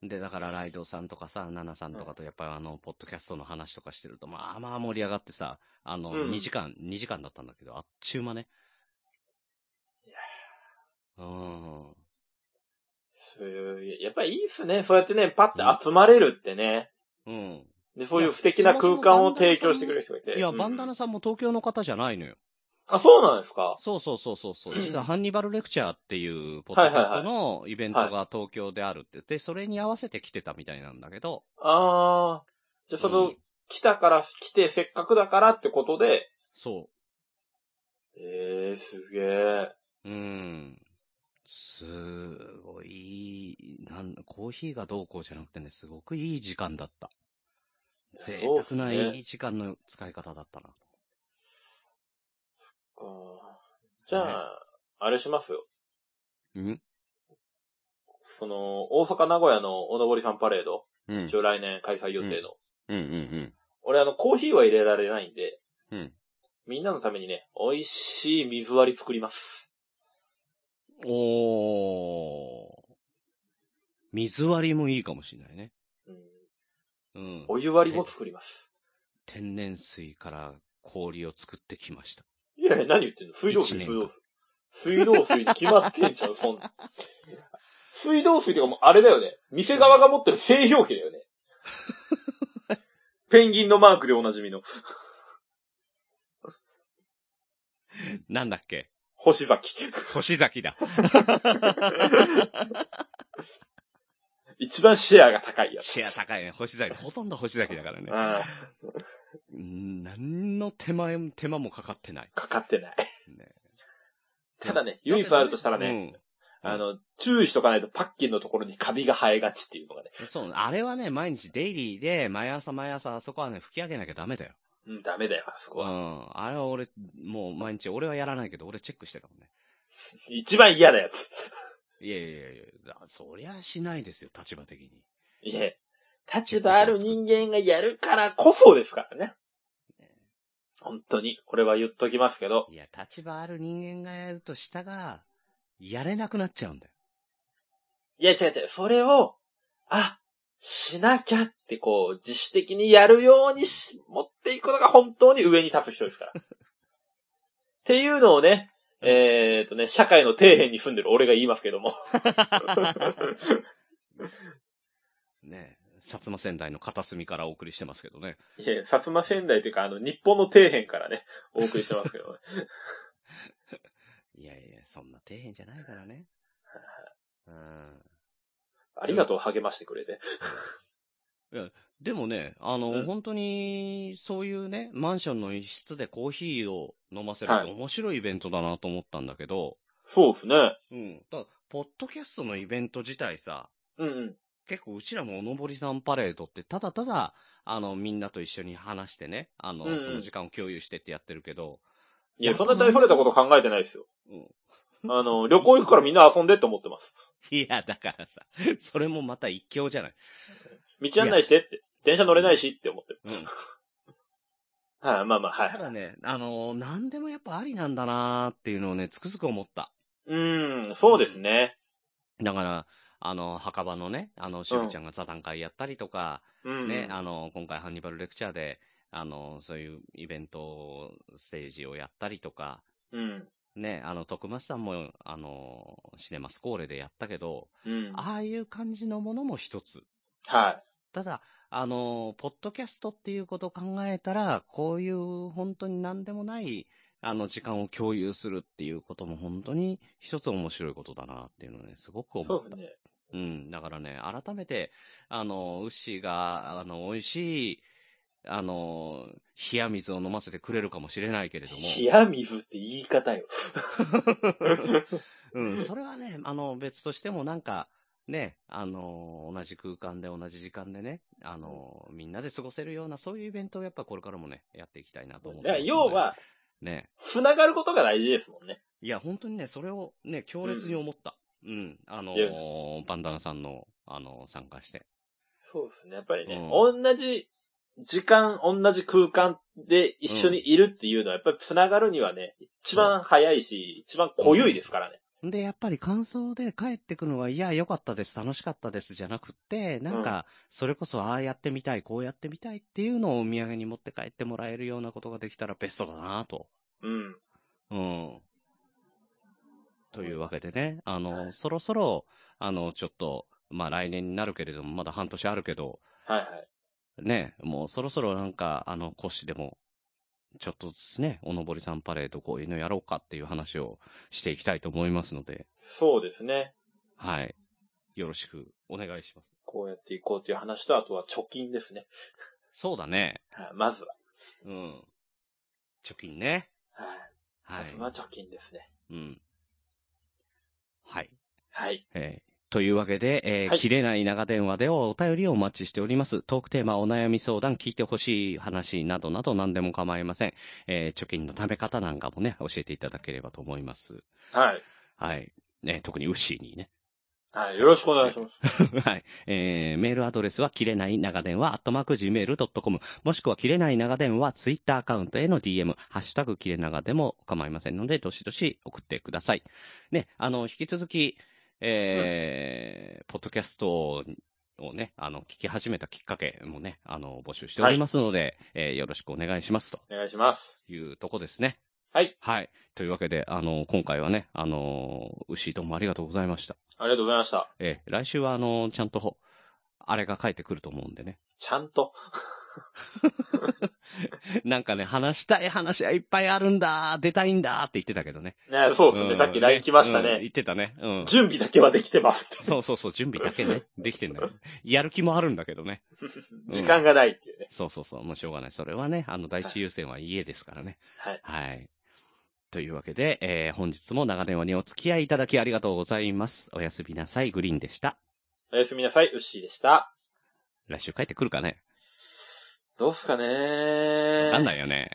Speaker 3: で、だから、ライドウさんとかさ、ナナさんとかと、やっぱりあの、ポッドキャストの話とかしてると、まあまあ盛り上がってさ、あの、
Speaker 4: うん
Speaker 3: 2時間、2時間だったんだけど、あっちゅう間ね。
Speaker 4: い
Speaker 3: うん。
Speaker 4: すげえやっぱりいいっすね。そうやってね、パッて集まれるってね。
Speaker 3: うん。
Speaker 4: で、そういう不敵な空間を提供してくれる人がいて。
Speaker 3: いや、バンダ
Speaker 4: う
Speaker 3: ナ
Speaker 4: ん
Speaker 3: さんも東京の方じゃないのよ。
Speaker 4: あ、そうなんですか
Speaker 3: そうそうそうそうそう。
Speaker 4: うん
Speaker 3: 実はハンニバルレクチャーっていう、ポッドキャストのイベントが東京であるって言って、それに合わせて来てたみたいなんだけど。
Speaker 4: ああ。じゃあ、その、
Speaker 3: うん
Speaker 4: 来たから、来て、せっかくだからってことで、
Speaker 3: そ
Speaker 4: ええー、すげえ。
Speaker 3: う。うん。すごいいい、なん、コーヒーがどうこうじゃなくてね、すごくいい時間だった。贅
Speaker 4: そうっす
Speaker 3: 沢な
Speaker 4: ね
Speaker 3: いい時間の使い方だったな。
Speaker 4: かじゃあ、あれしますよ。
Speaker 3: うん
Speaker 4: その、大阪名古屋のおのぼりさんパレード、
Speaker 3: うん。うん
Speaker 4: 一応来年開催予定の。
Speaker 3: うんうん。
Speaker 4: 俺あの、コーヒーは入れられないんで、
Speaker 3: うん
Speaker 4: みんなのためにね、美味しい水割り作ります。
Speaker 3: おー。水割りもいいかもしれないね。
Speaker 4: うん、
Speaker 3: うん。
Speaker 4: お湯割りも作ります。
Speaker 3: 天然水から氷を作ってきました。
Speaker 4: いやいや、何言ってんの水道水、
Speaker 3: 一年
Speaker 4: 水道水。水道水に決まってんじゃん、そんな。水道水とかもうあれだよね。店側が持ってる製氷機 だよね。ペンギンのマークでおなじみの
Speaker 3: なんだっけ
Speaker 4: 星崎。
Speaker 3: 星崎だ。
Speaker 4: 一番シェアが高いやつ。
Speaker 3: シェア高いね。星崎。ほとんど星崎だからね。
Speaker 4: あ
Speaker 3: うん何の手前も、手間もかかってない。
Speaker 4: あ、かかってない。
Speaker 3: ね
Speaker 4: ただね、唯一あるとしたらね、あの、注意しとかないとパッキンのところにカビが生えがちっていうのがね。
Speaker 3: うんそう、あれはね、毎日デイリーで、毎朝毎朝、あそこはね、吹き上げなきゃダメだよ。
Speaker 4: うん、ダメだよ、あそこ
Speaker 3: う
Speaker 4: は。
Speaker 3: ん。あれは俺、もう毎日、俺はやらないけど、俺チェックしてたもんね。
Speaker 4: 一番嫌なやつ。
Speaker 3: いやいやいやいや、そりゃしないですよ、立場的に。
Speaker 4: いえ。立場ある人間がやるからこそですからね。本当に。これは言っときますけど。
Speaker 3: いや、立場ある人間がやると下が、やれなくなっちゃうんだよ。
Speaker 4: いや、違う違う。それを、あ、しなきゃってこう、自主的にやるようにし、持っていくのが本当に上に立つ人です から。っていうのをね、えっ、とね、社会の底辺に住んでる俺が言いますけども。
Speaker 3: ねえ薩摩仙台の片隅からお送りしてますけどね。
Speaker 4: いや、薩摩仙台というか、あの、日本の底辺からね、お送りしてますけ どね。
Speaker 3: いやいや、そんな底辺じゃないから ね。うん。
Speaker 4: ありがとう、励ましてくれて。
Speaker 3: でもね、あの、
Speaker 4: うん
Speaker 3: 本当に、そういうね、マンションの一室でコーヒーを飲ませるっ
Speaker 4: は
Speaker 3: て
Speaker 4: い
Speaker 3: 面白いイベントだなと思ったんだけど、
Speaker 4: そうですね。
Speaker 3: うん。だからポッドキャストのイベント自体さ、
Speaker 4: うんうん。
Speaker 3: 結構うちらもおのぼりさんパレードって、ただただ、あの、みんなと一緒に話してね、あの、
Speaker 4: うんうん
Speaker 3: その時間を共有してってやってるけど、
Speaker 4: いや、そんな大それたこと考えてない ですよ。
Speaker 3: うん。
Speaker 4: あの、旅行行くからみんな遊んでって思ってます。
Speaker 3: いや、だからさ、それもまた一興じゃない。
Speaker 4: 道案内してって。電車乗れないしって思ってる。
Speaker 3: うん。
Speaker 4: はい、まあまあ、は
Speaker 3: た
Speaker 4: い。
Speaker 3: だね、あの、何でもやっぱありなんだなーっていうのをね、つくづく思った。
Speaker 4: うーん、そうですね。
Speaker 3: だから、あの、墓場のね、あの、しぶちゃんが座談会やったりとか、
Speaker 4: うん。
Speaker 3: ね、あの、今回ハンニバルレクチャーで、あの、そういうイベント、ステージをやったりとか、
Speaker 4: うん。
Speaker 3: ね、あの、徳松さんも、あの、シネマスコーレでやったけど、
Speaker 4: うん。
Speaker 3: ああいう感じのものも一つ。
Speaker 4: は
Speaker 3: ただ、あの、ポッドキャストっていうことを考えたら、こういう本当に何でもない、あの、時間を共有するっていうことも本当に一つ面白いことだなっていうのをね、すごく
Speaker 4: い。
Speaker 3: 思
Speaker 4: そう
Speaker 3: っ
Speaker 4: で
Speaker 3: た。
Speaker 4: すね。
Speaker 3: うん。だからね、改めて、あの、ウッシーが、あの、美味しい、あの、冷や水を飲ませてくれるかもしれないけれども。
Speaker 4: 冷や水って言い方よ。
Speaker 3: うん、それはね、あの、別としてもなんか、ね、あの同じ空間で同じ時間でね、あのみんなで過ごせるような、そういうイベントをやっぱこれからもね、やっていきたいなと思っ
Speaker 4: い
Speaker 3: てま
Speaker 4: や
Speaker 3: すので。
Speaker 4: 要は、
Speaker 3: ね。
Speaker 4: つながることが大事ですもんね。
Speaker 3: いや、本当にね、それをね、強烈に思った。うん。あの
Speaker 4: いや
Speaker 3: バンダナさんの、あの参加して。
Speaker 4: そうですね。やっぱりね、
Speaker 3: う
Speaker 4: 同じ時間、同じ空間で一緒にいるっていうのは、やっぱりつながるにはね、一番早いし、一番濃ゆいですからね。
Speaker 3: で、やっぱり感想で帰ってくのは、いや、良かったです、楽しかったです、じゃなくって、なんか、それこそ、ああやってみたい、こうやってみたいっていうのをお土産に持って帰ってもらえるようなことができたらベストだなと。
Speaker 4: うん。
Speaker 3: うん。というわけでね、あの、そろそろ、あの、ちょっと、まあ来年になるけれども、まだ半年あるけど、
Speaker 4: はいはい。
Speaker 3: ね、もうそろそろなんか、あの、腰でも、ちょっとずつね、おのぼりさんパレードこういうのやろうかっていう話をしていきたいと思いますので、
Speaker 4: そうですね。
Speaker 3: はい。よろしくお願いします。
Speaker 4: こうやっていこうっていう話と、あとは貯金ですね。
Speaker 3: そうだね。
Speaker 4: はいまずは。
Speaker 3: うん。貯金ね。
Speaker 4: はい
Speaker 3: は
Speaker 4: ま
Speaker 3: い
Speaker 4: ず。は貯金ですね。
Speaker 3: うん。はい。
Speaker 4: はい。
Speaker 3: えーというわけで、えー
Speaker 4: はい
Speaker 3: 切れない長電話ではお便りをお待ちしております。トークテーマ、お悩み相談、聞いてほしい話などなど何でも構いません。えー貯金の貯め方なんかもね、教えていただければと思います。
Speaker 4: はい。
Speaker 3: はい。ね、特にウッシーにね。
Speaker 4: はい。よろしくお願いします。
Speaker 3: はい。えー、メールアドレスは、切れない長電話、アットマーク gmail.com、もしくは、切れない長電話、ツイッターアカウントへの DM、ハッシュタグ、切れ長でも構いませんので、どしどし送ってください。ね、あの、引き続き、えーポッドキャストをね、あの、聞き始めたきっかけもね、あの、募集しておりますので、えーよろしくお願いします、と
Speaker 4: お願いします。
Speaker 3: いうとこですね。
Speaker 4: はい。
Speaker 3: はい。というわけで、あの、今回はね、あの、牛どうもありがとうございました。
Speaker 4: ありがとうございました。
Speaker 3: ええ、来週はあの、ちゃんと、あれが書いてくると思うんでね。
Speaker 4: ちゃんと。
Speaker 3: なんかね、話したい話はいっぱいあるんだ、出たいんだって言ってたけどね。
Speaker 4: ね、そうです
Speaker 3: う
Speaker 4: ね。
Speaker 3: ん
Speaker 4: さっき LINE 来ました
Speaker 3: うん
Speaker 4: ね。
Speaker 3: 言ってたね。うん。
Speaker 4: 準備だけはできてますっ て。
Speaker 3: そうそうそう、準備だけ ね、できてんだけど。やる気もあるんだけどね。
Speaker 4: 時間がないっていうね。
Speaker 3: そうそうそう、もうしょうがない。それはね、あの、第一優先は家ですからね。
Speaker 4: はい。
Speaker 3: はい。というわけで、えー本日も長電話にお付き合いいただきありがとうございます。おやすみなさい、グリーンでした。
Speaker 4: おやすみなさい、ウッシーでした。
Speaker 3: 来週帰ってくるかね
Speaker 4: どうっすかね
Speaker 3: わかん
Speaker 4: ー。
Speaker 3: ないよね。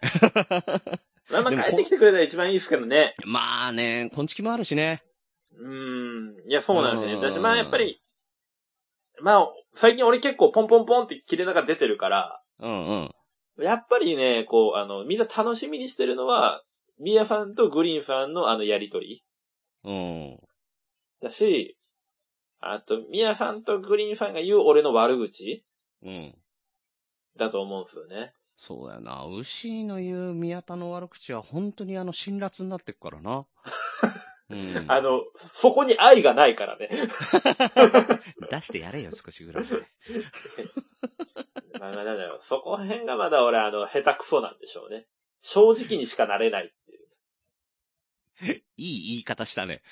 Speaker 4: まあまあ
Speaker 3: でもこ
Speaker 4: 帰ってきてくれたら一番いいですけどね。
Speaker 3: まあね、こんちきもあるしね。
Speaker 4: うーん。いや、そうなんですよね。
Speaker 3: うん
Speaker 4: 私、まあやっぱり、まあ、最近俺結構ポンポンポンって切れ長出てるから、
Speaker 3: うんうん。
Speaker 4: やっぱりね、こう、あの、みんな楽しみにしてるのは、ミヤさんとグリーンさんのあのやりとり
Speaker 3: うん。
Speaker 4: だし、あと、ミヤさんとグリーンさんが言う俺の悪口
Speaker 3: うん。
Speaker 4: だと思うんですよね。
Speaker 3: そうだよな。牛の言う宮田の悪口は本当にあの辛辣になってくからな。 うん、
Speaker 4: あの、そこに愛がないからね。
Speaker 3: 出してやれよ、少しぐらい。
Speaker 4: まあまあなんだろう。そこら辺がまだ俺、あの、下手くそなんでしょうね。正直にしかなれないってい
Speaker 3: い
Speaker 4: う。
Speaker 3: い言い方したね。